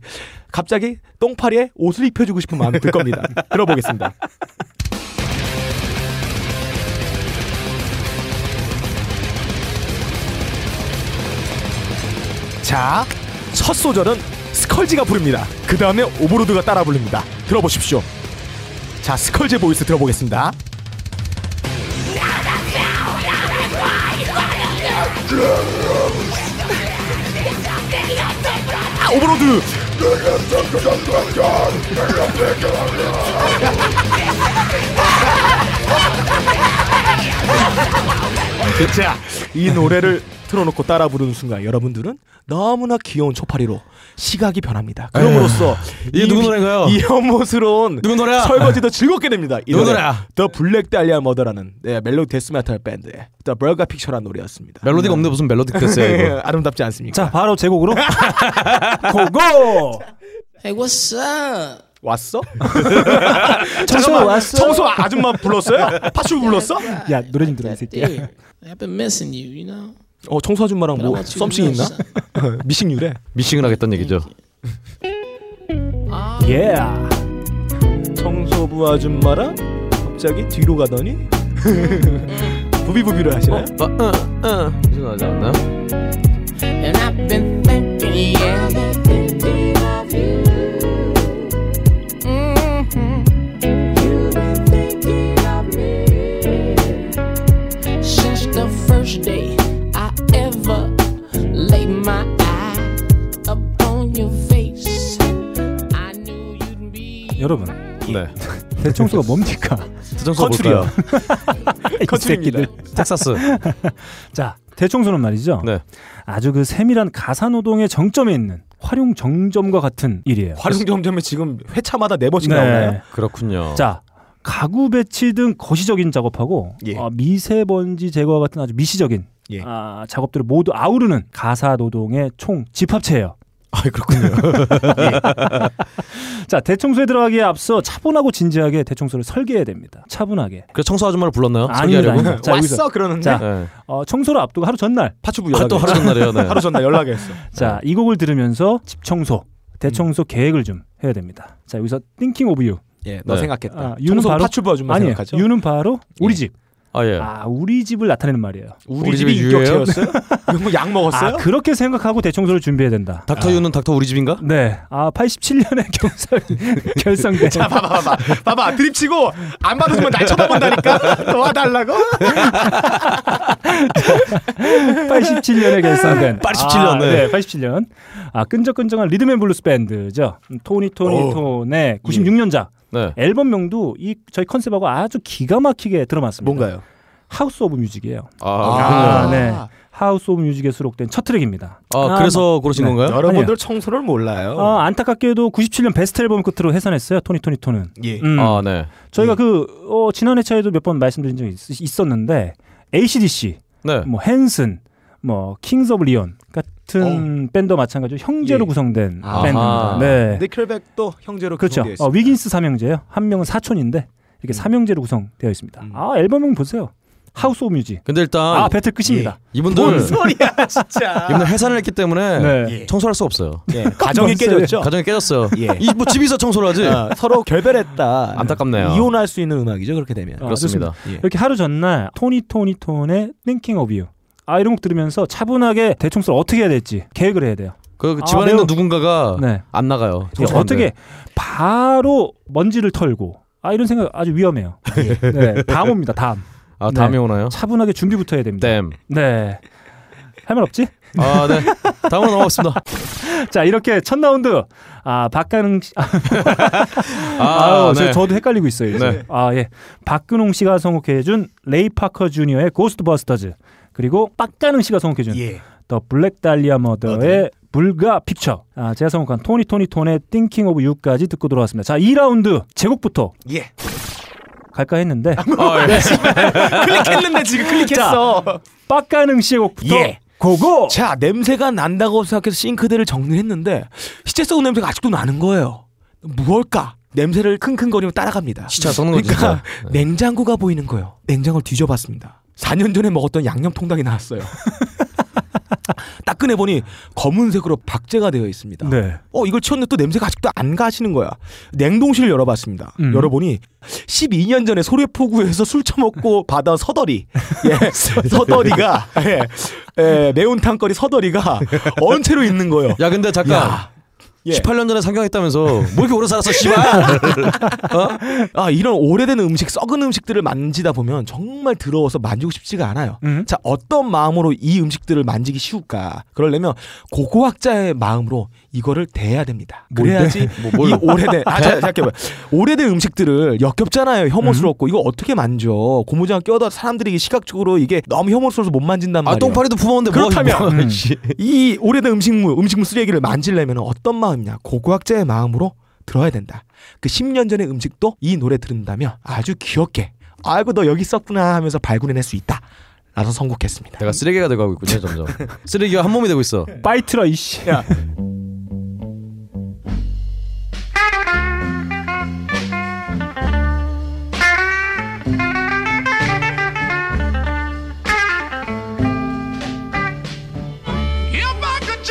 Speaker 2: 갑자기 똥파리에 옷을 입혀주고 싶은 마음이 들 겁니다. 들어보겠습니다. 자, 첫 소절은 스컬지가 부릅니다. 그 다음에 오버로드가 따라 부릅니다. 들어보십시오. 자 스컬제 보이스 들어보겠습니다. 아, 오버로드. 자, 이 노래를 틀어놓고 따라 부르는 순간 여러분들은 너무나 귀여운 초파리로 시각이 변합니다. 그럼으로써
Speaker 3: 예. 이게
Speaker 2: 이
Speaker 3: 누구
Speaker 2: 미-
Speaker 3: 노래인가요?
Speaker 2: 이 혐오스러운
Speaker 3: 누구 노래야?
Speaker 2: 설거지도 즐겁게 됩니다. 이
Speaker 3: 누구
Speaker 2: 노래
Speaker 3: 노래야?
Speaker 2: 더 블랙 달리아 머더라는 네, 멜로디 데스메탈 밴드의 더 벌가 픽처라는 노래였습니다. 네,
Speaker 3: 멜로디가 없는데 무슨 멜로디 됐어요 네, 이거.
Speaker 2: 아름답지 않습니까?
Speaker 1: 자 바로 제 곡으로 고고
Speaker 10: Hey, what's up?
Speaker 2: 왔어? 잠깐만
Speaker 1: 왔어?
Speaker 2: 청소 아줌마 불렀어요? 파슈 불렀어?
Speaker 1: 야 노래 좀 들어 이 새끼야
Speaker 10: There. I've been missing you, you know?
Speaker 2: 어 청소 아줌마랑
Speaker 10: But I
Speaker 2: 뭐
Speaker 10: want you to
Speaker 2: 썸씽
Speaker 10: know
Speaker 2: 있나?
Speaker 10: something.
Speaker 2: 미싱유래.
Speaker 3: 미싱을 하겠다는 얘기죠.
Speaker 1: 예
Speaker 2: 청소부 아줌마랑 갑자기 뒤로 가더니
Speaker 1: *laughs*
Speaker 2: 부비부비를 하시나요?
Speaker 1: 음. 어.
Speaker 3: 아, 응, 응. 무슨 하지 않나?
Speaker 4: And I've been thinking, yeah. Mhm. Since the First day I ever laid my eye upon your face, I knew you'd be.
Speaker 1: 여러분 *laughs*
Speaker 3: 네.
Speaker 1: 대청소가 뭡니까?
Speaker 3: 대청소 볼까요? *laughs*
Speaker 1: 이 새끼들.
Speaker 3: 텍사스.
Speaker 1: 자 대청소는 말이죠.
Speaker 3: 네.
Speaker 1: 아주 그 세밀한 가사 노동의 정점에 있는 활용 정점과 같은 일이에요.
Speaker 2: 활용 정점에 지금 회차마다 네 번씩
Speaker 1: 네.
Speaker 2: 나오나요?
Speaker 3: 그렇군요.
Speaker 1: 자 가구 배치 등 거시적인 작업하고
Speaker 2: 예.
Speaker 1: 어, 미세먼지 제거와 같은 아주 미시적인
Speaker 2: 예.
Speaker 1: 아, 작업들을 모두 아우르는 가사 노동의 총 집합체예요.
Speaker 2: *laughs*
Speaker 3: 아 그렇군요.
Speaker 1: 자 대청소에 들어가기에 앞서 차분하고 진지하게 대청소를 설계해야 됩니다. 차분하게.
Speaker 3: 그래서 청소 아줌마를 불렀나요?
Speaker 1: 아닙니다,
Speaker 3: 설계하려고.
Speaker 1: 아닙니다. 자, 여기서,
Speaker 2: 그러는데
Speaker 1: 자
Speaker 3: 네.
Speaker 1: 어, 청소를 앞두고 하루 전날
Speaker 2: 파출부
Speaker 3: 아, 또 하루 전날이에요.
Speaker 1: *laughs*
Speaker 3: 네.
Speaker 2: 하루 전날 연락했어.
Speaker 1: 자,
Speaker 2: 네.
Speaker 1: 이 곡을 들으면서 집 청소, 대청소
Speaker 2: 음.
Speaker 1: 계획을 좀 해야 됩니다. 자, 여기서 thinking of you.
Speaker 2: *laughs* 예, 너
Speaker 3: 네.
Speaker 2: 생각했다.
Speaker 1: 아, 유는
Speaker 2: 청소
Speaker 1: 바로
Speaker 2: 파출부 아줌마
Speaker 1: 아니에요.
Speaker 2: 생각하죠?
Speaker 1: 유는 바로 우리 집.
Speaker 3: 아 예.
Speaker 1: 아, 우리 집을 나타내는 말이에요.
Speaker 2: 우리
Speaker 3: 우리
Speaker 2: 집이
Speaker 3: 집이 유예요?
Speaker 2: 인격체였어요? *laughs* 이거 뭐약 먹었어요? *laughs*
Speaker 1: 아, 그렇게 생각하고 대청소를 준비해야 된다.
Speaker 3: 닥터 유는 닥터 우리 집인가?
Speaker 1: 네. 아, 87년에 *laughs* 결성 결성된
Speaker 2: 봐봐, 봐봐, 봐봐. 드립 치고 안 받으면 날 쳐다본다니까. *laughs* 도와달라고?
Speaker 1: 87년에 결성된
Speaker 3: 87년,
Speaker 1: 아,
Speaker 3: 네.
Speaker 1: 87년. 아, 끈적끈적한 리듬앤 블루스 밴드죠. 음, 토니 토니
Speaker 2: 오.
Speaker 1: 톤의 96년작
Speaker 3: 네.
Speaker 1: 앨범명도 이 저희 컨셉하고 아주 기가 막히게 들어맞습니다.
Speaker 2: 뭔가요?
Speaker 1: 하우스 오브 뮤직이에요.
Speaker 3: 아,
Speaker 1: 아,
Speaker 3: 그렇군요.
Speaker 1: 네. 하우스 오브 뮤직에 수록된 첫 트랙입니다.
Speaker 3: 아 그래서 그러신
Speaker 1: 네.
Speaker 2: 어?
Speaker 3: 건가요?
Speaker 2: 여러분들 청소를 몰라요.
Speaker 1: 아, 안타깝게도 97년 베스트 앨범 끝으로 해산했어요. 토니 토니 토는.
Speaker 2: 예.
Speaker 1: 음,
Speaker 3: 아 네.
Speaker 1: 저희가 그 어, 지난 회차에도 몇 번 말씀드린 적이 있, 있었는데 ACDC,
Speaker 3: 네.
Speaker 1: 뭐 헨슨, 뭐 킹스 오브 리온 같은 밴드와 마찬가지로 형제로
Speaker 2: 어. 예.
Speaker 1: 구성된
Speaker 2: 아하.
Speaker 1: 밴드입니다. 네.
Speaker 2: 니클백도 형제로
Speaker 1: 그렇죠.
Speaker 2: 구성되어
Speaker 1: 어,
Speaker 2: 있습니다.
Speaker 1: 위긴스 삼형제예요. 한 명은 사촌인데 이렇게 삼형제로 구성되어 있습니다.
Speaker 2: 음. 예.
Speaker 1: 아, 앨범명 보세요. 하우스 오브 뮤직.
Speaker 3: 근데 일단
Speaker 1: 아, 배틀 끝입니다.
Speaker 3: 이분들
Speaker 2: 소리야, 진짜.
Speaker 3: 이분들 해산을 했기 때문에
Speaker 1: 네.
Speaker 2: 예.
Speaker 3: 청소할 수 없어요.
Speaker 2: 예, 가정이
Speaker 1: 뭔 소리야.
Speaker 2: 깨졌죠.
Speaker 3: 가정이 깨졌어요.
Speaker 2: 예.
Speaker 3: 이 뭐 집에서 청소를 하지.
Speaker 2: 아, *laughs* 서로 결별했다.
Speaker 3: 안타깝네요.
Speaker 2: 이혼할 수 있는 음악이죠. 그렇게 되면.
Speaker 1: 아,
Speaker 3: 그렇습니다.
Speaker 2: 예.
Speaker 1: 이렇게 하루 전날 토니 토니 톤의 Thinking of You 아 이런 곡 들으면서 차분하게 대청소를 어떻게 해야 될지 계획을 해야 돼요.
Speaker 3: 그
Speaker 1: 아,
Speaker 3: 집안에
Speaker 1: 매우-
Speaker 3: 있는
Speaker 2: 어.
Speaker 3: 누군가가
Speaker 1: 네.
Speaker 3: 안 나가요.
Speaker 1: 이게
Speaker 3: 청소하는데. 네.
Speaker 1: 어떻게 바로 먼지를 털고 아 이런 생각 아주 위험해요. 네, 다음 옵니다. 다음
Speaker 3: 아 다음에
Speaker 1: 네.
Speaker 3: 오나요?
Speaker 1: 차분하게 준비부터 해야 됩니다.
Speaker 3: 땜.
Speaker 1: 네. 할 말 없지?
Speaker 3: 아 네. 다음으로 넘어갔습니다.
Speaker 1: 자 이렇게 첫 라운드 아 박가능 씨, 아,
Speaker 3: 아,
Speaker 1: 아,
Speaker 3: 네.
Speaker 1: 저, 저도 헷갈리고 있어요. 요즘.
Speaker 3: 네.
Speaker 1: 아 예, 박근홍 씨가 선곡해준 레이 파커 주니어의 고스트버스터즈 그리고 박가능 씨가 선곡해준
Speaker 2: 예.
Speaker 1: 더 블랙 달리아 머더의 불가 픽처 아, 제가 선곡한 토니 토니 톤의 띵킹 오브 유까지 듣고 돌아왔습니다 자 2라운드 제곡부터
Speaker 2: 예.
Speaker 1: 갈까 했는데
Speaker 3: 아, 예.
Speaker 2: *laughs* 클릭했는데 지금 클릭했어.
Speaker 1: 빡가능 씨의 곡부터
Speaker 2: 예.
Speaker 1: 고고
Speaker 2: 자 냄새가 난다고 생각해서 싱크대를 정리했는데 시체 썩은 냄새가 아직도 나는 거예요. 무엇일까? 냄새를 킁킁거리며 따라갑니다.
Speaker 3: 시차 썩는 거
Speaker 2: 그러니까
Speaker 3: 진짜. 네.
Speaker 2: 냉장고가 보이는 거예요. 냉장고를 뒤져봤습니다. 4년 전에 먹었던 양념 통닭이
Speaker 3: *laughs*
Speaker 2: 나왔어요. 딱 꺼내 보니 검은색으로 박제가 되어 있습니다.
Speaker 1: 네.
Speaker 2: 어 이걸 치웠는데 또 냄새가 아직도 안 가시는 거야. 냉동실을 열어봤습니다.
Speaker 1: 음.
Speaker 2: 열어보니 12년 전에 소래포구에서 술 처먹고 받아 서더리, 예, 서더리가 예, 예, 매운탕거리 서더리가 언체로 있는 거예요.
Speaker 3: 야 근데 잠깐.
Speaker 2: 야. 예.
Speaker 3: 18년 전에 상경했다면서 뭐 이렇게 오래 살았어
Speaker 2: *laughs*
Speaker 3: 씨발
Speaker 2: 아 이런 오래된 음식, 썩은 음식들을 만지다 보면 정말 더러워서 만지고 싶지가 않아요.
Speaker 1: 음.
Speaker 2: 자 어떤 마음으로 이 음식들을 만지기 쉬울까? 그러려면 고고학자의 마음으로 이거를 대해야 됩니다.
Speaker 3: *laughs*
Speaker 2: 그래야지
Speaker 3: 뭐
Speaker 2: 이 오래된 아 자, 잠깐만 오래된 음식들을 역겹잖아요.
Speaker 3: 음.
Speaker 2: 혐오스럽고 이거 어떻게 만져? 고무장 껴도 사람들이 시각적으로 이게 너무 혐오스러워서 못 만진단 말이야.
Speaker 3: 아 똥파리도 품었는데
Speaker 2: *laughs*
Speaker 3: 뭐,
Speaker 2: 그렇다면 음.
Speaker 3: 뭐, 씨.
Speaker 2: 이 오래된 음식물 음식물 쓰레기를 만지려면 어떤 마음이냐? 고고학자의 마음으로 들어야 된다. 그 10년 전의 음식도 이 노래 들은다며 아주 귀엽게 아이고 너 여기 있었구나 하면서 발굴해낼 수 있다. 라서 선곡했습니다.
Speaker 3: 내가 쓰레기가 돼가고 있군요 점점 쓰레기가 한 몸이 되고 있어
Speaker 1: 파이트라 이씨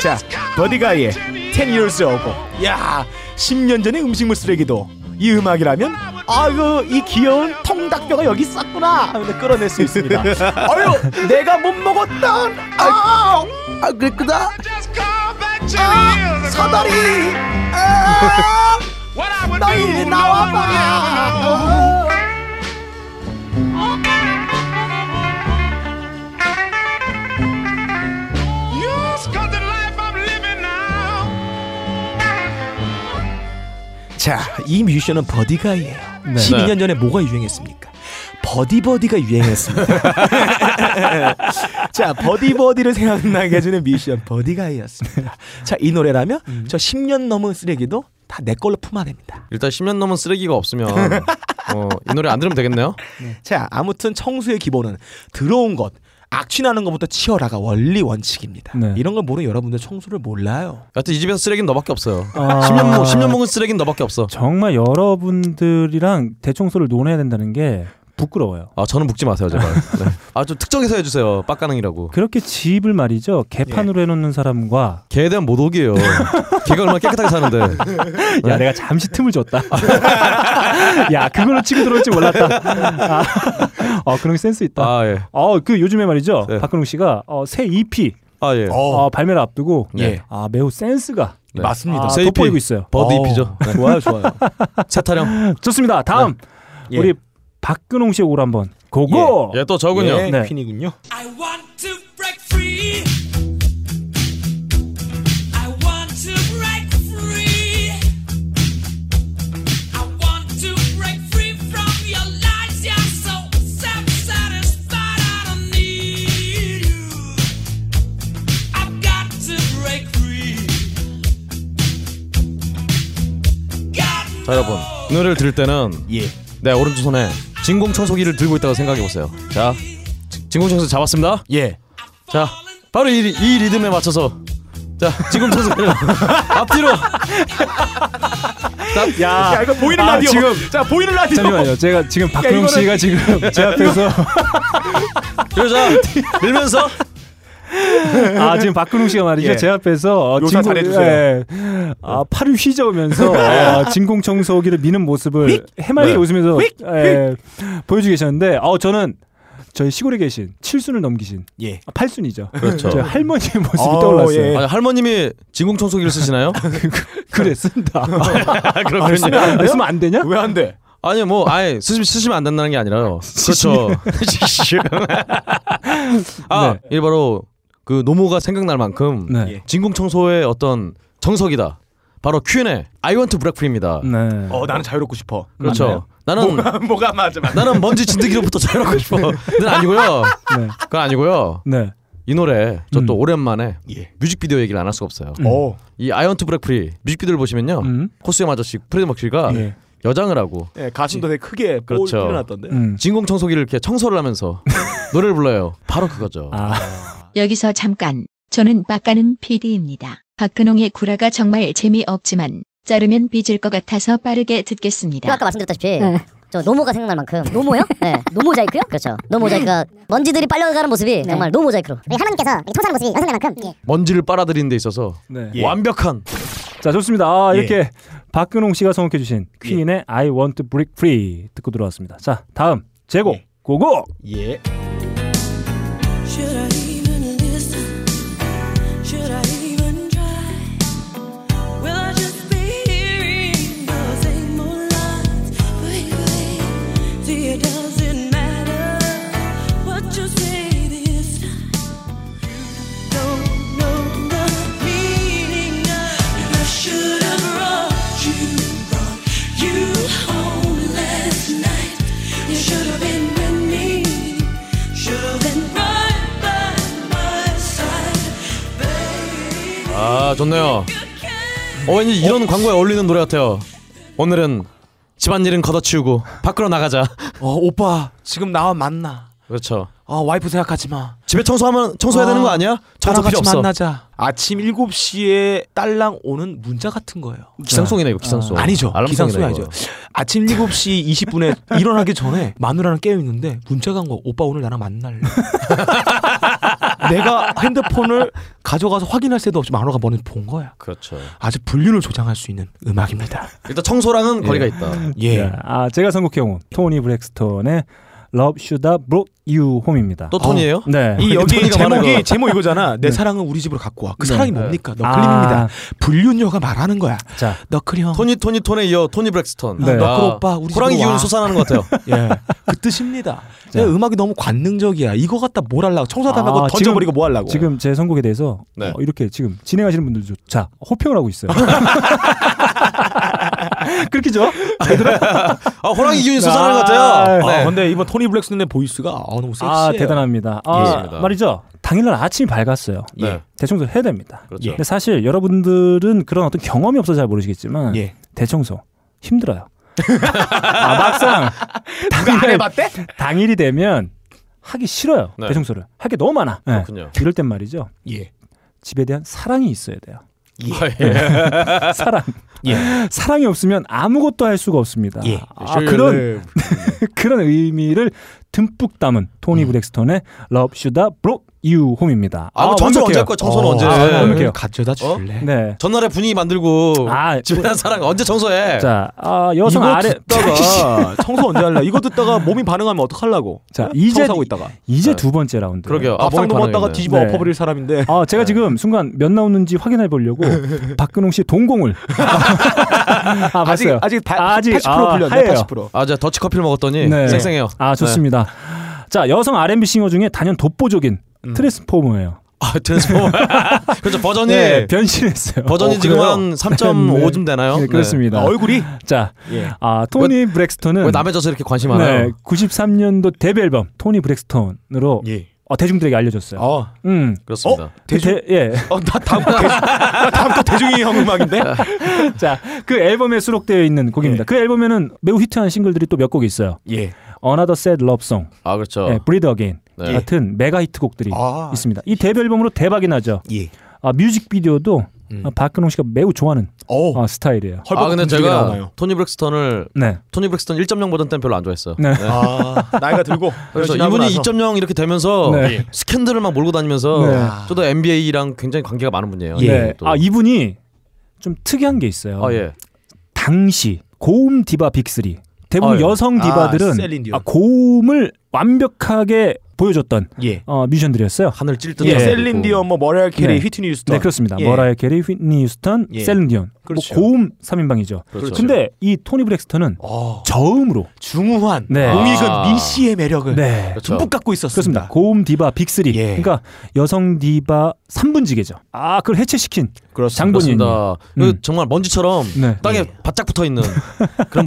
Speaker 2: 자, 버디가이의 10 years ago. 야, 10년 전의 음식물 쓰레기도 이 음악이라면 아이고 이 귀여운 통닭뼈가 여기
Speaker 9: *laughs*
Speaker 2: 있었구나 하면서 끌어낼 수 있습니다. 아유, 내가 못 먹었던 아,
Speaker 9: 아 그랬구나 아 사다리 *laughs* 아 너희 *laughs* 나와봐
Speaker 2: 자, 이 뮤지션은 버디가이예요.
Speaker 1: 네.
Speaker 2: 12년 전에 뭐가 유행했습니까? 버디버디가 유행했습니다. *laughs* 자, 버디버디를 생각나게 해주는 뮤지션 버디가이였습니다. 자, 이 노래라면
Speaker 1: 음.
Speaker 2: 저 10년 넘은 쓰레기도 다 내 걸로 품어냅니다.
Speaker 3: 일단 10년 넘은 쓰레기가 없으면 어, 이 노래 안 들으면 되겠네요.
Speaker 2: 자, 아무튼 청수의 기본은 들어온 것, 악취나는 것부터 치워라가 원리 원칙입니다.
Speaker 1: 네.
Speaker 2: 이런 걸 모르는 여러분들 청수를 몰라요.
Speaker 3: 여튼 이 집에서 쓰레기는 너밖에 없어요.
Speaker 1: 아.
Speaker 3: 10년 먹 10년 먹은 쓰레기는 너밖에 없어.
Speaker 1: 정말 여러분들이랑 대청소를 논해야 된다는 게 부끄러워요.
Speaker 3: 아 저는 묵지 마세요 제발. 네. 아좀 특정해서 해주세요. 빡가능이라고.
Speaker 1: 그렇게 집을 말이죠 개판으로 해놓는 사람과
Speaker 3: 걔에 대한 모독이에요. 걔가 얼마나 깨끗하게 사는데.
Speaker 1: 야 내가 잠시 틈을 줬다. 네. *laughs* 야 그걸로 치고 들어올 줄 몰랐다. 아, 어 그런 게 센스 있다.
Speaker 3: 아 예.
Speaker 1: 어 그 요즘에 말이죠
Speaker 3: 네.
Speaker 1: 박근홍 씨가 어, 새 EP
Speaker 3: 아 예.
Speaker 1: 어, 발매를 앞두고
Speaker 3: 예.
Speaker 1: 아 매우 센스가
Speaker 3: 네.
Speaker 1: 아,
Speaker 2: 맞습니다.
Speaker 3: 새 EP.
Speaker 1: 돋보이고 있어요.
Speaker 3: 버드
Speaker 2: 어,
Speaker 3: 입히죠.
Speaker 2: 좋아요, *laughs* 좋아요.
Speaker 3: 세타령.
Speaker 1: 좋습니다. 다음
Speaker 2: 예.
Speaker 1: 우리 박근홍 씨의 곡을 한번 고고.
Speaker 3: 예 또 저군요.
Speaker 2: 예,
Speaker 1: 네.
Speaker 2: 퀸이군요.
Speaker 9: I want to break free. I want to break free. I want to break free from your lies. You're so self-satisfied. I don't need you. I've got to break free. God
Speaker 3: 자 여러분 이 노래를 들을 때는
Speaker 2: 예.
Speaker 3: 내 오른쪽 손에 진공 청소기를 들고 있다고 생각해 보세요. 자 지- 진공 청소기 잡았습니다.
Speaker 2: 예.
Speaker 3: 자 바로 이, 리- 이 리듬에 맞춰서 자 진공 청소기를 *laughs* 앞뒤로
Speaker 2: 야, 이거 보이는 라디오.
Speaker 1: 아, 지금-
Speaker 2: 자, 보이는 라디오.
Speaker 1: 잠시만요. 제가 지금 박근홍
Speaker 2: 이거는-
Speaker 1: 씨가
Speaker 2: *laughs*
Speaker 1: 지금 제 앞에서
Speaker 3: 여자 밀면서
Speaker 1: 아 지금 박근홍 씨가 말이죠.
Speaker 2: 예.
Speaker 1: 제 앞에서 어,
Speaker 2: 묘사
Speaker 1: 진공-
Speaker 2: 잘해주세요. 예.
Speaker 1: 예. 아 팔을 휘저으면서
Speaker 2: *laughs*
Speaker 1: 아, 진공 청소기를 미는 모습을 해맑게
Speaker 3: 네.
Speaker 1: 웃으면서 예, 보여주고 계셨는데 어 저는 저희 시골에 계신 칠순을 넘기신
Speaker 2: 예.
Speaker 1: 아, 팔순이죠.
Speaker 3: 그렇죠.
Speaker 1: 저희 할머니의 모습이
Speaker 2: 어,
Speaker 1: 떠올랐어요.
Speaker 2: 예.
Speaker 3: 아, 할머님이 진공 청소기를 *laughs* 쓰시나요?
Speaker 1: 그래
Speaker 2: *laughs*
Speaker 1: 쓴다.
Speaker 3: 그렇군요.
Speaker 1: 안 쓰면 안 되냐?
Speaker 2: 왜 안 돼?
Speaker 3: 아니 뭐 아예 쓰시면 쓰시면 안 된다는 게 아니라요. 그렇죠. 아 *laughs*
Speaker 1: 네.
Speaker 3: 이게 바로 그 노모가 생각날 만큼
Speaker 1: 네.
Speaker 2: 예.
Speaker 3: 진공 청소의 어떤 정석이다. 바로 Q&A. I want to break free입니다.
Speaker 1: 네.
Speaker 2: 어, 나는 자유롭고 싶어. *laughs*
Speaker 3: 그렇죠. 나는
Speaker 2: 뭐가 맞아? 맞아.
Speaker 3: 나는 먼지 진드기로부터 *laughs* 자유롭고 싶어는 아니고요.
Speaker 1: 네.
Speaker 3: 그건 아니고요.
Speaker 1: 네.
Speaker 3: 이 노래 저 또
Speaker 1: 음.
Speaker 3: 오랜만에
Speaker 2: 예.
Speaker 3: 뮤직비디오 얘기를 안 할 수가 없어요.
Speaker 2: 오.
Speaker 3: 이 I want to break free 뮤직비디오를
Speaker 2: 어.
Speaker 3: 보시면요.
Speaker 1: 음.
Speaker 3: 코스염 아저씨 프레드 머큐리가
Speaker 1: 예.
Speaker 3: 여장을 하고
Speaker 2: 예, 가슴도 되게 크게 그렇죠.
Speaker 3: 그렇죠.
Speaker 2: 일어났던데.
Speaker 1: 음.
Speaker 3: 진공 청소기를 이렇게
Speaker 1: *laughs*
Speaker 3: 청소를 하면서 노래를 불러요. 바로 그거죠.
Speaker 1: 아,
Speaker 5: 여기서 잠깐. 저는 빡가는 PD입니다. 박근홍의 구라가 정말 재미없지만 자르면 삐질 것 같아서 빠르게 듣겠습니다.
Speaker 11: 아까 말씀드렸다시피 저 노모가 생각날 만큼 노모요? 네 노모자이크요? 그렇죠 노모자이크가 먼지들이 빨려가는 모습이 정말 노모자이크로 하나님께서 청소하는 네, 모습이 연상될 만큼
Speaker 3: 먼지를 빨아들이는 데 있어서
Speaker 1: 네.
Speaker 3: 완벽한
Speaker 1: 자 좋습니다. 아,
Speaker 2: 예.
Speaker 1: 이렇게 박근홍 씨가 선곡해 주신 퀸의 I Want to Break Free 듣고 들어왔습니다. 자 다음 제곡
Speaker 2: 예.
Speaker 1: 고고.
Speaker 2: 예.
Speaker 6: Should I even listen? Should I even try? Will I just be hearing the same old lies? Baby, see it doesn't matter what you say this time. Don't know the meaning of I should have brought you, brought you home last night. You should have been with me. Should have been right by my side, baby.
Speaker 3: 아 좋네요. 어 왠지 이런 광고에 어울리는 노래 같아요. 오늘은 집안일은 걷어치우고
Speaker 2: *laughs*
Speaker 3: 밖으로 나가자.
Speaker 2: 어, 오빠 지금 나와 만나.
Speaker 3: 그렇죠.
Speaker 2: 아, 와이프 생각하지 마.
Speaker 3: 집에 청소하면 청소해야 되는 거 아니야? 청소
Speaker 2: 나랑
Speaker 3: 필요
Speaker 2: 같이
Speaker 3: 없어.
Speaker 2: 만나자. 아침 7시에 딸랑 오는 문자 같은 거예요.
Speaker 3: 기상송이네 이거 기상송.
Speaker 2: 아니죠.
Speaker 3: 알람송이네,
Speaker 2: 기상송이
Speaker 3: 이거.
Speaker 2: 아니죠. 아침 7시 20분에 일어나기 전에 마누라랑 깨어 있는데 문자가 온 거. 오빠 오늘 나랑 만날래. *laughs* 내가 핸드폰을 가져가서 확인할 새도 없이 마누라가 뭐는 본 거야.
Speaker 3: 그렇죠.
Speaker 2: 아주 불륜을 조장할 수 있는 음악입니다.
Speaker 3: 일단 청소랑은 거리가 있다.
Speaker 2: 예.
Speaker 1: 자, 아 제가 선곡해 온 토니 브렉스턴의 Love Should Have Brought You Home입니다.
Speaker 3: 또 톤이에요?
Speaker 2: 어,
Speaker 1: 네.
Speaker 2: 이 여기
Speaker 3: 톤이가 많아, 이거.
Speaker 2: 제목이 제목 그 이거잖아.
Speaker 1: 네.
Speaker 2: 내 사랑은 우리 집으로 갖고 와. 그
Speaker 1: 네.
Speaker 2: 사랑이
Speaker 1: 네.
Speaker 2: 뭡니까? 너클림입니다.
Speaker 1: 아.
Speaker 2: 불륜녀가 말하는 거야.
Speaker 1: 자,
Speaker 2: 너클형.
Speaker 3: 토니 토니 톤에 이어 토니 브렉스턴.
Speaker 1: 네.
Speaker 2: 너클 오빠, 우리
Speaker 3: 호랑이
Speaker 2: 집으로 와.
Speaker 3: 기운 솟아나는
Speaker 2: *laughs*
Speaker 3: 것 같아요.
Speaker 2: 예, 그 *laughs* 뜻입니다.
Speaker 1: 자.
Speaker 2: 내 음악이 너무 관능적이야. 이거 갖다 뭘 하려고 청사담하고
Speaker 1: 아,
Speaker 2: 던져버리고 뭐 하려고.
Speaker 1: 지금 제 선곡에 대해서
Speaker 3: 네.
Speaker 1: 어, 이렇게 지금 진행하시는 분들조차 호평을 하고
Speaker 2: *laughs*
Speaker 1: 있어요. *laughs* 그렇게죠?
Speaker 3: 아 호랑이 기운이 솟아나는 것 같아요.
Speaker 2: 아,
Speaker 3: 네.
Speaker 2: 근데 이번 토니 블랙슨의 보이스가 아, 너무 섹시해.
Speaker 1: 아 대단합니다. 아,
Speaker 3: 예.
Speaker 1: 말이죠. 당일날 아침이 밝았어요.
Speaker 3: 네.
Speaker 1: 대청소 해야 됩니다. 예.
Speaker 3: 그렇죠.
Speaker 1: 근데 사실 여러분들은 그런 어떤 경험이 없어서 잘 모르시겠지만
Speaker 2: 예.
Speaker 1: 대청소 힘들어요. *laughs* 아, 막상 당일, 당일이 되면 하기 싫어요.
Speaker 3: 네.
Speaker 1: 대청소를 할 게 너무 많아. 네.
Speaker 3: 그렇군요.
Speaker 1: 이럴 땐 말이죠.
Speaker 2: 예.
Speaker 1: 집에 대한 사랑이 있어야
Speaker 3: *laughs*
Speaker 1: 돼요.
Speaker 3: 아, 예.
Speaker 1: 사랑. 사랑이 없으면 아무것도 할 수가 없습니다.
Speaker 2: 예.
Speaker 1: 아,
Speaker 3: 네.
Speaker 1: 그런 그런 의미를 듬뿍 담은 토니 브렉스턴의 Love Should Have Brought You Home입니다.
Speaker 3: 아, 뭐 청소 언제 할 거야? 청소는
Speaker 2: 어,
Speaker 3: 언제?
Speaker 1: 아,
Speaker 3: 해?
Speaker 2: 네.
Speaker 1: 완벽해요.
Speaker 2: 가져다 줄래?
Speaker 1: 네.
Speaker 3: 전날에 분위기 만들고
Speaker 2: 예.
Speaker 1: 아,
Speaker 3: 집에 한 사랑 언제 청소해?
Speaker 1: 자, 아, 여성
Speaker 2: 이거
Speaker 1: 아래
Speaker 2: *laughs* 듣다가 청소 언제 할래? 이거 듣다가 몸이 반응하면 어떡하려고?
Speaker 1: 자, 이제-
Speaker 2: 청소하고 있다가
Speaker 1: 이제
Speaker 3: 네.
Speaker 1: 두 번째 라운드.
Speaker 3: 그러게요. 아, 몸이
Speaker 2: 밥상도 먹다가
Speaker 3: 반응했네.
Speaker 2: 뒤집어
Speaker 1: 네.
Speaker 2: 엎어버릴 사람인데
Speaker 1: 아, 제가 지금 순간 몇 나오는지 확인해 보려고 박근홍 씨 동공을 아,
Speaker 2: 아직
Speaker 1: 봤어요.
Speaker 2: 아직 다,
Speaker 1: 아직,
Speaker 2: 80%
Speaker 1: 아,
Speaker 2: 풀렸네.
Speaker 1: 하예요.
Speaker 2: 80%.
Speaker 3: 아, 제가 더치 커피를 먹었더니
Speaker 1: 네.
Speaker 3: 쌩쌩해요.
Speaker 1: 아, 좋습니다. 자, 여성 R&B 싱어 중에 단연 독보적인 트랜스포머예요.
Speaker 3: 아, 트랜스포머. *laughs* 그렇죠. 버전이
Speaker 1: 네, 변신했어요.
Speaker 3: 버전이
Speaker 2: 어,
Speaker 3: 지금
Speaker 2: 그래요?
Speaker 3: 한 3.5쯤 되나요?
Speaker 1: 네, 그렇습니다.
Speaker 2: 아, 얼굴이
Speaker 1: 자,
Speaker 2: 예.
Speaker 1: 아, 토니
Speaker 3: 네.
Speaker 1: 브렉스턴은
Speaker 3: 왜 남의 젖에 이렇게 관심 많아요?
Speaker 1: 네, 93년도 데뷔 앨범 토니 브렉스턴으로
Speaker 2: 예.
Speaker 1: 어, 대중들에게 알려졌어요.
Speaker 3: 아,
Speaker 2: 어.
Speaker 1: 음.
Speaker 3: 그렇습니다.
Speaker 1: 그 대- 예. *laughs*
Speaker 2: 어, 나 다음 거 대중, 나 다음 거 대중이 형 음악인데.
Speaker 1: 자, 그 앨범에 수록되어 있는 곡입니다.
Speaker 3: 예.
Speaker 1: 그 앨범에는 매우 히트한 싱글들이 또 몇 곡이 있어요.
Speaker 2: 예.
Speaker 1: Another Sad Love Song,
Speaker 3: *laughs* 아, 그렇죠.
Speaker 1: 예, Breathe Again
Speaker 3: 네.
Speaker 1: 같은 메가 히트곡들이
Speaker 2: 아.
Speaker 1: 있습니다. 이 데뷔 앨범으로 대박이 나죠.
Speaker 2: 예.
Speaker 1: 아, 뮤직비디오도
Speaker 3: 음.
Speaker 1: 아, 박근홍 씨가 매우 좋아하는
Speaker 2: 어.
Speaker 1: 아, 스타일이에요.
Speaker 3: 아, 근데
Speaker 2: 헐벗은 분들이
Speaker 3: 제가
Speaker 2: 나오나요?
Speaker 3: 토니 브렉스턴을
Speaker 1: 네.
Speaker 3: 토니 브렉스턴 1.0 버전 때는 별로 안 좋아했어요.
Speaker 1: 네.
Speaker 2: 아, 나이가 들고
Speaker 3: *laughs* 그래서
Speaker 2: 열심히 하고
Speaker 3: 이분이
Speaker 2: 나서.
Speaker 3: 2.0 이렇게 되면서
Speaker 1: 네.
Speaker 3: 스캔들을 막 몰고 다니면서
Speaker 1: 네.
Speaker 3: 저도 NBA랑 굉장히 관계가 많은 분이에요.
Speaker 2: 예.
Speaker 1: 네.
Speaker 3: 예, 또.
Speaker 1: 아, 이분이 좀 특이한 게 있어요.
Speaker 3: 아, 예.
Speaker 1: 당시 고음 디바 빅3 대부분
Speaker 3: 아, 예.
Speaker 1: 여성
Speaker 2: 아,
Speaker 1: 디바들은
Speaker 2: 셀린 디온.
Speaker 1: 아, 고음을 완벽하게 보여줬던
Speaker 2: 예.
Speaker 1: 어, 뮤지션들이었어요.
Speaker 3: 하늘 찔듯
Speaker 1: 예.
Speaker 2: 셀린 디온, 뭐 머라이어 캐리,
Speaker 1: 네.
Speaker 2: 휘트니 휴스턴.
Speaker 1: 네 그렇습니다.
Speaker 2: 예.
Speaker 1: 머라이어 캐리, 휘트니 휴스턴,
Speaker 2: 예.
Speaker 1: 셀린 디온.
Speaker 2: 그렇죠.
Speaker 1: 뭐 고음 3인방이죠.
Speaker 3: 그렇죠.
Speaker 1: 근데 이 토니 브렉스턴은
Speaker 2: 어,
Speaker 1: 저음으로
Speaker 2: 중후한
Speaker 1: 네.
Speaker 3: 아.
Speaker 2: 공익은 민씨의 매력을
Speaker 1: 네.
Speaker 3: 그렇죠.
Speaker 2: 듬뿍 갖고
Speaker 1: 그렇습니다.
Speaker 2: 있었습니다.
Speaker 1: 고음 디바 빅3.
Speaker 2: 예.
Speaker 1: 그러니까 여성 디바 3분지계죠. 아, 그걸 해체시킨
Speaker 2: 그렇습니다.
Speaker 1: 장본인.
Speaker 3: 그렇습니다.
Speaker 1: 음.
Speaker 3: 그 정말 먼지처럼
Speaker 1: 네.
Speaker 3: 땅에
Speaker 2: 예.
Speaker 3: 바짝 붙어 있는 그런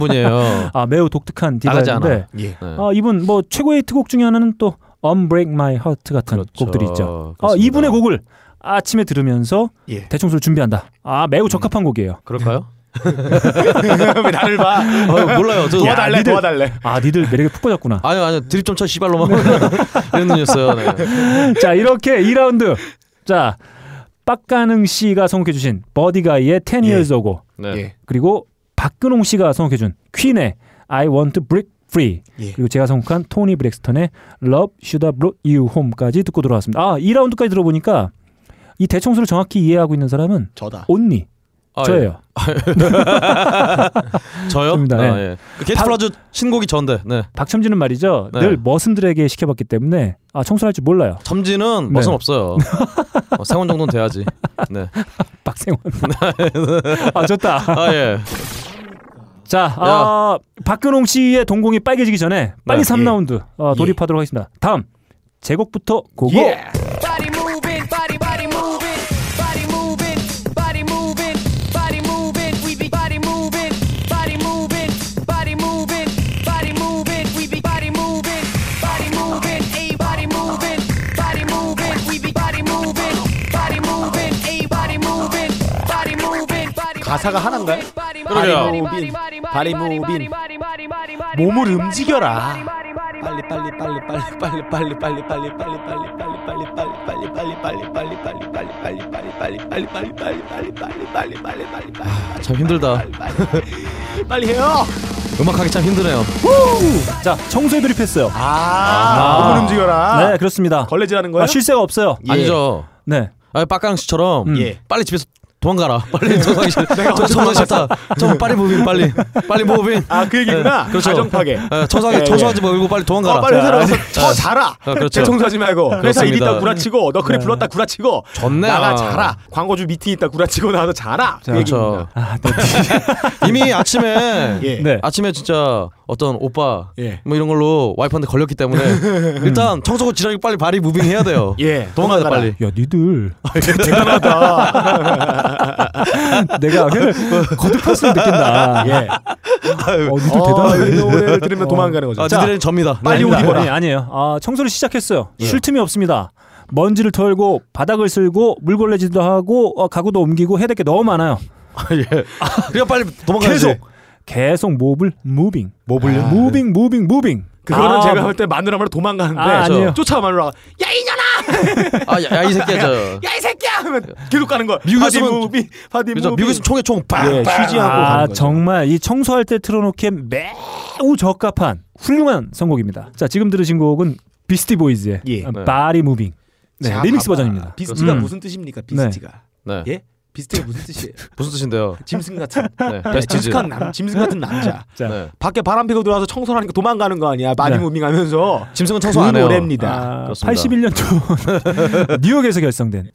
Speaker 2: *laughs*
Speaker 3: 분이에요.
Speaker 1: 아, 매우 독특한
Speaker 3: 나가지
Speaker 1: 디바인데.
Speaker 2: 예. *laughs*
Speaker 3: 네.
Speaker 1: 아, 이분 뭐 최고의 히트곡 중에 하나는 또 Unbreak My Heart 같은
Speaker 3: 그렇죠.
Speaker 1: 곡들이 있죠. 아,
Speaker 3: 그렇습니다.
Speaker 1: 이분의 곡을 아침에 들으면서
Speaker 2: 예.
Speaker 1: 대청소를 준비한다. 아, 매우
Speaker 3: 음.
Speaker 1: 적합한 곡이에요.
Speaker 3: 그럴까요?
Speaker 2: 왜 나를 봐.
Speaker 3: 어, 몰라요. 저
Speaker 2: 도와달래,
Speaker 1: 니들-
Speaker 2: 도와달래.
Speaker 1: 아, 니들 매력에 푹 빠졌구나.
Speaker 3: 아니요, 아니요. 드립 좀 쳐, 씨발로 막 *laughs* 이런 눈이었어요. 네.
Speaker 1: 자 이렇게 2라운드 자 빡가능 씨가 선곡해주신 버디가이의 10 Years Ago
Speaker 3: 네.
Speaker 2: 예.
Speaker 1: 그리고 박근홍 씨가 선곡해준 퀸의 I Want to Break Free
Speaker 2: 예.
Speaker 1: 그리고 제가 선곡한 토니 브렉스턴의 Love Should Have Brought You Home까지 듣고 돌아왔습니다. 아 2라운드까지 들어보니까 이 대청소를 정확히 이해하고 있는 사람은
Speaker 2: 저다.
Speaker 1: 온니
Speaker 3: 아, 예.
Speaker 1: 저예요.
Speaker 3: 저요?
Speaker 1: 좋습니다.
Speaker 3: 아,
Speaker 1: 네.
Speaker 3: 예. 그 게이트 플라즈 신곡이 전데. 네.
Speaker 1: 박첨지는 말이죠.
Speaker 3: 네.
Speaker 1: 늘 머슴들에게 시켜봤기 때문에 아 청소할 줄 몰라요. *laughs*
Speaker 3: 점지는
Speaker 1: 네.
Speaker 3: 멋은 없어요. 어, 생원 정도는 돼야지. 네.
Speaker 1: 박생원. 아 좋다.
Speaker 3: *laughs* 아 예.
Speaker 1: 자, 아, 박근홍 씨의 동공이 빨개지기 전에 빨리
Speaker 3: 네,
Speaker 1: 삼 3라운드 어, 돌입하도록 하겠습니다. 다음 제곡부터 고고.
Speaker 9: Body moving, body, body moving, body moving, body moving, body moving. We be body moving, body moving, body moving, body moving. We be body moving, body moving, a body moving, body moving. We be body moving, body moving, a body moving, body moving. Body
Speaker 2: 가사가 하나인가요?
Speaker 9: body
Speaker 3: 그러게요.
Speaker 9: moving,
Speaker 2: Body moving. 몸을 움직여라. 빨리 빨리 빨리 빨리 빨리 빨리 빨리 빨리 빨리 빨리 빨리 빨리 빨리 빨리 빨리 빨리 빨리 빨리 빨리 빨리 빨리 빨리 빨리 빨리 빨리 빨리 빨리 빨리 빨리
Speaker 3: 참 힘들다.
Speaker 2: 빨리 해요.
Speaker 3: 음악하기 참 힘드네요.
Speaker 1: 자, 청소에 돌입했어요.
Speaker 2: 아, 몸을 움직여라.
Speaker 1: 네, 그렇습니다.
Speaker 2: 걸레질하는 거야?
Speaker 1: 아, 쉴 새가 없어요.
Speaker 3: 아니죠.
Speaker 1: 네.
Speaker 3: 아, 빡가랑 씨처럼
Speaker 1: 음. 네.
Speaker 2: 예.
Speaker 3: 빨리 집에서 도망가라. 빨리 정상실. 저 정상실다.
Speaker 1: *laughs*
Speaker 3: 저 빨리 무빙 빨리. 빨리 무빙.
Speaker 2: 아 그 얘기구나.
Speaker 3: 예, 그렇죠.
Speaker 2: 가정 파괴.
Speaker 3: 예, 처상에
Speaker 2: 예,
Speaker 3: 처소하지 말고 빨리 도망가라.
Speaker 2: 어, 빨리 회사로 가서 쳐
Speaker 3: 자,
Speaker 2: 자라.
Speaker 3: 아, 그렇죠.
Speaker 2: 대청소하지 말고 회사 일
Speaker 3: 그렇습니다.
Speaker 2: 있다 구라치고 너클리 불렀다 구라치고
Speaker 3: 좋네.
Speaker 2: 나가
Speaker 3: 아.
Speaker 2: 자라. 광고주 미팅 있다 구라치고 나와서 자라. 그 얘기입니다.
Speaker 3: 그렇죠. 네.
Speaker 2: *laughs*
Speaker 3: 이미 아침에
Speaker 2: 예.
Speaker 1: 네.
Speaker 3: 아침에 진짜 어떤 오빠
Speaker 2: 예.
Speaker 3: 뭐 이런 걸로 와이프한테
Speaker 2: *laughs*
Speaker 3: 걸렸기 때문에 일단 청소고 지랄이 빨리 발이 무빙해야 돼요.
Speaker 2: 예.
Speaker 3: *laughs* 도망가자 빨리.
Speaker 1: 야 니들
Speaker 2: 대단하다.
Speaker 1: *laughs* 내가 회를 거듭 할수록 느낀다.
Speaker 2: 예.
Speaker 1: 어, 니들
Speaker 2: 어,
Speaker 1: 대단하네.
Speaker 2: 이 노래를 들으면 도망가는 거죠.
Speaker 3: 아,
Speaker 2: 자,
Speaker 3: 니들은 접니다. 네.
Speaker 2: 빨리 예. 옷 입어라.
Speaker 1: 아니, 아니에요. 아, 청소를 시작했어요. 쉴 틈이 없습니다. 먼지를 털고 바닥을 쓸고 물걸레질도 하고 어, 가구도 옮기고 해야 될 게 너무 많아요.
Speaker 3: *laughs* 그냥 빨리 도망가야지.
Speaker 1: 계속 계속 몹을 무빙.
Speaker 2: 모블요?
Speaker 1: 무빙 무빙 무빙.
Speaker 2: 그거는
Speaker 1: 아,
Speaker 2: 제가 볼 때 마누라말로 도망가는데
Speaker 1: 아, 아니에요.
Speaker 2: 쫓아 마누라 야이 년아
Speaker 3: 아, 야, 야, 이
Speaker 2: *laughs*
Speaker 3: 새끼야 저.
Speaker 2: 야이 새끼야 하면 계속 가는 거야.
Speaker 3: 네. 미국에서는-
Speaker 2: 바디 무비 바디
Speaker 3: 그죠?
Speaker 2: 무비
Speaker 3: 미국에서 총에 총 빵.
Speaker 2: 예,
Speaker 3: 빵.
Speaker 2: 휴지하고
Speaker 1: 아,
Speaker 2: 가는 거죠.
Speaker 1: 정말 이 청소할 때 틀어놓기에 매우 적합한 훌륭한 선곡입니다. 자, 지금 들으신 곡은 비스티 보이즈의
Speaker 2: 예.
Speaker 1: 바리 무빙. 네,
Speaker 2: 자,
Speaker 1: 리믹스
Speaker 2: 봐봐.
Speaker 1: 버전입니다.
Speaker 2: 비스트가
Speaker 1: 음.
Speaker 2: 무슨 뜻입니까? 비스트가
Speaker 3: 네.
Speaker 2: 예? 비스트가 무슨
Speaker 3: *laughs*
Speaker 2: 뜻이에요?
Speaker 3: 무슨 뜻인데요?
Speaker 2: 짐승 같은 *laughs*
Speaker 3: 네. 베스티즈.
Speaker 2: 짐승한 남 짐승 같은
Speaker 3: *laughs*
Speaker 2: 남자.
Speaker 1: 자,
Speaker 3: 네.
Speaker 2: 밖에 바람 피고 들어와서 청소하니까 도망가는 거 아니야? 바디
Speaker 1: 네.
Speaker 2: 무빙하면서
Speaker 3: 짐승은 청소 안 해요.
Speaker 2: 노래입니다.
Speaker 1: 아,
Speaker 3: 네, 그렇습니다.
Speaker 1: 81년 전 *laughs* 뉴욕에서 결성된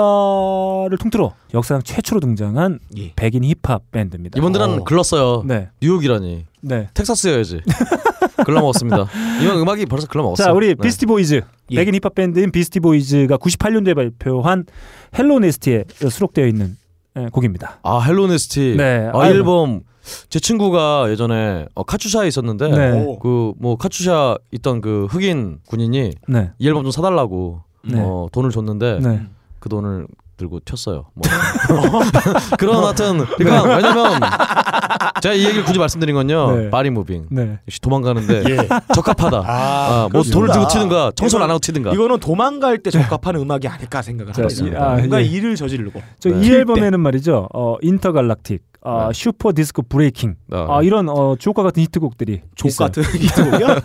Speaker 1: 대중음악사를 통틀어 역사상 최초로 등장한
Speaker 2: 예.
Speaker 1: 백인 힙합 밴드입니다.
Speaker 3: 이분들은
Speaker 2: 어.
Speaker 3: 글렀어요.
Speaker 1: 네,
Speaker 3: 뉴욕이라니.
Speaker 1: 네.
Speaker 3: 텍사스여야지.
Speaker 2: *laughs*
Speaker 3: 글러먹었습니다. 이왕 음악이 벌써 글러먹었어.
Speaker 1: 자, 우리
Speaker 3: 네.
Speaker 1: 비스티 보이즈
Speaker 2: 예.
Speaker 1: 백인 힙합 밴드인 비스티 보이즈가 98년도에 발표한 헬로 네스티에 수록되어 있는 예, 곡입니다.
Speaker 3: 아 헬로네스티.
Speaker 1: 네,
Speaker 3: 아
Speaker 1: 아이고.
Speaker 3: 앨범. 제 친구가 예전에 어, 카츄샤에 있었는데
Speaker 1: 네.
Speaker 2: 오.
Speaker 3: 그 뭐 카츄샤 있던 그 흑인 군인이
Speaker 1: 네.
Speaker 3: 이 앨범 좀 사달라고
Speaker 1: 네.
Speaker 3: 어, 돈을 줬는데
Speaker 1: 네.
Speaker 3: 그 돈을 들고 튀었어요. 뭐. *laughs* 그런 하여튼 그러니까 왜냐면 제가 이 얘기를 굳이 말씀드린 건요.
Speaker 1: 네.
Speaker 3: 바리 무빙.
Speaker 1: 네.
Speaker 3: 역시 도망가는데 적합하다.
Speaker 2: 아,
Speaker 3: 아, 뭐 돈을
Speaker 2: 그렇습니다.
Speaker 3: 주고 튀든가 청소를 안 하고 튀든가. 네.
Speaker 2: 이거는 도망갈 때 적합한 음악이 아닐까 생각을
Speaker 1: 자,
Speaker 2: 합니다.
Speaker 1: 아,
Speaker 2: 뭔가
Speaker 1: 예.
Speaker 2: 일을 저지르고
Speaker 1: 저 이
Speaker 2: 네.
Speaker 1: 앨범에는 말이죠. 어, 인터갈락틱, 어,
Speaker 3: 네.
Speaker 1: 슈퍼 디스코 브레이킹,
Speaker 3: 아,
Speaker 1: 아, 이런 어, 주옥과 같은 히트곡들이
Speaker 2: 족
Speaker 1: 있어요.
Speaker 2: 같은 *laughs*
Speaker 3: *laughs*
Speaker 2: 이거요.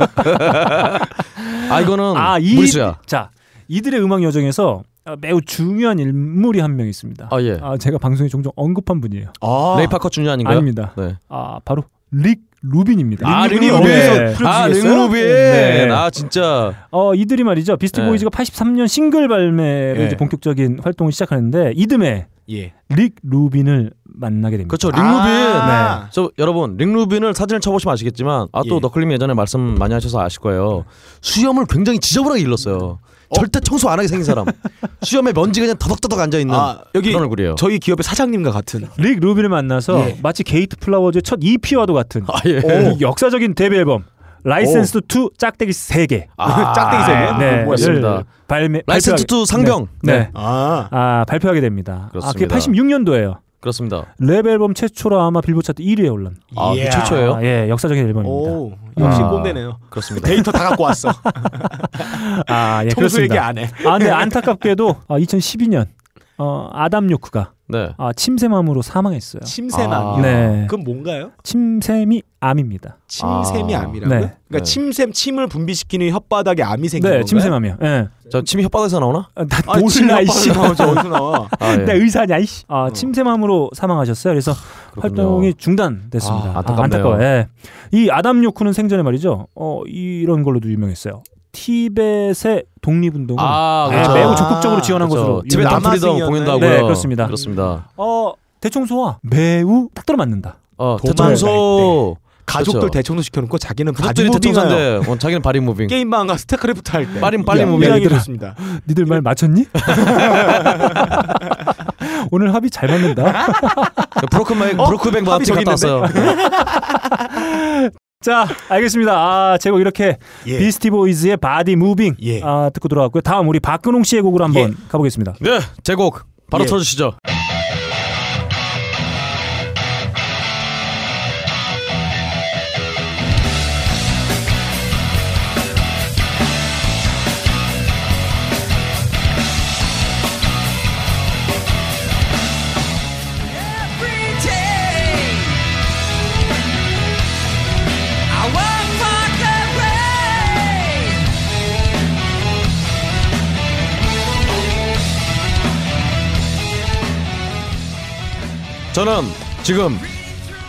Speaker 3: 아 이거는
Speaker 1: 아, 이
Speaker 3: 물수야.
Speaker 1: 자, 이들의 음악 여정에서 어, 매우 중요한 인물이 한 명 있습니다.
Speaker 3: 아 예.
Speaker 1: 제가 방송에 종종 언급한 분이에요.
Speaker 2: 아,
Speaker 3: 레이 파커 주니 아닌가요?
Speaker 1: 아닙니다.
Speaker 3: 네.
Speaker 1: 아, 바로 릭 루빈입니다.
Speaker 3: 아,
Speaker 2: 링
Speaker 3: 링
Speaker 2: 루빈.
Speaker 1: 네.
Speaker 3: 루빈. 아, 링
Speaker 2: 프로듀싱했어요?
Speaker 3: 루빈.
Speaker 1: 네.
Speaker 3: 아, 진짜.
Speaker 1: 어, 이들이 말이죠. 비스티
Speaker 3: 네.
Speaker 1: 보이즈가 83년 싱글 발매로
Speaker 2: 예.
Speaker 1: 이제 본격적인 활동을 시작하는데 이듬해
Speaker 2: 예.
Speaker 1: 릭 루빈을 만나게 됩니다.
Speaker 3: 그렇죠. 링 루빈.
Speaker 2: 아,
Speaker 3: 저 여러분, 링 루빈을 사진을 쳐 보시면 아시겠지만 아 또
Speaker 2: 예.
Speaker 3: 너클림이 예전에 말씀 많이 하셔서 아실 거예요. 수염을 굉장히 지저분하게 일렀어요. 절대 청소 안 하게
Speaker 2: *laughs*
Speaker 3: 생긴 사람. 수염에 먼지 가 그냥 더덕더덕 앉아 있는
Speaker 2: 아, 여기
Speaker 3: 그런 얼굴이에요.
Speaker 2: 저희 기업의 사장님과 같은
Speaker 1: 그렇죠. 릭 루빈을 만나서
Speaker 2: 예.
Speaker 1: 마치 게이트 플라워즈의 첫 EP와도 같은
Speaker 3: 아 예.
Speaker 2: 어?
Speaker 1: 이 역사적인 데뷔 앨범 라이센스 투 짝대기 3개.
Speaker 3: 아,
Speaker 2: 아, 짝대기 세.
Speaker 1: 네,
Speaker 3: 예,
Speaker 1: 네.
Speaker 3: 그렇습니다.
Speaker 1: 를 발매
Speaker 3: 라이센스
Speaker 1: 발표하게-
Speaker 3: 투 상병.
Speaker 1: 네. 네.
Speaker 2: 아,
Speaker 1: 아, 발표하게 됩니다. 아, 그게
Speaker 3: 그렇습니다.
Speaker 1: 86년도예요.
Speaker 3: 그렇습니다.
Speaker 1: 랩 앨범 최초로 아마 빌보드 차트 1위에 올랐.
Speaker 3: 아,
Speaker 2: 예.
Speaker 3: 그 최초예요?
Speaker 1: 아, 예, 역사적인 앨범입니다.
Speaker 2: 오, 역시
Speaker 1: 아.
Speaker 2: 꼰대네요.
Speaker 3: 그렇습니다. 네,
Speaker 2: 데이터 다 갖고
Speaker 3: *laughs*
Speaker 2: 왔어.
Speaker 1: 아, 예,
Speaker 2: 청소 얘기
Speaker 1: 그렇습니다.
Speaker 2: 안 해.
Speaker 1: 아, 근데 안타깝게도 아, 2012년 어, 아담 요크가
Speaker 3: 네.
Speaker 1: 아, 침샘암으로 사망했어요.
Speaker 2: 침샘암이요.
Speaker 3: 아.
Speaker 1: 네.
Speaker 2: 그건 뭔가요?
Speaker 1: 침샘이 암입니다.
Speaker 2: 침샘이
Speaker 3: 아.
Speaker 2: 암이라고요?
Speaker 1: 네.
Speaker 2: 그러니까
Speaker 3: 네.
Speaker 2: 침샘 침을 분비시키는 혓바닥에 암이 생긴
Speaker 1: 네,
Speaker 2: 건가요?
Speaker 1: 침샘암이요. 예.
Speaker 3: 저 침이 혓바닥에서 나오나?
Speaker 1: 아, 나
Speaker 2: 아, 침
Speaker 1: 도시나
Speaker 2: 혓바닥에
Speaker 1: 이씨.
Speaker 2: 나오죠. 어디서 나와?
Speaker 3: 아, 예. 어. 아,
Speaker 1: 나 네, 의사냐 이씨. 아, 침샘암으로 사망하셨어요. 그래서
Speaker 3: 그렇군요.
Speaker 1: 활동이 중단됐습니다.
Speaker 3: 아, 안타깝네요.
Speaker 1: 안타까워요. 예. 이 아담 요크는 생전에 말이죠. 어, 이런 걸로도 유명했어요. 티벳의 독립운동을
Speaker 3: 아,
Speaker 1: 예,
Speaker 3: 그렇죠.
Speaker 1: 매우 적극적으로 지원한 것으로
Speaker 3: 그렇죠. 티베탄
Speaker 1: 유명합니다.
Speaker 3: 프리덤
Speaker 2: 남아승이었네.
Speaker 3: 공연도 하고요.
Speaker 1: 네, 그렇습니다.
Speaker 3: 그렇습니다.
Speaker 1: 어, 대청소와 매우 딱 들어맞는다.
Speaker 3: 어,
Speaker 2: 도망갈
Speaker 1: 네,
Speaker 3: 대청소
Speaker 2: 가족들
Speaker 3: 그렇죠.
Speaker 2: 대청소 시켜놓고 자기는 바디
Speaker 3: 가족들이
Speaker 2: 무빙하요.
Speaker 3: 대청소인데 어, 자기는 바리 무빙.
Speaker 2: 게임방과 스타크래프트 할 때.
Speaker 3: 빠림 빨리
Speaker 1: 야,
Speaker 3: 무빙.
Speaker 1: 야,
Speaker 2: 굉장히
Speaker 1: 얘들아.
Speaker 2: 좋습니다.
Speaker 1: 니들 말 맞췄니? *laughs* 오늘 합이 잘 맞는다.
Speaker 3: 그 브로큰뱅 브로큰뱅
Speaker 2: 합이 어?
Speaker 3: 바티
Speaker 2: 저기
Speaker 3: 갔다 왔어요.
Speaker 1: 자, 알겠습니다. 아, 제가 이렇게
Speaker 2: 예.
Speaker 1: 비스티 보이즈의 바디 무빙
Speaker 2: 예.
Speaker 1: 아, 듣고 돌아왔고요. 다음 우리 박근홍 씨의 곡으로 한번 가보겠습니다.
Speaker 3: 네, 제곡 바로
Speaker 2: 예.
Speaker 3: 틀어주시죠. 저는 지금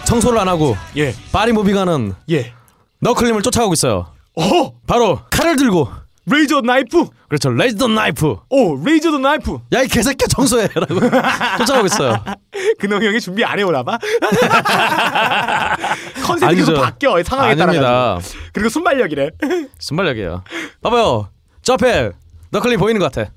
Speaker 3: 청소를 안 하고
Speaker 2: 예.
Speaker 3: 바디 무빙하는
Speaker 2: 예.
Speaker 3: 너클림을 쫓아가고 있어요.
Speaker 2: 오!
Speaker 3: 바로 칼을 들고
Speaker 2: 레이저 나이프.
Speaker 3: 그렇죠 레이더 나이프.
Speaker 2: 오, 레이저 더 나이프.
Speaker 3: 야 이 개새끼야 청소해라고 *laughs* 쫓아가고 있어요.
Speaker 2: 근홍 형이 준비 안 해오나
Speaker 3: *laughs*
Speaker 2: 봐. 컨셉이 계속
Speaker 3: 아니죠.
Speaker 2: 바뀌어 상황에 따라.
Speaker 3: 아닙니다.
Speaker 2: 그리고 순발력이래.
Speaker 3: 순발력이에요. 봐봐요. 저 앞에 너클림 보이는 것 같아.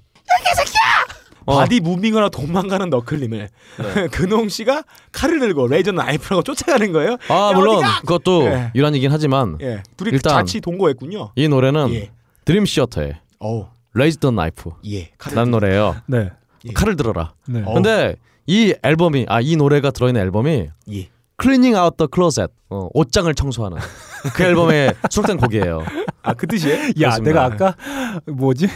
Speaker 3: 어. 네.
Speaker 2: 바디 무빙하나 도망가는 너클림을 *laughs* 근홍 씨가 칼을 들고 레이저 나이프라고 쫓아가는 거예요.
Speaker 3: 아
Speaker 2: 야,
Speaker 3: 물론
Speaker 2: 어디가?
Speaker 3: 그것도
Speaker 2: 예.
Speaker 3: 유란이긴 하지만
Speaker 2: 예, 둘이
Speaker 3: 일단
Speaker 2: 같이 동거했군요.
Speaker 3: 이 노래는
Speaker 2: 예.
Speaker 3: 드림 시어터의
Speaker 2: 어,
Speaker 3: Raise the Knife
Speaker 2: 예. 칼을
Speaker 3: 라는 노래예요.
Speaker 1: 네.
Speaker 3: 칼을 들어라.
Speaker 1: 네.
Speaker 2: 어.
Speaker 3: 근데 이 앨범이 아 이 노래가 들어있는 앨범이
Speaker 2: 예.
Speaker 3: Cleaning Out the Closet 어,
Speaker 2: *laughs*
Speaker 3: 옷장을 청소하는 그 앨범에 수록된 곡이에요.
Speaker 2: 아, 그 뜻이에요?
Speaker 1: *laughs* 야,
Speaker 3: 그렇습니다.
Speaker 1: 내가 아까 뭐지?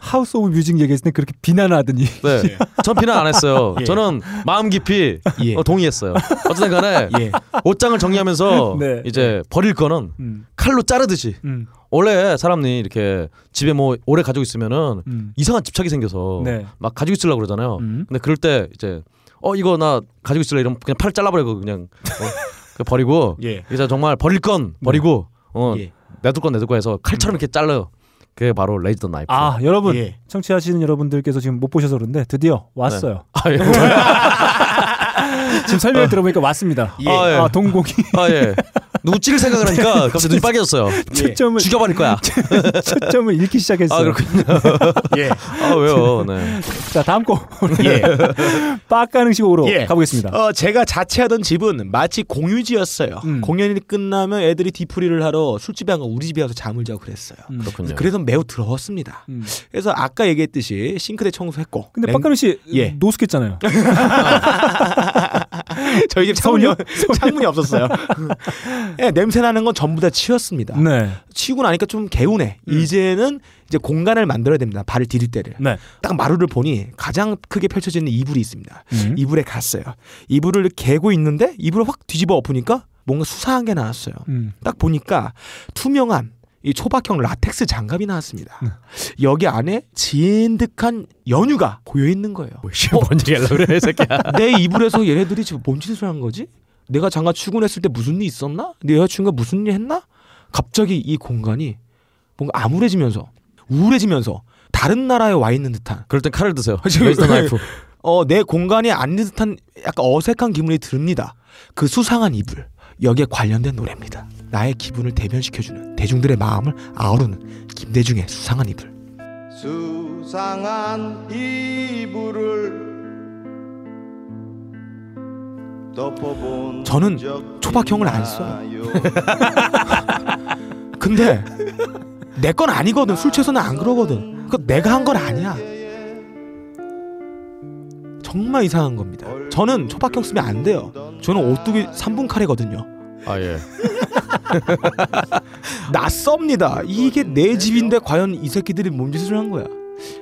Speaker 1: 하우스 오브 뮤직 얘기했을 때 그렇게 비난하더니
Speaker 3: 네, 전 비난 안 했어요.
Speaker 2: 예.
Speaker 3: 저는 마음 깊이
Speaker 2: 예.
Speaker 3: 어, 동의했어요. 어쨌든간에
Speaker 2: 예.
Speaker 3: 옷장을 정리하면서
Speaker 1: 네.
Speaker 3: 이제 버릴 거는
Speaker 1: 음.
Speaker 3: 칼로 자르듯이
Speaker 1: 음.
Speaker 3: 원래 사람이 이렇게 집에 뭐 오래 가지고 있으면은
Speaker 1: 음.
Speaker 3: 이상한 집착이 생겨서
Speaker 1: 네.
Speaker 3: 막 가지고 있으려고 그러잖아요.
Speaker 1: 음.
Speaker 3: 근데 그럴 때 이제 어 이거 나 가지고 있으려 이러면 그냥 팔을 잘라버리고 그냥 어,
Speaker 1: *laughs*
Speaker 3: 그냥 버리고
Speaker 2: 예.
Speaker 3: 이제 정말 버릴 건 버리고
Speaker 1: 네.
Speaker 3: 어
Speaker 2: 예.
Speaker 3: 내둘 건 내둘 거 해서 칼처럼 이렇게 잘라요. 그게 바로 레이더 나이프.
Speaker 1: 음. 아, 여러분.
Speaker 2: 예.
Speaker 1: 청취하시는 여러분들께서 지금 못 보셔서 그런데 드디어 왔어요.
Speaker 3: *laughs* 아, 예.
Speaker 1: 지금 설명을 들어보니까 왔습니다.
Speaker 2: 예.
Speaker 3: 아, 네. 예.
Speaker 1: 아, 동공이
Speaker 3: 아 예. 누구 찌를 생각을 하니까 갑자기 눈이 빨개졌어요.
Speaker 1: *laughs* 예.
Speaker 3: 예.
Speaker 1: 초점을
Speaker 3: 죽여버릴
Speaker 1: *laughs*
Speaker 3: 거야.
Speaker 1: 초점을 잃기
Speaker 3: 아
Speaker 1: 시작했어요.
Speaker 3: 그렇군요. *laughs*
Speaker 2: 예.
Speaker 3: 아 왜요?
Speaker 1: *laughs*
Speaker 3: 네.
Speaker 1: 자, 다음 곡.
Speaker 2: 예.
Speaker 1: 빡가능식으로
Speaker 2: 예.
Speaker 1: 가보겠습니다.
Speaker 2: 어, 제가 자취하던 집은 마치 공유지였어요.
Speaker 1: 음.
Speaker 2: 공연이 끝나면 애들이 디프리를 하러 술집에 간 거 우리 집에 와서 잠을 자고 그랬어요.
Speaker 1: 음.
Speaker 3: 그렇군요.
Speaker 2: 그래서 매우 더웠습니다.
Speaker 1: 음.
Speaker 2: 그래서 아까 얘기했듯이 싱크대 청소했고.
Speaker 1: 근데
Speaker 2: 냉-
Speaker 1: 빡가능 씨
Speaker 2: 예.
Speaker 1: 노숙했잖아요.
Speaker 2: *laughs* 저희 집 창문이
Speaker 1: 서울요?
Speaker 2: 창문이
Speaker 1: *laughs*
Speaker 2: 없었어요. 예, 냄새 나는 건 전부 다 치웠습니다.
Speaker 1: 네. 음.
Speaker 2: 치우고 나니까 좀 개운해. 이제는 이제 공간을 만들어야 됩니다. 발을 디딜 때를.
Speaker 1: 네.
Speaker 2: 딱 마루를 보니 가장 크게 펼쳐지는 이불이 있습니다.
Speaker 1: 음.
Speaker 2: 이불에 갔어요. 이불을 개고 있는데 이불을 확 뒤집어 엎으니까 뭔가 수사한 게 나왔어요.
Speaker 1: 음.
Speaker 2: 딱 보니까 투명한 이 초박형 라텍스 장갑이 나왔습니다. 여기 안에 진득한 연유가 고여 있는 거예요.
Speaker 3: 뭐
Speaker 2: 어?
Speaker 3: 뭔 얘기 하려고 그래 이 새끼야.
Speaker 2: *laughs* 내 이불에서 얘네들이 지금 뭔 짓을 한 거지? 내가 장가 출근했을 때 무슨 일 있었나? 내 여자친구가 무슨 일 했나? 갑자기 이 공간이 뭔가 암울해지면서 우울해지면서 다른 나라에 와 있는 듯한
Speaker 3: 그럴 땐 칼을
Speaker 1: *laughs*
Speaker 3: 드세요.
Speaker 2: 지금-
Speaker 3: 레이더
Speaker 1: 그
Speaker 3: 나이프.
Speaker 2: 어, 내 공간이 아닌 듯한 약간 어색한 기분이 듭니다. 그 수상한 이불 여기에 관련된 노래입니다. 나의 기분을 대변시켜주는 대중들의 마음을 아우르는 김대중의 수상한 이불.
Speaker 10: 수상한 이불을 덮어본
Speaker 2: 저는 초박형을 안 근데 내 건 아니거든. 술 취해서는 안 그러거든. 그 내가 한 건 아니야. 정말 이상한 겁니다. 저는 초박형 쓰면 안 돼요. 저는 오뚜기 3분 칼이거든요. *laughs*
Speaker 3: 아 예.
Speaker 2: 낯섭니다. 이게 내 집인데 과연 이 새끼들이 몸짓을 한 거야.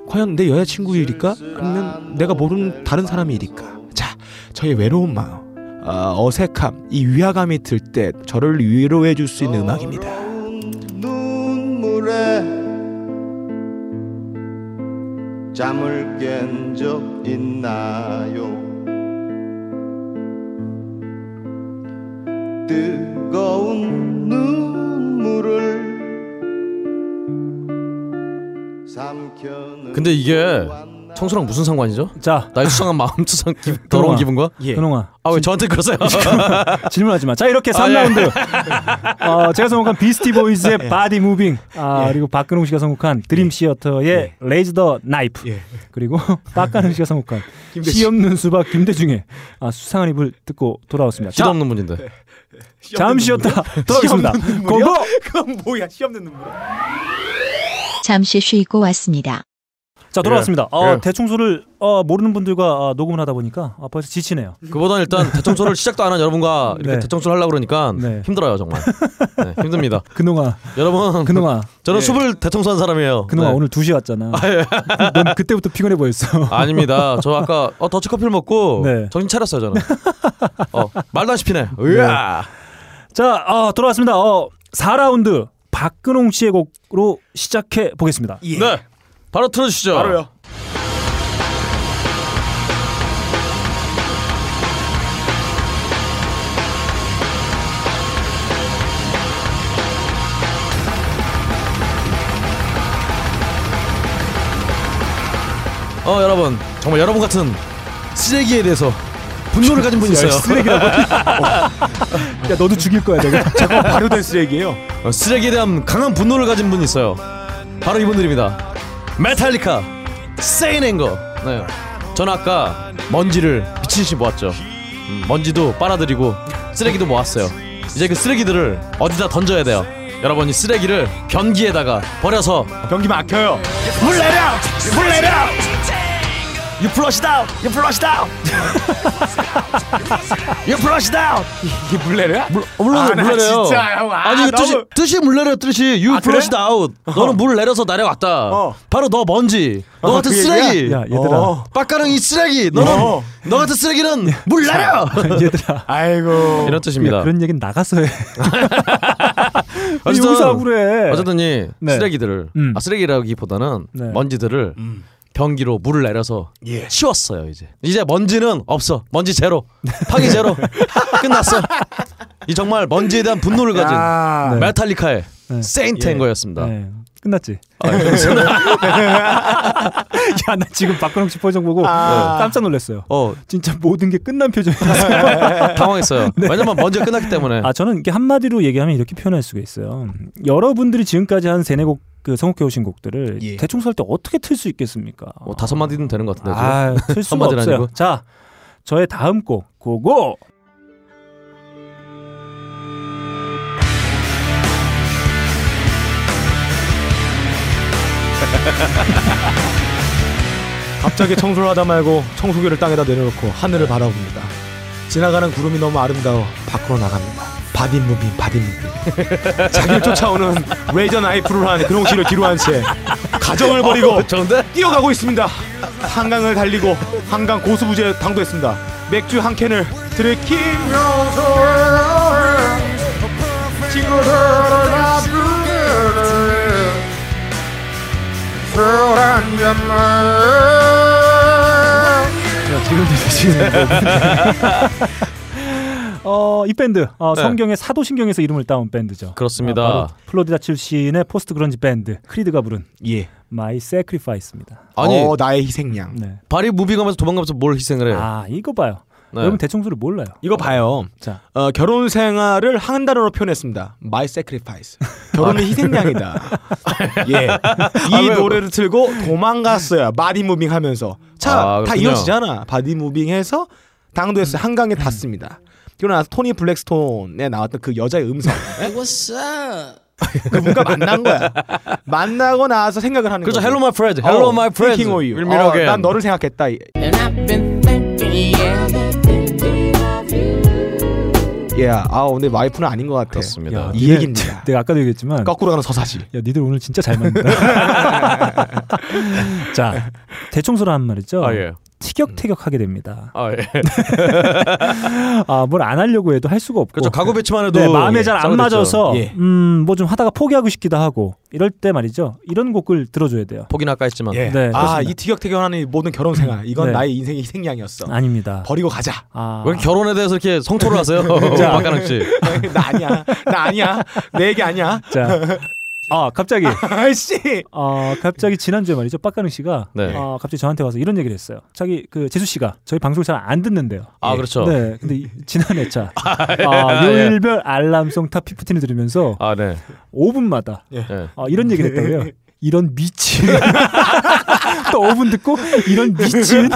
Speaker 2: 과연 내 여자친구 일일까? 아니면 내가 모르는 다른 사람의 일일까? 자, 저의 외로운 마음, 아, 어색함, 이 위화감이 들 때 저를 위로해 줄 수 있는 음악입니다.
Speaker 10: 눈물에 잠을 깬 적 있나요? 뜨거운 눈물을 삼켜는
Speaker 3: 근데 이게 청소랑 무슨 상관이죠?
Speaker 1: 자,
Speaker 3: 나의 수상한 마음, 수상 기,
Speaker 1: 그럼.
Speaker 3: 더러운 기분과?
Speaker 1: 근홍아.
Speaker 3: 아 왜 저한테 그러세요? *laughs*
Speaker 1: 질문하지 마. 자 이렇게
Speaker 3: 아,
Speaker 1: 3라운드 어, 제가 선곡한 비스티 보이즈의 바디 무빙 아, 그리고 박근홍 씨가 선곡한 드림 시어터의 레이즈 더 나이프
Speaker 2: 예.
Speaker 1: 그리고 *laughs* 박가능 씨가 선곡한
Speaker 2: 김대중.
Speaker 1: 시없는 수박 김대중의 아, 수상한 입을 듣고 돌아왔습니다.
Speaker 3: 기도
Speaker 1: 자,
Speaker 3: 없는 분인데.
Speaker 1: 잠시였다 돌아오겠습니다. 고고!
Speaker 2: 그건 뭐야? 시 없는 눈물.
Speaker 5: 잠시 쉬고 왔습니다.
Speaker 1: 자 돌아왔습니다. 어,
Speaker 3: 예.
Speaker 1: 대충소를 어, 모르는 분들과 어, 녹음을 하다 보니까 아, 벌써 지치네요.
Speaker 3: 그보단 일단 대청소를 시작도 안 한 여러분과 이렇게
Speaker 1: 네.
Speaker 3: 대청소를 하려고 그러니까
Speaker 1: 네.
Speaker 3: 힘들어요 정말. 네, 힘듭니다.
Speaker 1: 근홍아,
Speaker 3: 여러분
Speaker 1: 근홍아,
Speaker 3: 저는 숲을 대청소한 사람이에요.
Speaker 1: 근홍아
Speaker 3: 네. 예.
Speaker 1: 오늘 2시 왔잖아. 넌 그때부터 피곤해 보였어.
Speaker 3: *laughs* 아닙니다. 저 아까 어, 더치커피를 먹고
Speaker 1: 네.
Speaker 3: 정신 차렸어요 저는. 어, 말도 안 씹히네. 으아.
Speaker 1: 자, 어, 돌아왔습니다. 어, 4라운드 박근홍 씨의 곡으로 시작해 보겠습니다.
Speaker 2: 예.
Speaker 3: 네. 바로 틀어주시죠.
Speaker 2: 바로요.
Speaker 3: 어 여러분 정말 여러분 같은 쓰레기에 대해서 분노를 가진 분이 있어요. *laughs*
Speaker 2: 쓰레기라고? 야 너도 죽일 거야 내가.
Speaker 3: 잠깐 발효된 쓰레기예요. 어, 쓰레기에 대한 강한 분노를 가진 분이 있어요. 바로 이분들입니다. 메탈리카, 세인앵거. 네. 전 아까 먼지를 미친 듯이 모았죠. 음, 먼지도 빨아들이고 쓰레기도 모았어요. 이제 그 쓰레기들을 어디다 던져야 돼요. 여러분 이 쓰레기를 변기에다가 버려서 변기 막혀요.
Speaker 8: 물 내려! 물 내려! You flush it out! You flush it out!
Speaker 3: *laughs*
Speaker 8: you flush it out! 이게 물 내려야? 물,
Speaker 3: 어, 물론
Speaker 8: 아, 나
Speaker 3: 물내려요.
Speaker 8: 진짜, 형, 아,
Speaker 3: 니 이거 뜻이
Speaker 8: 너무-
Speaker 3: 뜻이 물내려 뜻이 you
Speaker 8: 아, 그래?
Speaker 3: flushed out. 너는 물을 내려서 내려왔다. 바로 너 먼지. 너
Speaker 8: 어,
Speaker 3: 같은
Speaker 8: 그 얘기야?
Speaker 3: 쓰레기. 어.
Speaker 8: 야, 얘들아.
Speaker 3: 빡가는 이 쓰레기. 너는
Speaker 8: 어.
Speaker 3: 너 같은 쓰레기는 물
Speaker 8: *laughs*
Speaker 3: 내려.
Speaker 1: 얘들아.
Speaker 8: 아이고.
Speaker 3: 이런 뜻입니다.
Speaker 1: 야, 그런 얘기는 나가서 해.
Speaker 3: 어쨌든
Speaker 1: 여기서 하고 그래.
Speaker 3: 어쨌든 이
Speaker 1: 네.
Speaker 3: 쓰레기들을
Speaker 1: 음.
Speaker 3: 아, 쓰레기라기보다는
Speaker 1: 네.
Speaker 3: 먼지들을 변기로 물을 내려서
Speaker 8: 예.
Speaker 3: 치웠어요 이제. 이제 먼지는 없어. 먼지 제로. 파기 제로. *laughs* 끝났어. 이 정말 먼지에 대한 분노를 가진
Speaker 1: 야. 네.
Speaker 3: 메탈리카의
Speaker 1: 네.
Speaker 3: 세인트인
Speaker 1: 예.
Speaker 3: 거였습니다.
Speaker 1: 네. 끝났지.
Speaker 3: 아,
Speaker 1: *laughs* 야, 나 지금 박근홍 씨 표정 보고
Speaker 3: 아.
Speaker 1: 깜짝 놀랐어요.
Speaker 3: 어,
Speaker 1: 진짜 모든 게 끝난
Speaker 3: *laughs*
Speaker 1: 표정이었어요.
Speaker 3: 당황했어요. 왜냐면 먼저 끝났기 때문에.
Speaker 1: 네. 아 저는 이게 한마디로 얘기하면 이렇게 표현할 수가 있어요. 여러분들이 지금까지 한 세네 곡 그 선곡해 오신 곡들을
Speaker 3: 예.
Speaker 1: 대충 살 때 어떻게 틀 수 있겠습니까?
Speaker 3: 뭐 다섯 마디는 되는 것 같은데.
Speaker 1: 아, 틀 수가
Speaker 3: 한마디는
Speaker 1: 없어요.
Speaker 3: 아니고.
Speaker 1: 자, 저의 다음 곡 고고.
Speaker 2: 갑자기 청소를 하다 말고 청소기를 땅에다 내려놓고 하늘을 바라봅니다. 지나가는 구름이 너무 아름다워 밖으로 나갑니다. 바딘무빙 바딘무빙
Speaker 8: 자기를 쫓아오는 레이저 나이프를 한 그런 씨를 뒤로 한 채
Speaker 3: 아,
Speaker 8: 가정을 버리고 뛰어가고 있습니다. 한강을 달리고 한강 고수부지에 당도했습니다. 맥주 한 캔을 들이키면서 친구들 다 술한
Speaker 1: 야, 지금 들으시는 곡. 어, 이 밴드 어,
Speaker 3: 네.
Speaker 1: 성경의 사도신경에서 이름을 따온 밴드죠.
Speaker 3: 그렇습니다.
Speaker 8: 아.
Speaker 1: 어, 바로 플로리다 출신의 포스트 그런지 밴드 크리드가 부른
Speaker 2: 예.
Speaker 1: My Sacrifice입니다.
Speaker 3: 아니. 어,
Speaker 2: 나의 희생양.
Speaker 1: 네.
Speaker 3: 발이 무빙하면서 도망가면서 뭘 희생을 해요?
Speaker 1: 아 이거 봐요.
Speaker 3: 네.
Speaker 1: 여러분 대청소를 몰라요.
Speaker 2: 이거 봐요.
Speaker 1: 자.
Speaker 2: 어, 결혼 생활을 한 단어로 표현했습니다. My sacrifice.
Speaker 8: *laughs*
Speaker 2: 결혼은 희생양이다. 예. 이
Speaker 8: 아, 왜요?
Speaker 2: 노래를 틀고 도망갔어요. 바디 무빙 하면서. 자,
Speaker 8: 아,
Speaker 2: 다
Speaker 8: 그렇군요. 음.
Speaker 2: 이어지잖아. 바디 무빙 해서 당도에서 한강에 닿습니다. 그러나 토니 블랙스톤에 나왔던 그 여자의 음성.
Speaker 9: What's up?
Speaker 2: *laughs* 그분과 만난 거야. 만나고 나서 생각을 하는
Speaker 9: 그렇죠.
Speaker 2: 거죠.
Speaker 9: Hello, my friend.
Speaker 1: 어.
Speaker 3: Hello, my friend.
Speaker 2: Thinking of Oh, you.
Speaker 3: We'll meet
Speaker 2: 어,
Speaker 3: again.
Speaker 2: 난 너를 생각했다.
Speaker 9: And I've been thinking, yeah, been thinking of you.
Speaker 2: 예, 아 오늘 와이프는 아닌 것 같아.
Speaker 3: 그렇습니다.
Speaker 1: 네.
Speaker 2: 이 얘기입니다.
Speaker 1: *laughs* 내가 아까도 얘기했지만
Speaker 2: 거꾸로 가는 서사지.
Speaker 1: 야, 니들 오늘 진짜 잘
Speaker 3: *laughs*
Speaker 1: 맞는다. 자, 대청소를 한 말이죠.
Speaker 3: 아, 예.
Speaker 1: 티격태격하게 됩니다.
Speaker 3: 아 예.
Speaker 1: *laughs* 아, 뭘 안 하려고 해도 할 수가 없고.
Speaker 3: 그렇죠. 가구 배치만 해도
Speaker 1: 네, 마음에
Speaker 3: 예,
Speaker 1: 잘 안
Speaker 3: 싸우게
Speaker 1: 맞아서
Speaker 3: 됐죠. 예.
Speaker 1: 음 뭐 좀 하다가 포기하고 싶기도 하고 이럴 때 말이죠. 이런 곡을 들어줘야 돼요.
Speaker 3: 포기는 아까 했지만.
Speaker 1: 예. 네,
Speaker 2: 아,
Speaker 1: 그렇습니다.
Speaker 2: 이 티격태격하는 모든 결혼 생활. 이건
Speaker 1: 네.
Speaker 2: 나의 인생의 희생양이었어.
Speaker 1: 아닙니다.
Speaker 2: 버리고 가자. *laughs*
Speaker 1: 아.
Speaker 3: 왜 이렇게 결혼에 대해서 이렇게 성토를
Speaker 1: *laughs*
Speaker 3: 하세요,
Speaker 1: 네.
Speaker 2: 자.
Speaker 3: *laughs* 박가랑 씨?
Speaker 2: 나 아니야. 나 아니야. 내 얘기 아니야. *laughs*
Speaker 3: *laughs*
Speaker 1: 자. 아 갑자기
Speaker 2: 아씨.
Speaker 1: 아 갑자기 지난주에 말이죠 빡가능 씨가
Speaker 3: 네.
Speaker 1: 아, 갑자기 저한테 와서 이런 얘기를 했어요 자기 그 재수 씨가 저희 방송을 잘 안 듣는데요
Speaker 3: 아, 그렇죠.
Speaker 1: 네 근데
Speaker 3: *laughs*
Speaker 1: 이- 지난 회차 아,
Speaker 3: 예.
Speaker 1: 요일별 알람송 탑 피프틴을 들으면서
Speaker 3: 아 네.
Speaker 1: 5분마다
Speaker 3: 예.
Speaker 1: 아, 이런 얘기를 했다고요 이런 미친 *laughs* 또 5분 듣고 이런
Speaker 3: *laughs*
Speaker 1: 미친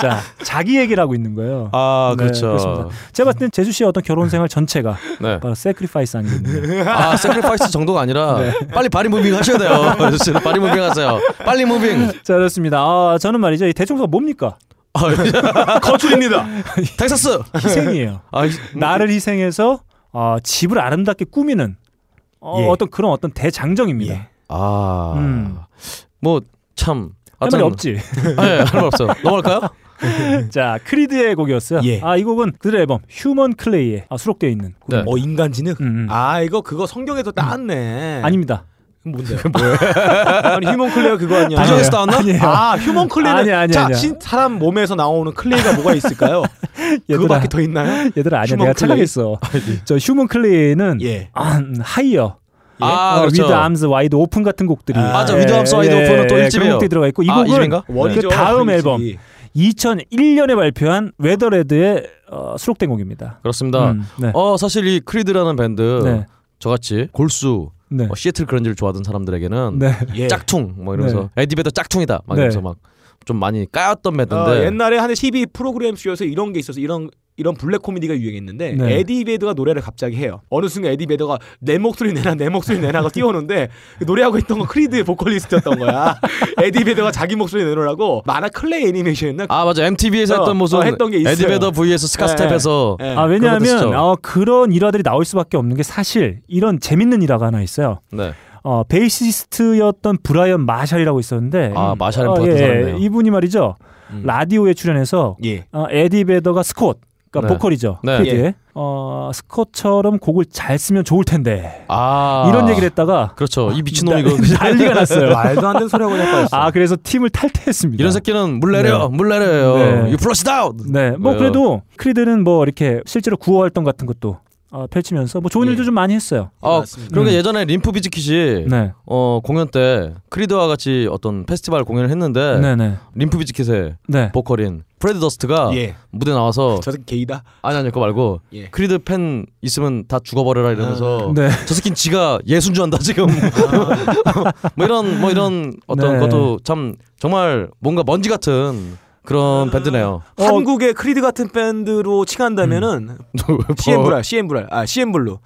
Speaker 1: 자 자기 얘기를 하고 있는 거예요
Speaker 3: 아
Speaker 1: 네,
Speaker 3: 그렇죠.
Speaker 1: 그렇습니다. 제가 봤을 땐 제주 씨의 어떤 결혼 생활 전체가
Speaker 3: 네.
Speaker 1: 바로 세크리파이스 아니겠네요. 네.
Speaker 3: 아 세크리파이스 정도가 아니라 빨리 바리 무빙 하셔야 돼요. *laughs* 저씨 바리 무빙 하세요. 빨리 무빙.
Speaker 1: 자 그렇습니다. 아, 저는 말이죠 이 대청소가 뭡니까?
Speaker 3: *laughs* 거출입니다. 아, 텍사스.
Speaker 1: 희생이에요.
Speaker 3: 아, 이-
Speaker 1: 나를 희생해서 어, 집을 아름답게 꾸미는 어,
Speaker 3: 예.
Speaker 1: 떤 그런 어떤 대장정입니다.
Speaker 3: 아.
Speaker 1: 음.
Speaker 3: 뭐참
Speaker 1: 할 말이 없지. *laughs*
Speaker 3: 네, 할말 없어. 넘어갈까요?
Speaker 1: 자 크리드의 곡이었어요.
Speaker 2: 예.
Speaker 1: 아 이 곡은 그들의 앨범 휴먼 클레이에 아, 수록되어 있는 곡.
Speaker 2: 어 인간 지능.
Speaker 1: 음, 음.
Speaker 2: 아 이거 그거 성경에서 따왔네.
Speaker 1: 아닙니다.
Speaker 2: 뭔데? 뭐야? 아니 휴먼 클레어 그거 아니야?
Speaker 3: 부정에서 따왔나?
Speaker 1: 아니에요.
Speaker 2: 아 휴먼 클레이는
Speaker 1: 아니야, 아니야,
Speaker 2: 자
Speaker 1: 아니야.
Speaker 2: 신- 사람 몸에서 나오는 클레이가 뭐가
Speaker 1: *laughs*
Speaker 2: 있을까요? 그거밖에 더
Speaker 1: 음.
Speaker 2: 있나요?
Speaker 1: 얘들아 아니야
Speaker 2: 휴먼
Speaker 1: 내가
Speaker 2: 클레이?
Speaker 1: 착각했어. 저 휴먼 클레이는
Speaker 2: 예.
Speaker 1: 아, 음, 하이어
Speaker 3: 아, 그렇죠.
Speaker 1: 위드 암스 와이드 오픈 같은 곡들이 예,
Speaker 3: 아, 맞아. With Arms Wide Open은 또 일집이에요.
Speaker 1: 그런 곡들이 들어가 있고 이
Speaker 3: 아,
Speaker 1: 곡은
Speaker 3: 일집인가?
Speaker 1: 그
Speaker 3: 원이죠,
Speaker 1: 다음
Speaker 3: 일집이.
Speaker 1: 앨범 2001년에 발표한 웨더레드의 어, 수록된 곡입니다.
Speaker 3: 그렇습니다.
Speaker 1: 음, 네.
Speaker 3: 어 사실 이 크리드라는 밴드
Speaker 1: 네.
Speaker 3: 저같이 골수
Speaker 1: 네.
Speaker 3: 어, 시애틀 그런지를 좋아하던 사람들에게는
Speaker 1: 네.
Speaker 2: 예.
Speaker 3: 짝퉁 막 이러면서 에디 베더 짝퉁이다 막 이러면서
Speaker 2: 네.
Speaker 3: 막 좀 많이 까였던
Speaker 2: 어,
Speaker 3: 밴드인데
Speaker 2: 옛날에 한 TV 프로그램 쇼에서 이런 게 있어서 이런 이런 블랙 코미디가 유행했는데
Speaker 3: 네.
Speaker 2: 에디 베더가 노래를 갑자기 해요. 어느 순간 에디 베더가 내 목소리 내놔 내 목소리 내놔가 뛰어오는데 그 노래하고 있던 건 크리드의
Speaker 1: *laughs*
Speaker 2: 보컬리스트였던 거야. 에디 베더가 자기 목소리 내놓으라고 만화 클레이 애니메이션이나
Speaker 3: 아 맞아 MTV에서
Speaker 2: 어,
Speaker 3: 했던 모습
Speaker 2: 어, 했던 게 있어요.
Speaker 3: 에디 베더 vs 스카스텝에서
Speaker 2: 예, 예.
Speaker 1: 아 왜냐하면 어, 그런 일화들이 나올 수밖에 없는 게 사실 이런 재밌는 일화가 하나 있어요.
Speaker 2: 예.
Speaker 3: 네.
Speaker 1: 어, 베이시스트였던 브라이언 마샬이라고 있었는데
Speaker 3: 아, 마샬
Speaker 1: 어,
Speaker 3: 엠프 같은 사람이네요. 음.
Speaker 1: 이분이 말이죠 라디오에 출연해서
Speaker 2: 예.
Speaker 1: 어, 에디 베더가 스콧 그러니까
Speaker 3: 네.
Speaker 1: 보컬이죠
Speaker 3: 네.
Speaker 1: 크리드의
Speaker 3: 예.
Speaker 1: 어, 스콧처럼 곡을 잘 쓰면 좋을 텐데
Speaker 3: 아
Speaker 1: 이런 얘기를 했다가
Speaker 3: 그렇죠 이 미친놈
Speaker 1: 나- *laughs*
Speaker 3: 이거 *laughs*
Speaker 1: 난리가 났어요
Speaker 3: 말도 안 되는 소리하고 자빠졌어.
Speaker 1: 아 그래서 팀을 탈퇴했습니다
Speaker 3: 이런 새끼는 물 내려
Speaker 1: 네.
Speaker 3: 물 내려요
Speaker 1: 네.
Speaker 3: You flush it out
Speaker 1: 네, 뭐
Speaker 3: 왜요?
Speaker 1: 그래도 크리드는 뭐 이렇게 실제로 구호 활동 같은 것도 어, 펼치면서 뭐 좋은
Speaker 3: 예.
Speaker 1: 일도 좀 많이 했어요.
Speaker 3: 아, 그러니까
Speaker 1: 음.
Speaker 3: 예전에 림프 비즈킷이
Speaker 1: 네.
Speaker 3: 어, 공연 때 크리드와 같이 어떤 페스티벌 공연을 했는데
Speaker 1: 네, 네.
Speaker 3: 림프 비즈킷의
Speaker 1: 네.
Speaker 3: 보컬인 프레드 더스트가
Speaker 2: 예.
Speaker 3: 무대 나와서
Speaker 2: 저 새끼 게이다.
Speaker 3: 아니 아니 그거 말고
Speaker 2: 예.
Speaker 3: 크리드 팬 있으면 다 죽어버려라 이러면서
Speaker 1: 아. 네.
Speaker 3: 저 새끼는 지가 예순 주한다 지금 *laughs* 뭐 이런 뭐 이런 어떤
Speaker 1: 네.
Speaker 3: 것도 참 정말 뭔가 먼지 같은 그런 밴드네요.
Speaker 2: 아. 한국의 크리드 같은 밴드로 칭한다면은
Speaker 3: 음.
Speaker 2: *laughs*
Speaker 3: 뭐
Speaker 2: CN
Speaker 3: *laughs*
Speaker 2: 브랄, CN 브랄, 아 CN 블루,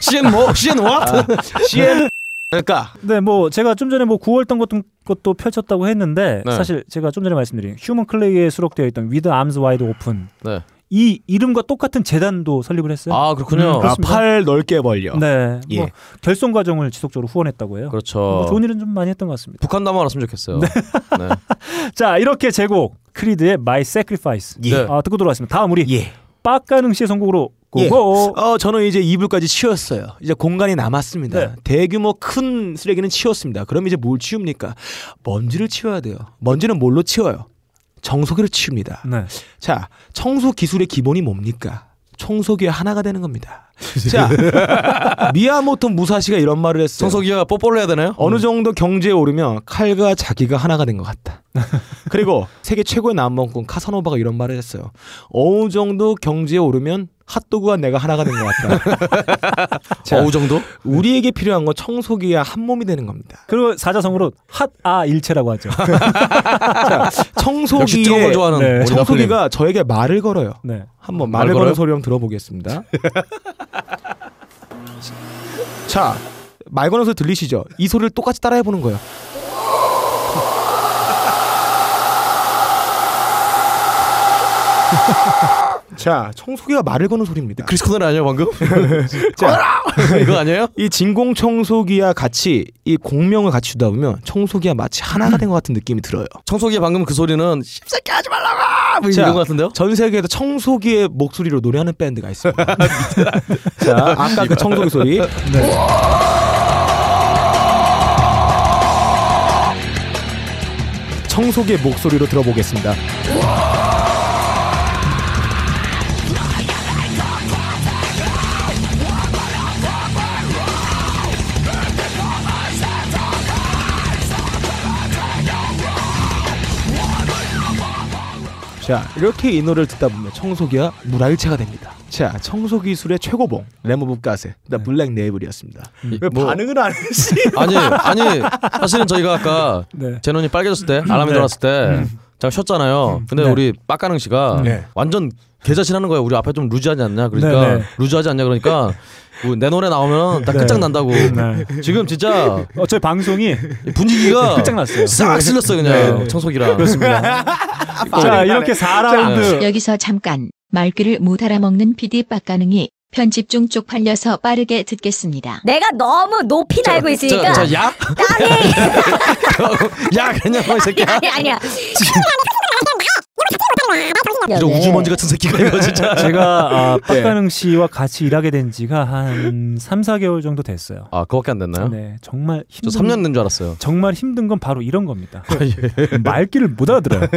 Speaker 3: CN 뭐 CN what?
Speaker 2: CN 그러니까
Speaker 1: 네, 뭐 제가 좀 전에 뭐 구호 활동 같은 것도 펼쳤다고 했는데
Speaker 3: 네.
Speaker 1: 사실 제가 좀 전에 말씀드린 휴먼 클레이에 수록되어 있던 위드 암스 와이드 오픈
Speaker 3: 네.
Speaker 1: 이 이름과 똑같은 재단도 설립을 했어요.
Speaker 3: 아 그렇군요.
Speaker 1: 그렇습니다.
Speaker 2: 팔 넓게 벌려.
Speaker 1: 네,
Speaker 2: 예.
Speaker 1: 뭐 결성 과정을 지속적으로 후원했다고 해요.
Speaker 3: 그렇죠.
Speaker 1: 뭐 좋은 일은 좀 많이 했던 것 같습니다.
Speaker 3: 북한 남아 알았으면 좋겠어요. 네.
Speaker 1: 자, 이렇게 제곡 크리드의 My Sacrifice
Speaker 2: 예.
Speaker 1: 아, 듣고 돌아왔습니다. 다음 우리
Speaker 2: 예.
Speaker 1: 빡가능 씨의 선곡으로
Speaker 2: 예.
Speaker 1: 고고.
Speaker 2: 어, 저는 이제 이불까지 치웠어요. 이제 공간이 남았습니다.
Speaker 1: 네.
Speaker 2: 대규모 큰 쓰레기는 치웠습니다. 그럼 이제 뭘 치웁니까? 먼지를 치워야 돼요. 먼지는 뭘로 치워요? 청소기를 치웁니다.
Speaker 1: *laughs*
Speaker 3: 예. 음.
Speaker 1: 네.
Speaker 2: 자, 청소 기술의 기본이 뭡니까? 청소기의 하나가 되는 겁니다.
Speaker 3: *laughs*
Speaker 2: 자, 미야모토 무사시가 이런 말을 했어요.
Speaker 3: 청소기가 뽀뽀를 해야 되나요?
Speaker 2: 어느 정도 경제에 오르면 칼과 자기가 하나가 된 것
Speaker 3: *laughs*
Speaker 2: 같다. 그리고 세계 최고의 남봉꾼 카사노바가 이런 말을 했어요. 어느 정도 경제에 오르면 핫도그와 내가 하나가 된 것 같다.
Speaker 3: *laughs*
Speaker 2: 자,
Speaker 3: 어우 정도?
Speaker 2: 우리에게 필요한 건 청소기와 한 몸이 되는 겁니다.
Speaker 1: 그리고 사자성어로 핫아 일체라고
Speaker 3: *laughs*
Speaker 1: 하죠.
Speaker 3: 역시 뜨거운
Speaker 2: 청소기에
Speaker 3: 걸 좋아하는
Speaker 1: 네.
Speaker 3: 우리 나폴리.
Speaker 2: 청소기가 저에게 말을 걸어요.
Speaker 3: 뭐.
Speaker 1: 네.
Speaker 2: 한번
Speaker 3: 말
Speaker 2: 말을
Speaker 3: 걸어요?
Speaker 2: 거는 소리 한번 들어보겠습니다. 자, 말 거는 소리 들리시죠? 이 소리를 똑같이 따라해 보는 거예요. *laughs* 자, 청소기가 말을 거는 소리입니다.
Speaker 3: 크리스 코넬 아니에요 방금?
Speaker 2: 자,
Speaker 3: *laughs* 이거 아니에요?
Speaker 2: 이 진공 청소기와 같이 이 공명을 갖추다 보면 청소기와 마치 하나가 된 것 같은 느낌이 들어요.
Speaker 3: 청소기 방금 그 소리는 씹새끼 하지 말라고 뭐
Speaker 2: 자,
Speaker 3: 이런 것 같은데요?
Speaker 2: 전 세계에서 청소기의 목소리로 노래하는 밴드가 *laughs* 있습니다. 자, 아까 그 청소기 소리. 청소기의 목소리로 들어보겠습니다. 자, 이렇게 이 노래를 듣다 보면 청소기와 물알체가 됩니다. 자, 청소기 기술의 최고봉 레모브 가세, 나 블랙 네이블이었습니다.
Speaker 1: 음.
Speaker 2: 왜
Speaker 3: 뭐-
Speaker 2: 반응을 안 했지?
Speaker 3: 아니 아니 사실은 저희가 아까
Speaker 1: *laughs* 네. 음.
Speaker 3: 제논이 빨개졌을 때 알람이 들어왔을 때 제가 쉬었잖아요. 근데
Speaker 1: 네.
Speaker 3: 우리 빡가능 씨가
Speaker 2: 네.
Speaker 3: 완전 개자신하는 거예요. 우리 앞에 좀 루즈하지 않냐? 그러니까
Speaker 1: 네, 네.
Speaker 3: 루즈하지 않냐? 그러니까 뭐내 노래 나오면 다
Speaker 1: 네.
Speaker 3: 끝장 난다고.
Speaker 1: 네.
Speaker 3: 지금 진짜
Speaker 1: 어, 저희 방송이
Speaker 3: 분위기가
Speaker 1: *laughs* 끝장났어요.
Speaker 3: 싹 쓸렸어 그냥
Speaker 1: 네.
Speaker 3: 청소기랑.
Speaker 1: 그렇습니다. 자, 이렇게 4라운드.
Speaker 3: 네.
Speaker 5: 여기서 잠깐 말귀를 못 알아먹는 PD 빡가능이 편집 중 쪽팔려서 빠르게 듣겠습니다.
Speaker 12: 내가 너무 높이 날고 있으니까
Speaker 3: 저, 저 야? *laughs* 야 그냥 뭐 이 새끼야.
Speaker 12: 아니 아니야.
Speaker 3: 진짜 우주먼지 같은 새끼가 이거 진짜.
Speaker 1: 제가 아,
Speaker 3: 예.
Speaker 1: 빡가능 씨와 같이 일하게 된 지가 한 3, 4개월 정도 됐어요.
Speaker 3: 아 그거밖에 안 됐나요?
Speaker 1: 네, 정말 힘든
Speaker 3: 저 3년 아, 예. 된 줄 알았어요.
Speaker 1: 정말 힘든 건 바로 이런 겁니다. 말귀를 못 알아들어요.
Speaker 3: 네.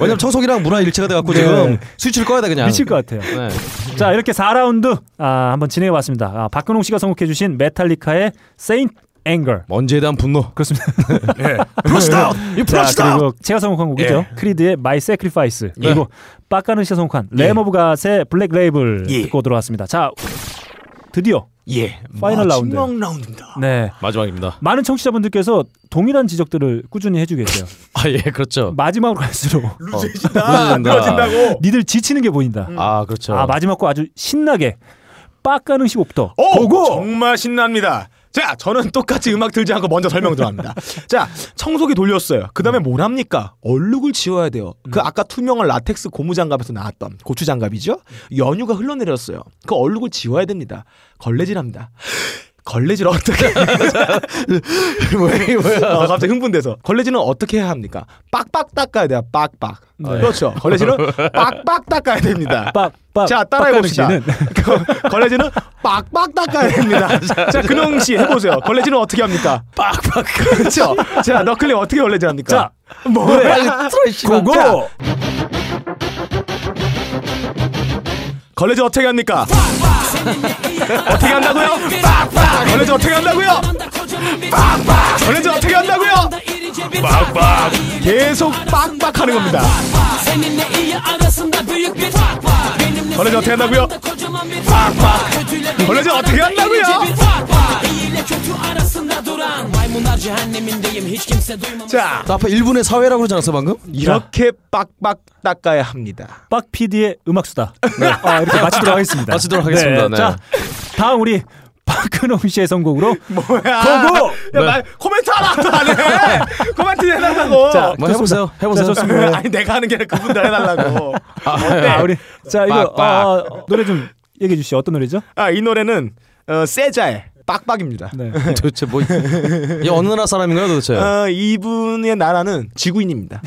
Speaker 3: 왜냐면 청소기랑 문화 일체가 돼갖고 지금 스위치를 꺼야 돼 그냥.
Speaker 1: 네. 미칠 것 같아요.
Speaker 3: 네.
Speaker 1: 자, 이렇게 4라운드 아, 한번 진행해 봤습니다. 아, 박근홍 씨가 선곡해 주신 메탈리카의 Saint Anger.
Speaker 3: 먼지에 대한 분노.
Speaker 1: 그렇습니다.
Speaker 3: 예.
Speaker 1: 자, 그리고 제가 선곡한 곡이죠.
Speaker 3: 예.
Speaker 1: 크리드의 My Sacrifice.
Speaker 3: 예.
Speaker 1: 그리고 빡가는 씨가 선곡한
Speaker 3: 예.
Speaker 1: 램 오브 갓의 블랙 레이블
Speaker 3: 예.
Speaker 1: 듣고 들어왔습니다. 자, 드디어
Speaker 2: 예.
Speaker 1: 파이널 라운드.
Speaker 2: 마지막 라운드입니다.
Speaker 1: 네.
Speaker 3: 마지막입니다.
Speaker 1: 많은 청취자분들께서 동일한 지적들을 꾸준히 해주겠어요.
Speaker 3: 아 예, 그렇죠.
Speaker 1: 마지막으로 갈수록
Speaker 2: 아,
Speaker 3: 루즈해진다.
Speaker 1: 아, 니들 지치는 게 보인다.
Speaker 3: 아 그렇죠.
Speaker 1: 아 마지막 거 아주 신나게 빡가는 식 옵더.
Speaker 2: 오, 어, 정말 신납니다. 자, 저는 똑같이 음악 들지 않고 먼저 설명 좀 합니다. 자, 청소기 돌렸어요. 그 다음에 뭘 합니까? 얼룩을 지워야 돼요. 그 아까 투명한 라텍스 고무장갑에서 나왔던 고추장갑이죠? 연유가 흘러내렸어요. 그 얼룩을 지워야 됩니다. 걸레질합니다. *gasps* 걸레질 어떻게 뭐야 뭐야 어, 갑자기 흥분돼서 걸레질은 어떻게 해야 합니까? 빡빡 닦아야 돼요. 빡빡 그렇죠. 걸레질은 빡빡 닦아야 됩니다.
Speaker 1: 빡빡.
Speaker 2: 자 따라해 봅시다. 걸레질은 빡빡 닦아야 *laughs* 됩니다. 자 근홍 씨 해보세요. 걸레질은 어떻게 합니까? 빡빡 *laughs* 그렇죠. 자 너클리 어떻게 걸레질 합니까? 자 아,
Speaker 1: 노래 빨리 틀어, 이 씨발. 고고!
Speaker 2: 걸레질 어떻게 합니까? 어떻게 한다고요? 빡빡 걸레질 어떻게 한다고요? 빡빡 걸레질 어떻게 한다고요? 빡빡 계속 빡빡하는 겁니다.
Speaker 6: Seninle iyi arasında büyük bir fark var. Benimle
Speaker 2: 걸레질 어떻게 한다고요?
Speaker 6: kocaman bir fark var. Kötüyle iyi
Speaker 2: Öylece
Speaker 6: arada
Speaker 2: atıyor lan bu ya.
Speaker 6: iyice bir fark var. İyi ile kötü arasında duran maymunlar cehennemindeyim hiç kimse duymamış.
Speaker 2: 자,
Speaker 3: 나 아까 일본의 사회라고 그러지 않았어 방금?
Speaker 2: 이렇게 빡빡 닦아야 합니다.
Speaker 1: 빡 PD의 음악 수다. 아, 이렇게 마치도록 하겠습니다.
Speaker 3: 네. 마치도록 하겠습니다. 네.
Speaker 1: 자, 다음 우리 박근홍 씨의 선곡으로
Speaker 2: 뭐야?
Speaker 1: 고고!
Speaker 2: 야, 말 코멘트 하나도 안 *laughs* 해. 코멘트 해달라고.
Speaker 1: 자,
Speaker 3: 뭐 해보세요.
Speaker 1: 좋습니다.
Speaker 3: 해보세요.
Speaker 1: 자, 좋습니다.
Speaker 2: 아니 내가 하는 게 아니라 그분들 해달라고.
Speaker 3: 아,
Speaker 2: 어때?
Speaker 1: 아, 우리 자 이거
Speaker 2: 빡빡.
Speaker 1: 아, 어, 노래 좀 얘기해 주시죠. 어떤 노래죠?
Speaker 2: 아, 이 노래는 어, 세자의 빡빡입니다.
Speaker 1: 네.
Speaker 3: 도대체 뭐 이게 어느 네? 나라 사람인가요 도대체?
Speaker 1: 아.
Speaker 2: 어, 이분의 나라는 지구인입니다.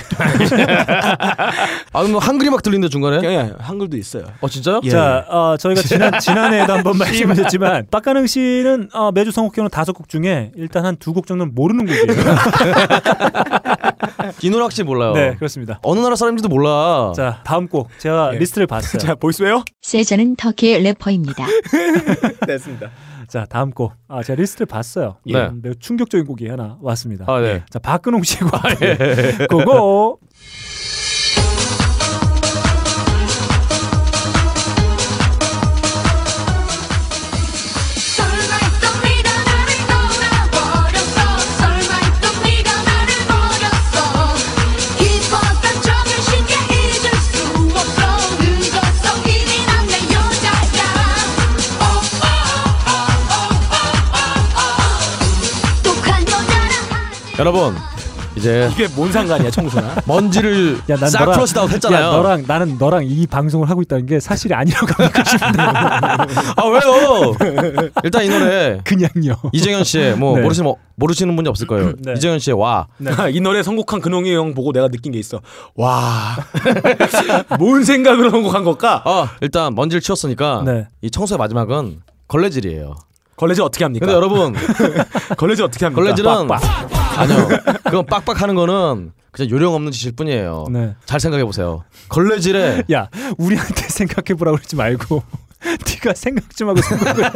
Speaker 3: 아 그럼 한글이 막 들리는데 중간에?
Speaker 2: 예, 한글도 있어요.
Speaker 3: 어 진짜요?
Speaker 1: 네. 자, 어, 저희가 지난 지난해에도
Speaker 3: *laughs*
Speaker 1: 한번 말씀드렸지만 빡가능 씨는 어, 매주 선곡해오는 다섯 곡 중에 일단 한 두 곡 정도는 모르는 곡이에요.
Speaker 3: 이 노래 확실히 몰라요.
Speaker 1: 네, 그렇습니다.
Speaker 3: *laughs* 어느 나라 사람인지도 몰라.
Speaker 1: 자, 다음 곡 제가
Speaker 3: 예.
Speaker 1: 리스트를
Speaker 3: *laughs*
Speaker 1: 봤어요.
Speaker 2: 자, 보이스웨어?
Speaker 5: 세자는 터키의 래퍼입니다.
Speaker 2: 됐습니다.
Speaker 1: 자, 다음 곡. 아, 제가 리스트를 봤어요.
Speaker 3: 네.
Speaker 1: 음, 매우 충격적인 곡이 하나 왔습니다.
Speaker 3: 아 예. 네.
Speaker 1: 자, 박근홍 씨의 곡. *laughs* 고고.
Speaker 6: 설마 했던 네가 나를 떠나버렸어. 설마 했던 네가 나를 버렸어. 기뻤던 적을 쉽게 잊을 수 없어. 늙었어 이미 난내 여자야. 오빠 똑한 여자랑
Speaker 3: 여러분 이제
Speaker 2: 이게 뭔 상관이야, 청소나?
Speaker 3: 먼지를
Speaker 1: 야, 난
Speaker 3: 싹
Speaker 1: 너랑
Speaker 3: 풀어시다고
Speaker 1: 야,
Speaker 3: 했잖아요.
Speaker 1: 너랑 나는 너랑 이 방송을 하고 있다는 게 사실이 아니라고
Speaker 3: *laughs*
Speaker 1: 하고 싶은데
Speaker 3: 아 왜요? 일단 이 노래
Speaker 1: 그냥요.
Speaker 3: 이정현 씨의 뭐
Speaker 1: 네.
Speaker 3: 모르시는 뭐- 모르시는 분이 없을 거예요.
Speaker 1: 네.
Speaker 3: 이정현 씨의 와.
Speaker 2: *laughs* 이 노래 선곡한 근홍이 형 보고 내가 느낀 게 있어. 와, *laughs* 뭔 생각으로 선곡한 걸까?
Speaker 3: 아 일단 먼지를 치웠으니까
Speaker 1: 네.
Speaker 3: 이 청소의 마지막은 걸레질이에요.
Speaker 2: 걸레질 어떻게 합니까?
Speaker 3: 근데 여러분
Speaker 2: 걸레질 어떻게 합니까?
Speaker 3: 걸레질은
Speaker 2: 그러니까. 빡빡.
Speaker 3: 아니요. 그건 빡빡하는 거는 그냥 요령 없는 짓일 뿐이에요.
Speaker 1: 네.
Speaker 3: 잘 생각해 보세요. 걸레질에
Speaker 1: 야, 우리한테 생각해 보라고 그러지 말고 *laughs* 네가 생각 좀 하고 생각을 해.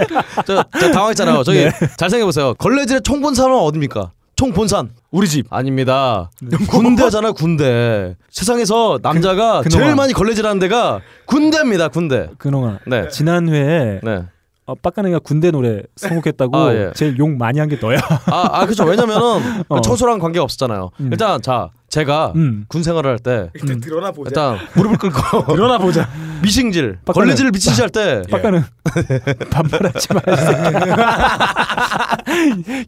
Speaker 3: 저, 저 당황했잖아요. 저기
Speaker 1: 네.
Speaker 3: 잘 생각해 보세요. 걸레질에 총 본 사람은 어딥니까? 총 본산
Speaker 2: 우리 집.
Speaker 3: 아닙니다. 군대잖아 군대. 세상에서 남자가
Speaker 1: 그- 그놈아.
Speaker 3: 제일 많이 걸레질하는 데가 군대입니다 군대.
Speaker 1: 근홍아.
Speaker 3: 네.
Speaker 1: 지난 회에
Speaker 3: 네.
Speaker 1: 어, 빡가능이가 군대 노래 선곡했다고
Speaker 3: 아, 예.
Speaker 1: 제일 욕 많이 한 게 너야.
Speaker 3: 아, 아 그렇죠. 왜냐면은
Speaker 1: *laughs* 어.
Speaker 3: 그 청소랑 관계가 없었잖아요.
Speaker 1: 음.
Speaker 3: 일단 자 제가
Speaker 1: 음.
Speaker 3: 군 생활을 할 때
Speaker 2: 일단 드러나 보자.
Speaker 3: 일단 무릎을 꿇고
Speaker 2: 드러나 보자.
Speaker 3: 미싱질
Speaker 1: 빡가는-
Speaker 3: 걸레질을 미치지 할 때
Speaker 1: 예. 빡가능
Speaker 3: 예.
Speaker 1: 반말하지 마. 이 새끼야.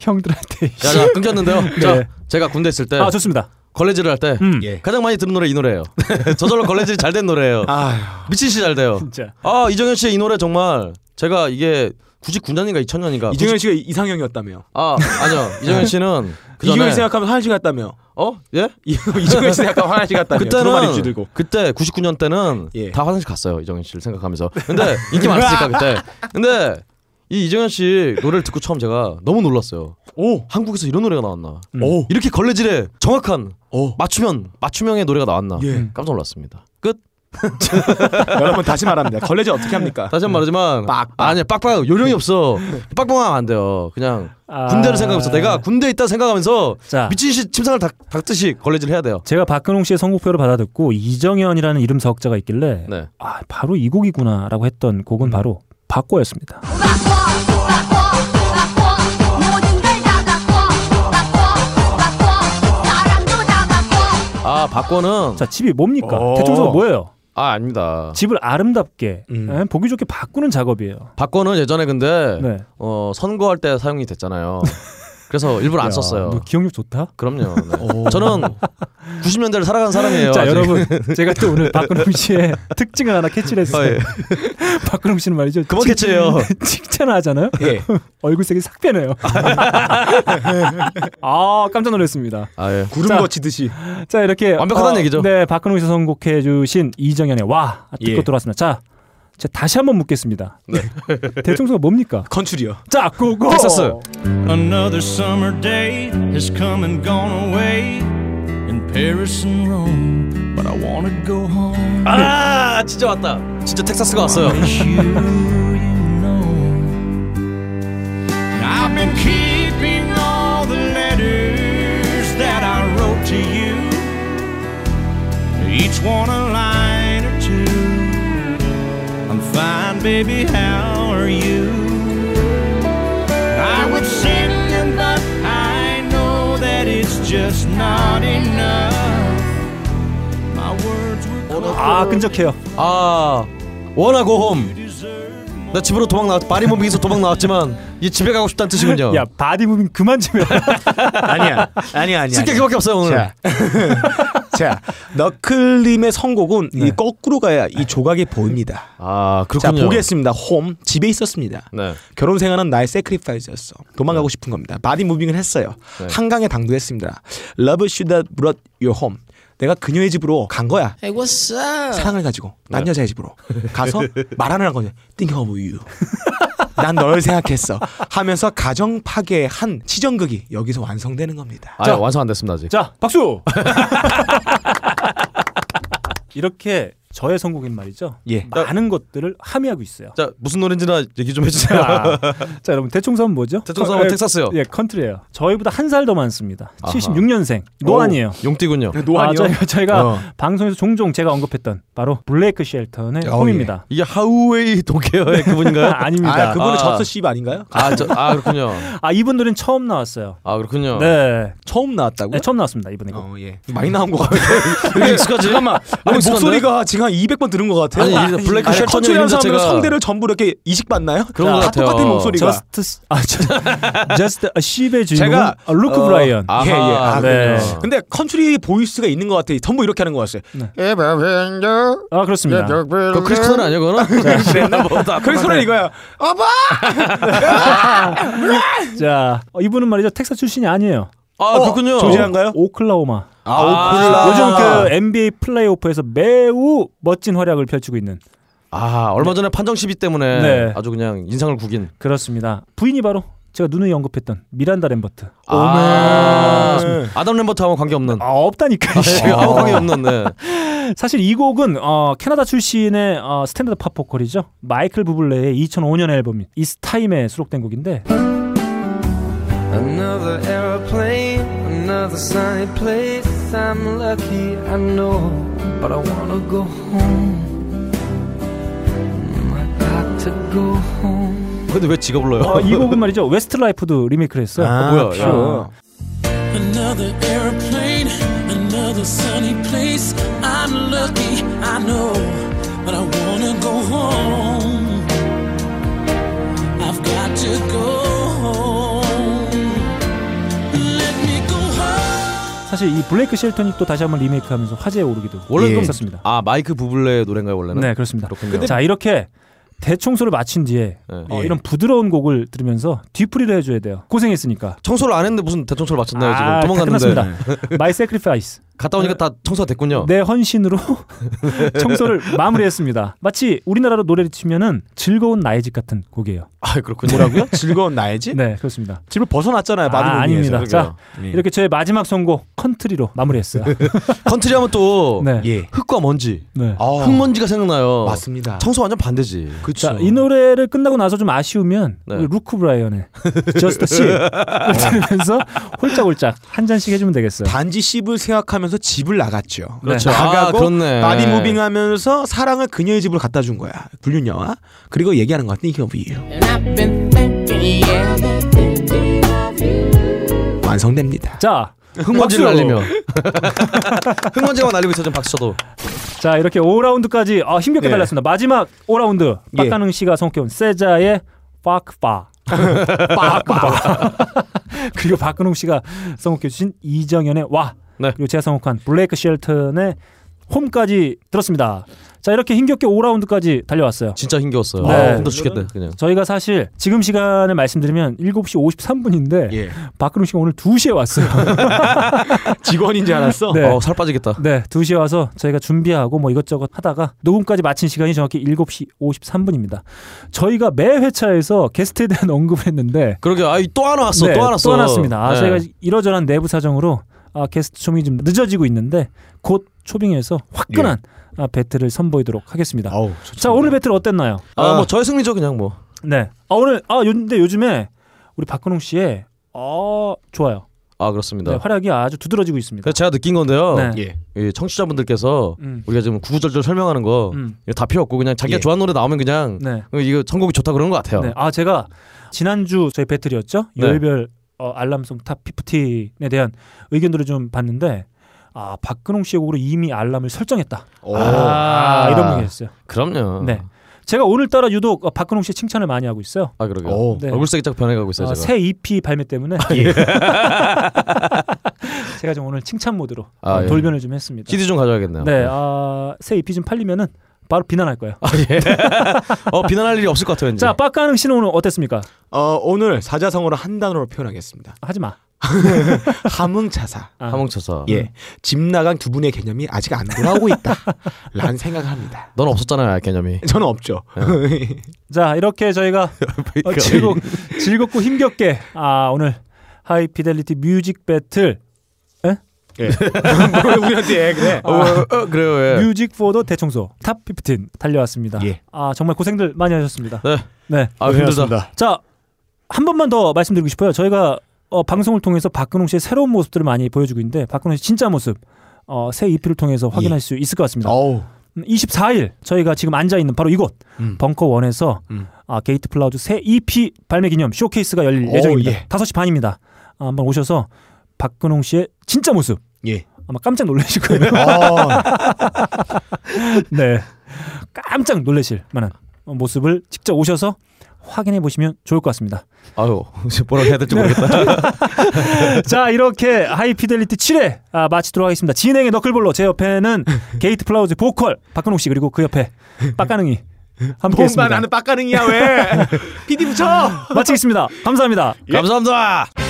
Speaker 1: *laughs* 형들한테.
Speaker 3: 야, 네. 자, 끊겼는데요.
Speaker 1: 네.
Speaker 3: 자 제가 군대 있을 때
Speaker 1: 아 좋습니다.
Speaker 3: 걸레질을 할 때
Speaker 1: 음.
Speaker 2: 예.
Speaker 3: 가장 많이 듣는 노래
Speaker 1: *laughs*
Speaker 3: 이 노래예요. 저절로 걸레질이 잘 된 노래예요.
Speaker 2: 아,
Speaker 3: 미치시 잘 돼요.
Speaker 1: 진짜.
Speaker 3: 아 이정현 씨의 이 노래 정말 제가 이게 99년인가 2000년인가
Speaker 2: 이정현 씨가 이상형이었다며.
Speaker 3: 아 아니요 이정현 씨는 그
Speaker 2: 이경이
Speaker 3: 전에
Speaker 2: 생각하면 한시 같다며. *laughs*
Speaker 3: 어? 예?
Speaker 2: 이정현 씨 약간 화장실 갔다며. 두루마리
Speaker 3: 그때는
Speaker 2: 쥐 들고.
Speaker 3: 그때 99년 때는 다 화장실 갔어요 이정현 씨를 생각하면서. 근데 인기 많았으니까 그때. 근데 이 이정현 씨 노래를 듣고 처음 제가 너무 놀랐어요. 오 한국에서 이런 노래가 나왔나?
Speaker 2: 음.
Speaker 3: 오 이렇게 걸레질에 정확한 맞춤형 맞춤형의 노래가 나왔나?
Speaker 2: 예.
Speaker 3: 깜짝 놀랐습니다. 끝.
Speaker 2: 여러분 다시 말합니다. 걸레질 어떻게 합니까?
Speaker 3: 다시 한 번 말하지만 아니야 빡빡 요령이 없어. *laughs* 아. 빡빡하면 안 돼요. 그냥
Speaker 1: 아.
Speaker 3: 군대를 생각하면서 내가 군대 에 있다 생각하면서 미친 씨 침상을 닥, 닥듯이 걸레질 해야 돼요.
Speaker 1: 제가 박근홍 씨의 선곡표를 받아듣고 이정현이라는 이름 자극자가
Speaker 3: 네.
Speaker 1: 있길래 아 바로 이 곡이구나라고 했던
Speaker 3: 음.
Speaker 1: 곡은 바로 바꿔였습니다.
Speaker 3: 아 바꿔는
Speaker 1: 자 집이 뭡니까?
Speaker 3: 어.
Speaker 1: 대청소가 뭐예요?
Speaker 3: 아 아닙니다.
Speaker 1: 집을 아름답게
Speaker 3: 음.
Speaker 1: 예, 보기 좋게 바꾸는 작업이에요.
Speaker 3: 바꿔는 예전에 근데
Speaker 1: 네.
Speaker 3: 어, 선거할 때 사용이 됐잖아요. 그래서 일부러 안
Speaker 1: 야, 뭐
Speaker 3: 썼어요.
Speaker 1: 너 기억력 좋다.
Speaker 3: 그럼요. 네. 저는 90년대를 살아간 사람이에요.
Speaker 1: 자
Speaker 3: 아직.
Speaker 1: 여러분 제가 또 오늘 박근홍
Speaker 3: *laughs*
Speaker 1: 씨의 특징을 하나 캐치를 했어요.
Speaker 3: 아, 예.
Speaker 1: *laughs* 박근홍 씨는 말이죠.
Speaker 3: 그만
Speaker 1: 칭-
Speaker 3: 캐치해요.
Speaker 1: *laughs* 칭찬을 하잖아요.
Speaker 3: 예.
Speaker 1: 얼굴색이 싹 변해요. *laughs* 아 깜짝 놀랐습니다.
Speaker 3: 아, 예.
Speaker 1: 구름 거치듯이. 자 이렇게
Speaker 3: 완벽하다는 얘기죠.
Speaker 1: 네 박근홍 씨 선곡해 주신 이정현의 와 듣고
Speaker 3: 예. 네.
Speaker 1: 돌아왔습니다. 자 제가 다시 한번 묻겠습니다. 대청소가
Speaker 3: *laughs*
Speaker 1: 뭡니까?
Speaker 2: 건출이요.
Speaker 1: 자 고고.
Speaker 2: 어.
Speaker 13: Another summer day has come and gone away in Paris and Rome, but I want to go home.
Speaker 3: 아 진짜 왔다. 진짜 텍사스가 왔어요.
Speaker 13: I've been keeping all the letters that I wrote to you, each one a line or two. I'm fine, baby, how are you? I would send them, but I know that it's just not enough. My words were cold.
Speaker 1: 아 끈적해요.
Speaker 3: 아 워낙 고홈. 나 집으로 도망 나왔. 바리무빙에서 도망 나왔지만 이 집에 가고 싶다는 뜻이군요.
Speaker 1: 야 바디무빙 그만 좀 해.
Speaker 2: 아니야.
Speaker 3: *laughs*
Speaker 2: 아니야, 아니야.
Speaker 3: 쓸게 그밖에 없어요 오늘.
Speaker 2: 자, *laughs* 자 너클님의 선곡은 이 거꾸로 가야 이 조각이 보입니다.
Speaker 3: 아
Speaker 2: 자
Speaker 3: 네. 그렇군요. 네.
Speaker 2: 보겠습니다. 홈 집에 있었습니다. 결혼 생활은 나의 세크리파이즈였어. 도망가고 싶은 겁니다. 바디 무빙을 했어요.
Speaker 3: 네.
Speaker 2: 한강에 당도했습니다. Love should have brought you home. 내가 그녀의 집으로 간 거야.
Speaker 9: Hey, what's up?
Speaker 2: 사랑을 가지고
Speaker 1: 네.
Speaker 2: 난 여자의 집으로
Speaker 1: *laughs*
Speaker 2: 가서 말하는 거냐. Think of you. 난 널 생각했어. 하면서 가정 파괴의 한 시정극이 여기서 완성되는 겁니다.
Speaker 3: 아 완성 안 됐습니다 아직.
Speaker 1: 자 박수. 이렇게 저의 선곡인 말이죠.
Speaker 2: 예.
Speaker 1: 많은 것들을 함의하고 있어요.
Speaker 3: 자 무슨 노래인지나 얘기 좀 해주세요.
Speaker 1: 아, *laughs* 자 여러분 대충섬 뭐죠?
Speaker 3: *laughs*
Speaker 1: 컨-
Speaker 3: 대청소하면
Speaker 1: 예,
Speaker 3: 텍사스요.
Speaker 1: 예, 컨트리예요. 저희보다 한 살 더 많습니다.
Speaker 3: 아하.
Speaker 1: 76년생 노안이에요.
Speaker 3: 용띠군요.
Speaker 1: 아, 저희가, 저희가
Speaker 3: 어.
Speaker 1: 방송에서 종종 제가 언급했던 바로 블레이크 쉘턴의
Speaker 3: 어,
Speaker 1: 홈입니다.
Speaker 3: 예. 이게 하우웨이 도케어의 그분인가요?
Speaker 1: *laughs* 아닙니다.
Speaker 2: 그분은 접수 씹 아닌가요?
Speaker 3: 아, 저, 아 그렇군요.
Speaker 1: 아 이분 들은 처음 나왔어요.
Speaker 3: 아 그렇군요. *laughs*
Speaker 1: 네.
Speaker 2: 처음 나왔다고요?
Speaker 1: 네, 처음 나왔습니다. 이번에.
Speaker 2: 어, 예. 많이 나온 것 같아요.
Speaker 3: 이게 익숙하지?
Speaker 2: 잠깐만.
Speaker 3: 너무
Speaker 2: 아니,
Speaker 3: 익숙한데?
Speaker 2: 목소리가 지금 한 200번 들은 것 같아요.
Speaker 3: 아니, 이게 블랙 셔츠
Speaker 2: 컨트롤
Speaker 3: 이름
Speaker 2: 사람들은
Speaker 3: 자체가-
Speaker 2: 성대를 전부 이렇게 이식받나요?
Speaker 3: 그런
Speaker 2: 다
Speaker 3: 것 같아요.
Speaker 2: 똑같은 목소리가.
Speaker 1: Just, 아, *laughs* 저, just a sheep의 주인공 아,
Speaker 2: 제가
Speaker 1: 루크
Speaker 2: 어,
Speaker 1: 브라이언.
Speaker 2: 예, 예. 아,
Speaker 1: 네.
Speaker 2: 그래요. 근데 컨트리 보이스가 있는 것 같아요. 전부 이렇게 하는 것 같아요.
Speaker 1: 아 그렇습니다.
Speaker 3: 그 크리스톤 아니야 그거는?
Speaker 1: *laughs*
Speaker 3: 네,
Speaker 1: 네.
Speaker 2: 그랬나 보다. 크리스톤은 이거야. 어머!
Speaker 1: 자 어, 이분은 말이죠 텍사스 출신이 아니에요.
Speaker 3: 아
Speaker 2: 어,
Speaker 3: 그렇군요.
Speaker 1: 조지아인가요? 오클라호마.
Speaker 3: *laughs* 아, 오클라호마.
Speaker 1: 요즘 그 NBA 플레이오프에서 매우 멋진 활약을 펼치고 있는
Speaker 3: 아 얼마 전에 판정 시비 때문에
Speaker 1: 네.
Speaker 3: 아주 그냥 인상을 구긴.
Speaker 1: 그렇습니다. 부인이 바로 제가 누누이 언급했던 미란다 램버트.
Speaker 3: 아, 그렇습니다. 아담 램버트하고 관계 없는.
Speaker 1: 아 없다니까.
Speaker 3: *laughs* 아, 아무 관계 없는. 네.
Speaker 1: 사실 이 곡은 어, 캐나다 출신의 어, 스탠다드 팝 보컬이죠. 마이클 부블레의 2005년 앨범인 이스 타임에 수록된 곡인데
Speaker 14: Another aeroplane, another sunny place. I'm lucky, I know, but I wanna go home. I got to go home.
Speaker 3: 근데 왜 지가 불러요?
Speaker 1: 어, 이 곡은 말이죠 웨스트 라이프도 리메이크를 했어요.
Speaker 3: 아, 뭐야, 이거.
Speaker 2: 그렇죠.
Speaker 6: Another airplane, another sunny place. I'm lucky, I know, but I wanna go home. I've got to go home. Let me go home.
Speaker 1: 사실 이 블레이크 쉘턴이 또 다시 한번 리메이크하면서 화제에 오르기도
Speaker 3: 원래
Speaker 1: 예.
Speaker 3: 는
Speaker 1: 했었습니다.
Speaker 3: 아 마이크 부블레의 노래인가요 네. 원래는?
Speaker 1: 네, 그렇습니다.
Speaker 3: 그렇군요.
Speaker 1: 근데 자 이렇게 대청소를 마친 뒤에 어, 이런 부드러운 곡을 들으면서 뒤풀이를 해줘야 돼요. 고생했으니까.
Speaker 3: 청소를 안 했는데 무슨 대청소를 마쳤나요 네, 지금
Speaker 1: 아, 다 네.
Speaker 3: 도망갔는데 *laughs*
Speaker 1: 끝났습니다. 마이 세크리파이스
Speaker 3: 갔다 오니까 다 청소가 됐군요.
Speaker 1: 내 헌신으로 *laughs* 청소를 마무리했습니다. 마치 우리나라로 노래를 치면은 즐거운 나의 집 같은 곡이에요.
Speaker 2: 아 그렇군요. 뭐라고요? *laughs* 즐거운 나의
Speaker 3: 예?
Speaker 2: 집?
Speaker 1: 네 그렇습니다.
Speaker 2: 집을 벗어났잖아요. 마른
Speaker 1: 아,
Speaker 2: 의미에서.
Speaker 1: 아닙니다. 자
Speaker 2: 그러게요. 예.
Speaker 1: 이렇게 저의 마지막 선곡 컨트리로 마무리했어요.
Speaker 3: 컨트리 하면 또
Speaker 1: 네.
Speaker 3: 흙과 먼지,
Speaker 1: 네.
Speaker 2: 아,
Speaker 3: 흙먼지가 생각나요.
Speaker 1: 맞습니다.
Speaker 3: 청소 완전 반대지.
Speaker 1: 자,
Speaker 3: 그렇죠.
Speaker 1: 이 노래를 끝나고 나서 좀 아쉬우면 우리 루크 브라이언의 Just a s 들으면서 홀짝홀짝 한 잔씩 해주면 되겠어요.
Speaker 2: 단지 씹을 생각하면서 집을 나갔죠.
Speaker 1: 그렇죠.
Speaker 2: 나가고
Speaker 1: 아, 그렇네.
Speaker 2: 바디 무빙하면서 사랑을 그녀의 집으로 갖다 준 거야. 불륜 영화. 그리고 얘기하는 것 같은 이게 뭐예요?
Speaker 4: And I've been thinking, yeah, been thinking of you.
Speaker 2: 완성됩니다.
Speaker 1: 자,
Speaker 3: 흙먼지를 날리며 *laughs* 흙먼지가 날리고 있어 좀 박수 쳐도.
Speaker 1: 자, 이렇게 5라운드까지 아, 힘겹게
Speaker 3: 예.
Speaker 1: 달렸습니다. 마지막 5라운드 박가능 씨가 선곡해온 세자의 파크파. 파크파. *laughs* 그리고 박근홍 씨가 선곡해주신 이정현의 와. 그리고 제가 선곡한 블레이크 쉘턴의 홈까지 들었습니다. 자 이렇게 힘겹게 5라운드까지 달려왔어요.
Speaker 3: 진짜 힘겨웠어요.
Speaker 1: 네.
Speaker 3: 아, 힘들어 죽겠네 그냥.
Speaker 1: 저희가 사실 지금 시간을 말씀드리면 7시
Speaker 3: 예.
Speaker 1: 53분인데
Speaker 2: 예.
Speaker 1: 박근홍 씨가 오늘 2시에
Speaker 3: *laughs*
Speaker 1: 왔어요.
Speaker 2: 직원인 줄 알았어?
Speaker 1: 네.
Speaker 3: 어, 살 빠지겠다.
Speaker 1: 네, 2시에 와서 저희가 준비하고 뭐 이것저것 하다가 녹음까지 마친 시간이 정확히 7시 53분입니다. 저희가 매 회차에서 게스트에 대한 *laughs* 언급을 했는데
Speaker 3: 그러게 아또 하나 왔어.
Speaker 1: 네,
Speaker 3: 또 하나 왔어.
Speaker 1: 또 하나왔습니다. 아,
Speaker 3: 네.
Speaker 1: 저희가 이러저러한 내부 사정으로 아, 게스트 초빙이 좀 늦어지고 있는데 곧 초빙해서 화끈한
Speaker 3: 예.
Speaker 1: 아, 배틀을 선보이도록 하겠습니다.
Speaker 2: 어,
Speaker 1: 자, 오늘 배틀 어땠나요?
Speaker 3: 아, 뭐 저의 승리죠 그냥 뭐.
Speaker 1: 네. 아 오늘 아 요, 근데 요즘에 우리 박근홍 씨의 어 좋아요.
Speaker 3: 아 그렇습니다.
Speaker 1: 네, 활약이 아주 두드러지고 있습니다.
Speaker 3: 그래서 제가 느낀 건데요.
Speaker 1: 네.
Speaker 3: 이 청취자분들께서 우리가 지금 구구절절 설명하는 거
Speaker 1: 음.
Speaker 3: 이거 다 필요 없고 그냥 자기가
Speaker 1: 예.
Speaker 3: 좋아하는 노래 나오면 그냥
Speaker 1: 네.
Speaker 3: 어, 이거 선곡이 좋다 그런 것 같아요.
Speaker 1: 네. 아 제가 지난주 저희 배틀이었죠.
Speaker 3: 네.
Speaker 1: 열별 어, 알람송 탑 15에 대한 의견들을 좀 봤는데 아 박근홍 씨의 곡으로 이미 알람을 설정했다.
Speaker 2: 어,
Speaker 1: 아, 이런 분이 계셨어요.
Speaker 3: 그럼요.
Speaker 1: 네. 제가 오늘따라 유독 어, 박근홍 씨 칭찬을 많이 하고 있어요.
Speaker 3: 아 그러게요.
Speaker 1: 오. 네.
Speaker 3: 얼굴색이 쫙 변해가고 있어요
Speaker 1: 아,
Speaker 3: 제가. 아, 예.
Speaker 1: 새 EP 발매 때문에 *laughs* 제가 좀 오늘 칭찬 모드로
Speaker 3: 아,
Speaker 1: 어,
Speaker 3: 예.
Speaker 1: 돌변을 좀 했습니다.
Speaker 3: CD 좀 가져야겠네요.
Speaker 1: 네, 아, 새 EP 좀 팔리면은 바로 비난할 거예요.
Speaker 3: 아, *laughs* 어 비난할 일이 없을 것 같아요. 왠지.
Speaker 1: 자, 빡가능 씨는 오늘 어땠습니까?
Speaker 2: 어, 오늘 사자성어로 한 단어로 표현하겠습니다.
Speaker 1: 하지 마.
Speaker 2: 함흥차사.
Speaker 3: 아. 하몽쳐서.
Speaker 2: 예. 집 나간 두 분의 개념이 아직 안 돌아오고
Speaker 3: *laughs*
Speaker 2: 있다. 라는 생각을 합니다. 어.
Speaker 3: 넌 없었잖아요 개념이.
Speaker 2: 저는 없죠.
Speaker 1: 자, 이렇게 저희가 *laughs* 어, 즐겁, 즐겁고 힘겹게 아, 오늘 하이 피델리티 뮤직 배틀 에?
Speaker 2: 예. *laughs* 뭘 우리한테 해, 그래.
Speaker 3: 어, 그래요. 예.
Speaker 1: 뮤직 포더 대청소 탑 15 달려왔습니다. 아, 정말 고생들 많이 하셨습니다.
Speaker 3: 네.
Speaker 1: 네.
Speaker 3: 아, 힘들다.
Speaker 1: 자, 한 번만 더 말씀드리고 싶어요. 저희가 어, 방송을 통해서 박근홍 씨의 새로운 모습들을 많이 보여주고 있는데 박근홍 씨 진짜 모습 어, 새 EP를 통해서 확인할 수 있을 것 같습니다. 24일 저희가 지금 앉아 있는 바로 이곳 벙커 원에서 아, 게이트 플라우즈 새 EP 발매 기념 쇼케이스가 열릴
Speaker 2: 오,
Speaker 1: 예정입니다.
Speaker 2: 예.
Speaker 1: 5시 반입니다. 아, 한번 오셔서 박근홍 씨의 진짜 모습
Speaker 2: 예.
Speaker 1: 아마 깜짝 놀라실 거예요.
Speaker 2: *laughs* 어?
Speaker 1: *laughs* 네. 깜짝 놀라실 만한 모습을 직접 오셔서 확인해 보시면 좋을 것 같습니다.
Speaker 3: 아유 *laughs* 뭐라고 해야 될지 모르겠다.
Speaker 1: 자, 이렇게 하이피델리티 7회 아, 마치도록 하겠습니다. 진행의 너클볼로 제 옆에는 게이트 플라우즈 보컬 박근홍 씨 그리고 그 옆에 빡가능이 함께
Speaker 2: 뭔가
Speaker 1: 했습니다. *laughs*
Speaker 2: 나는 빡가능이야 왜? PD 붙여.
Speaker 1: 마치겠습니다. 감사합니다.
Speaker 3: 감사합니다.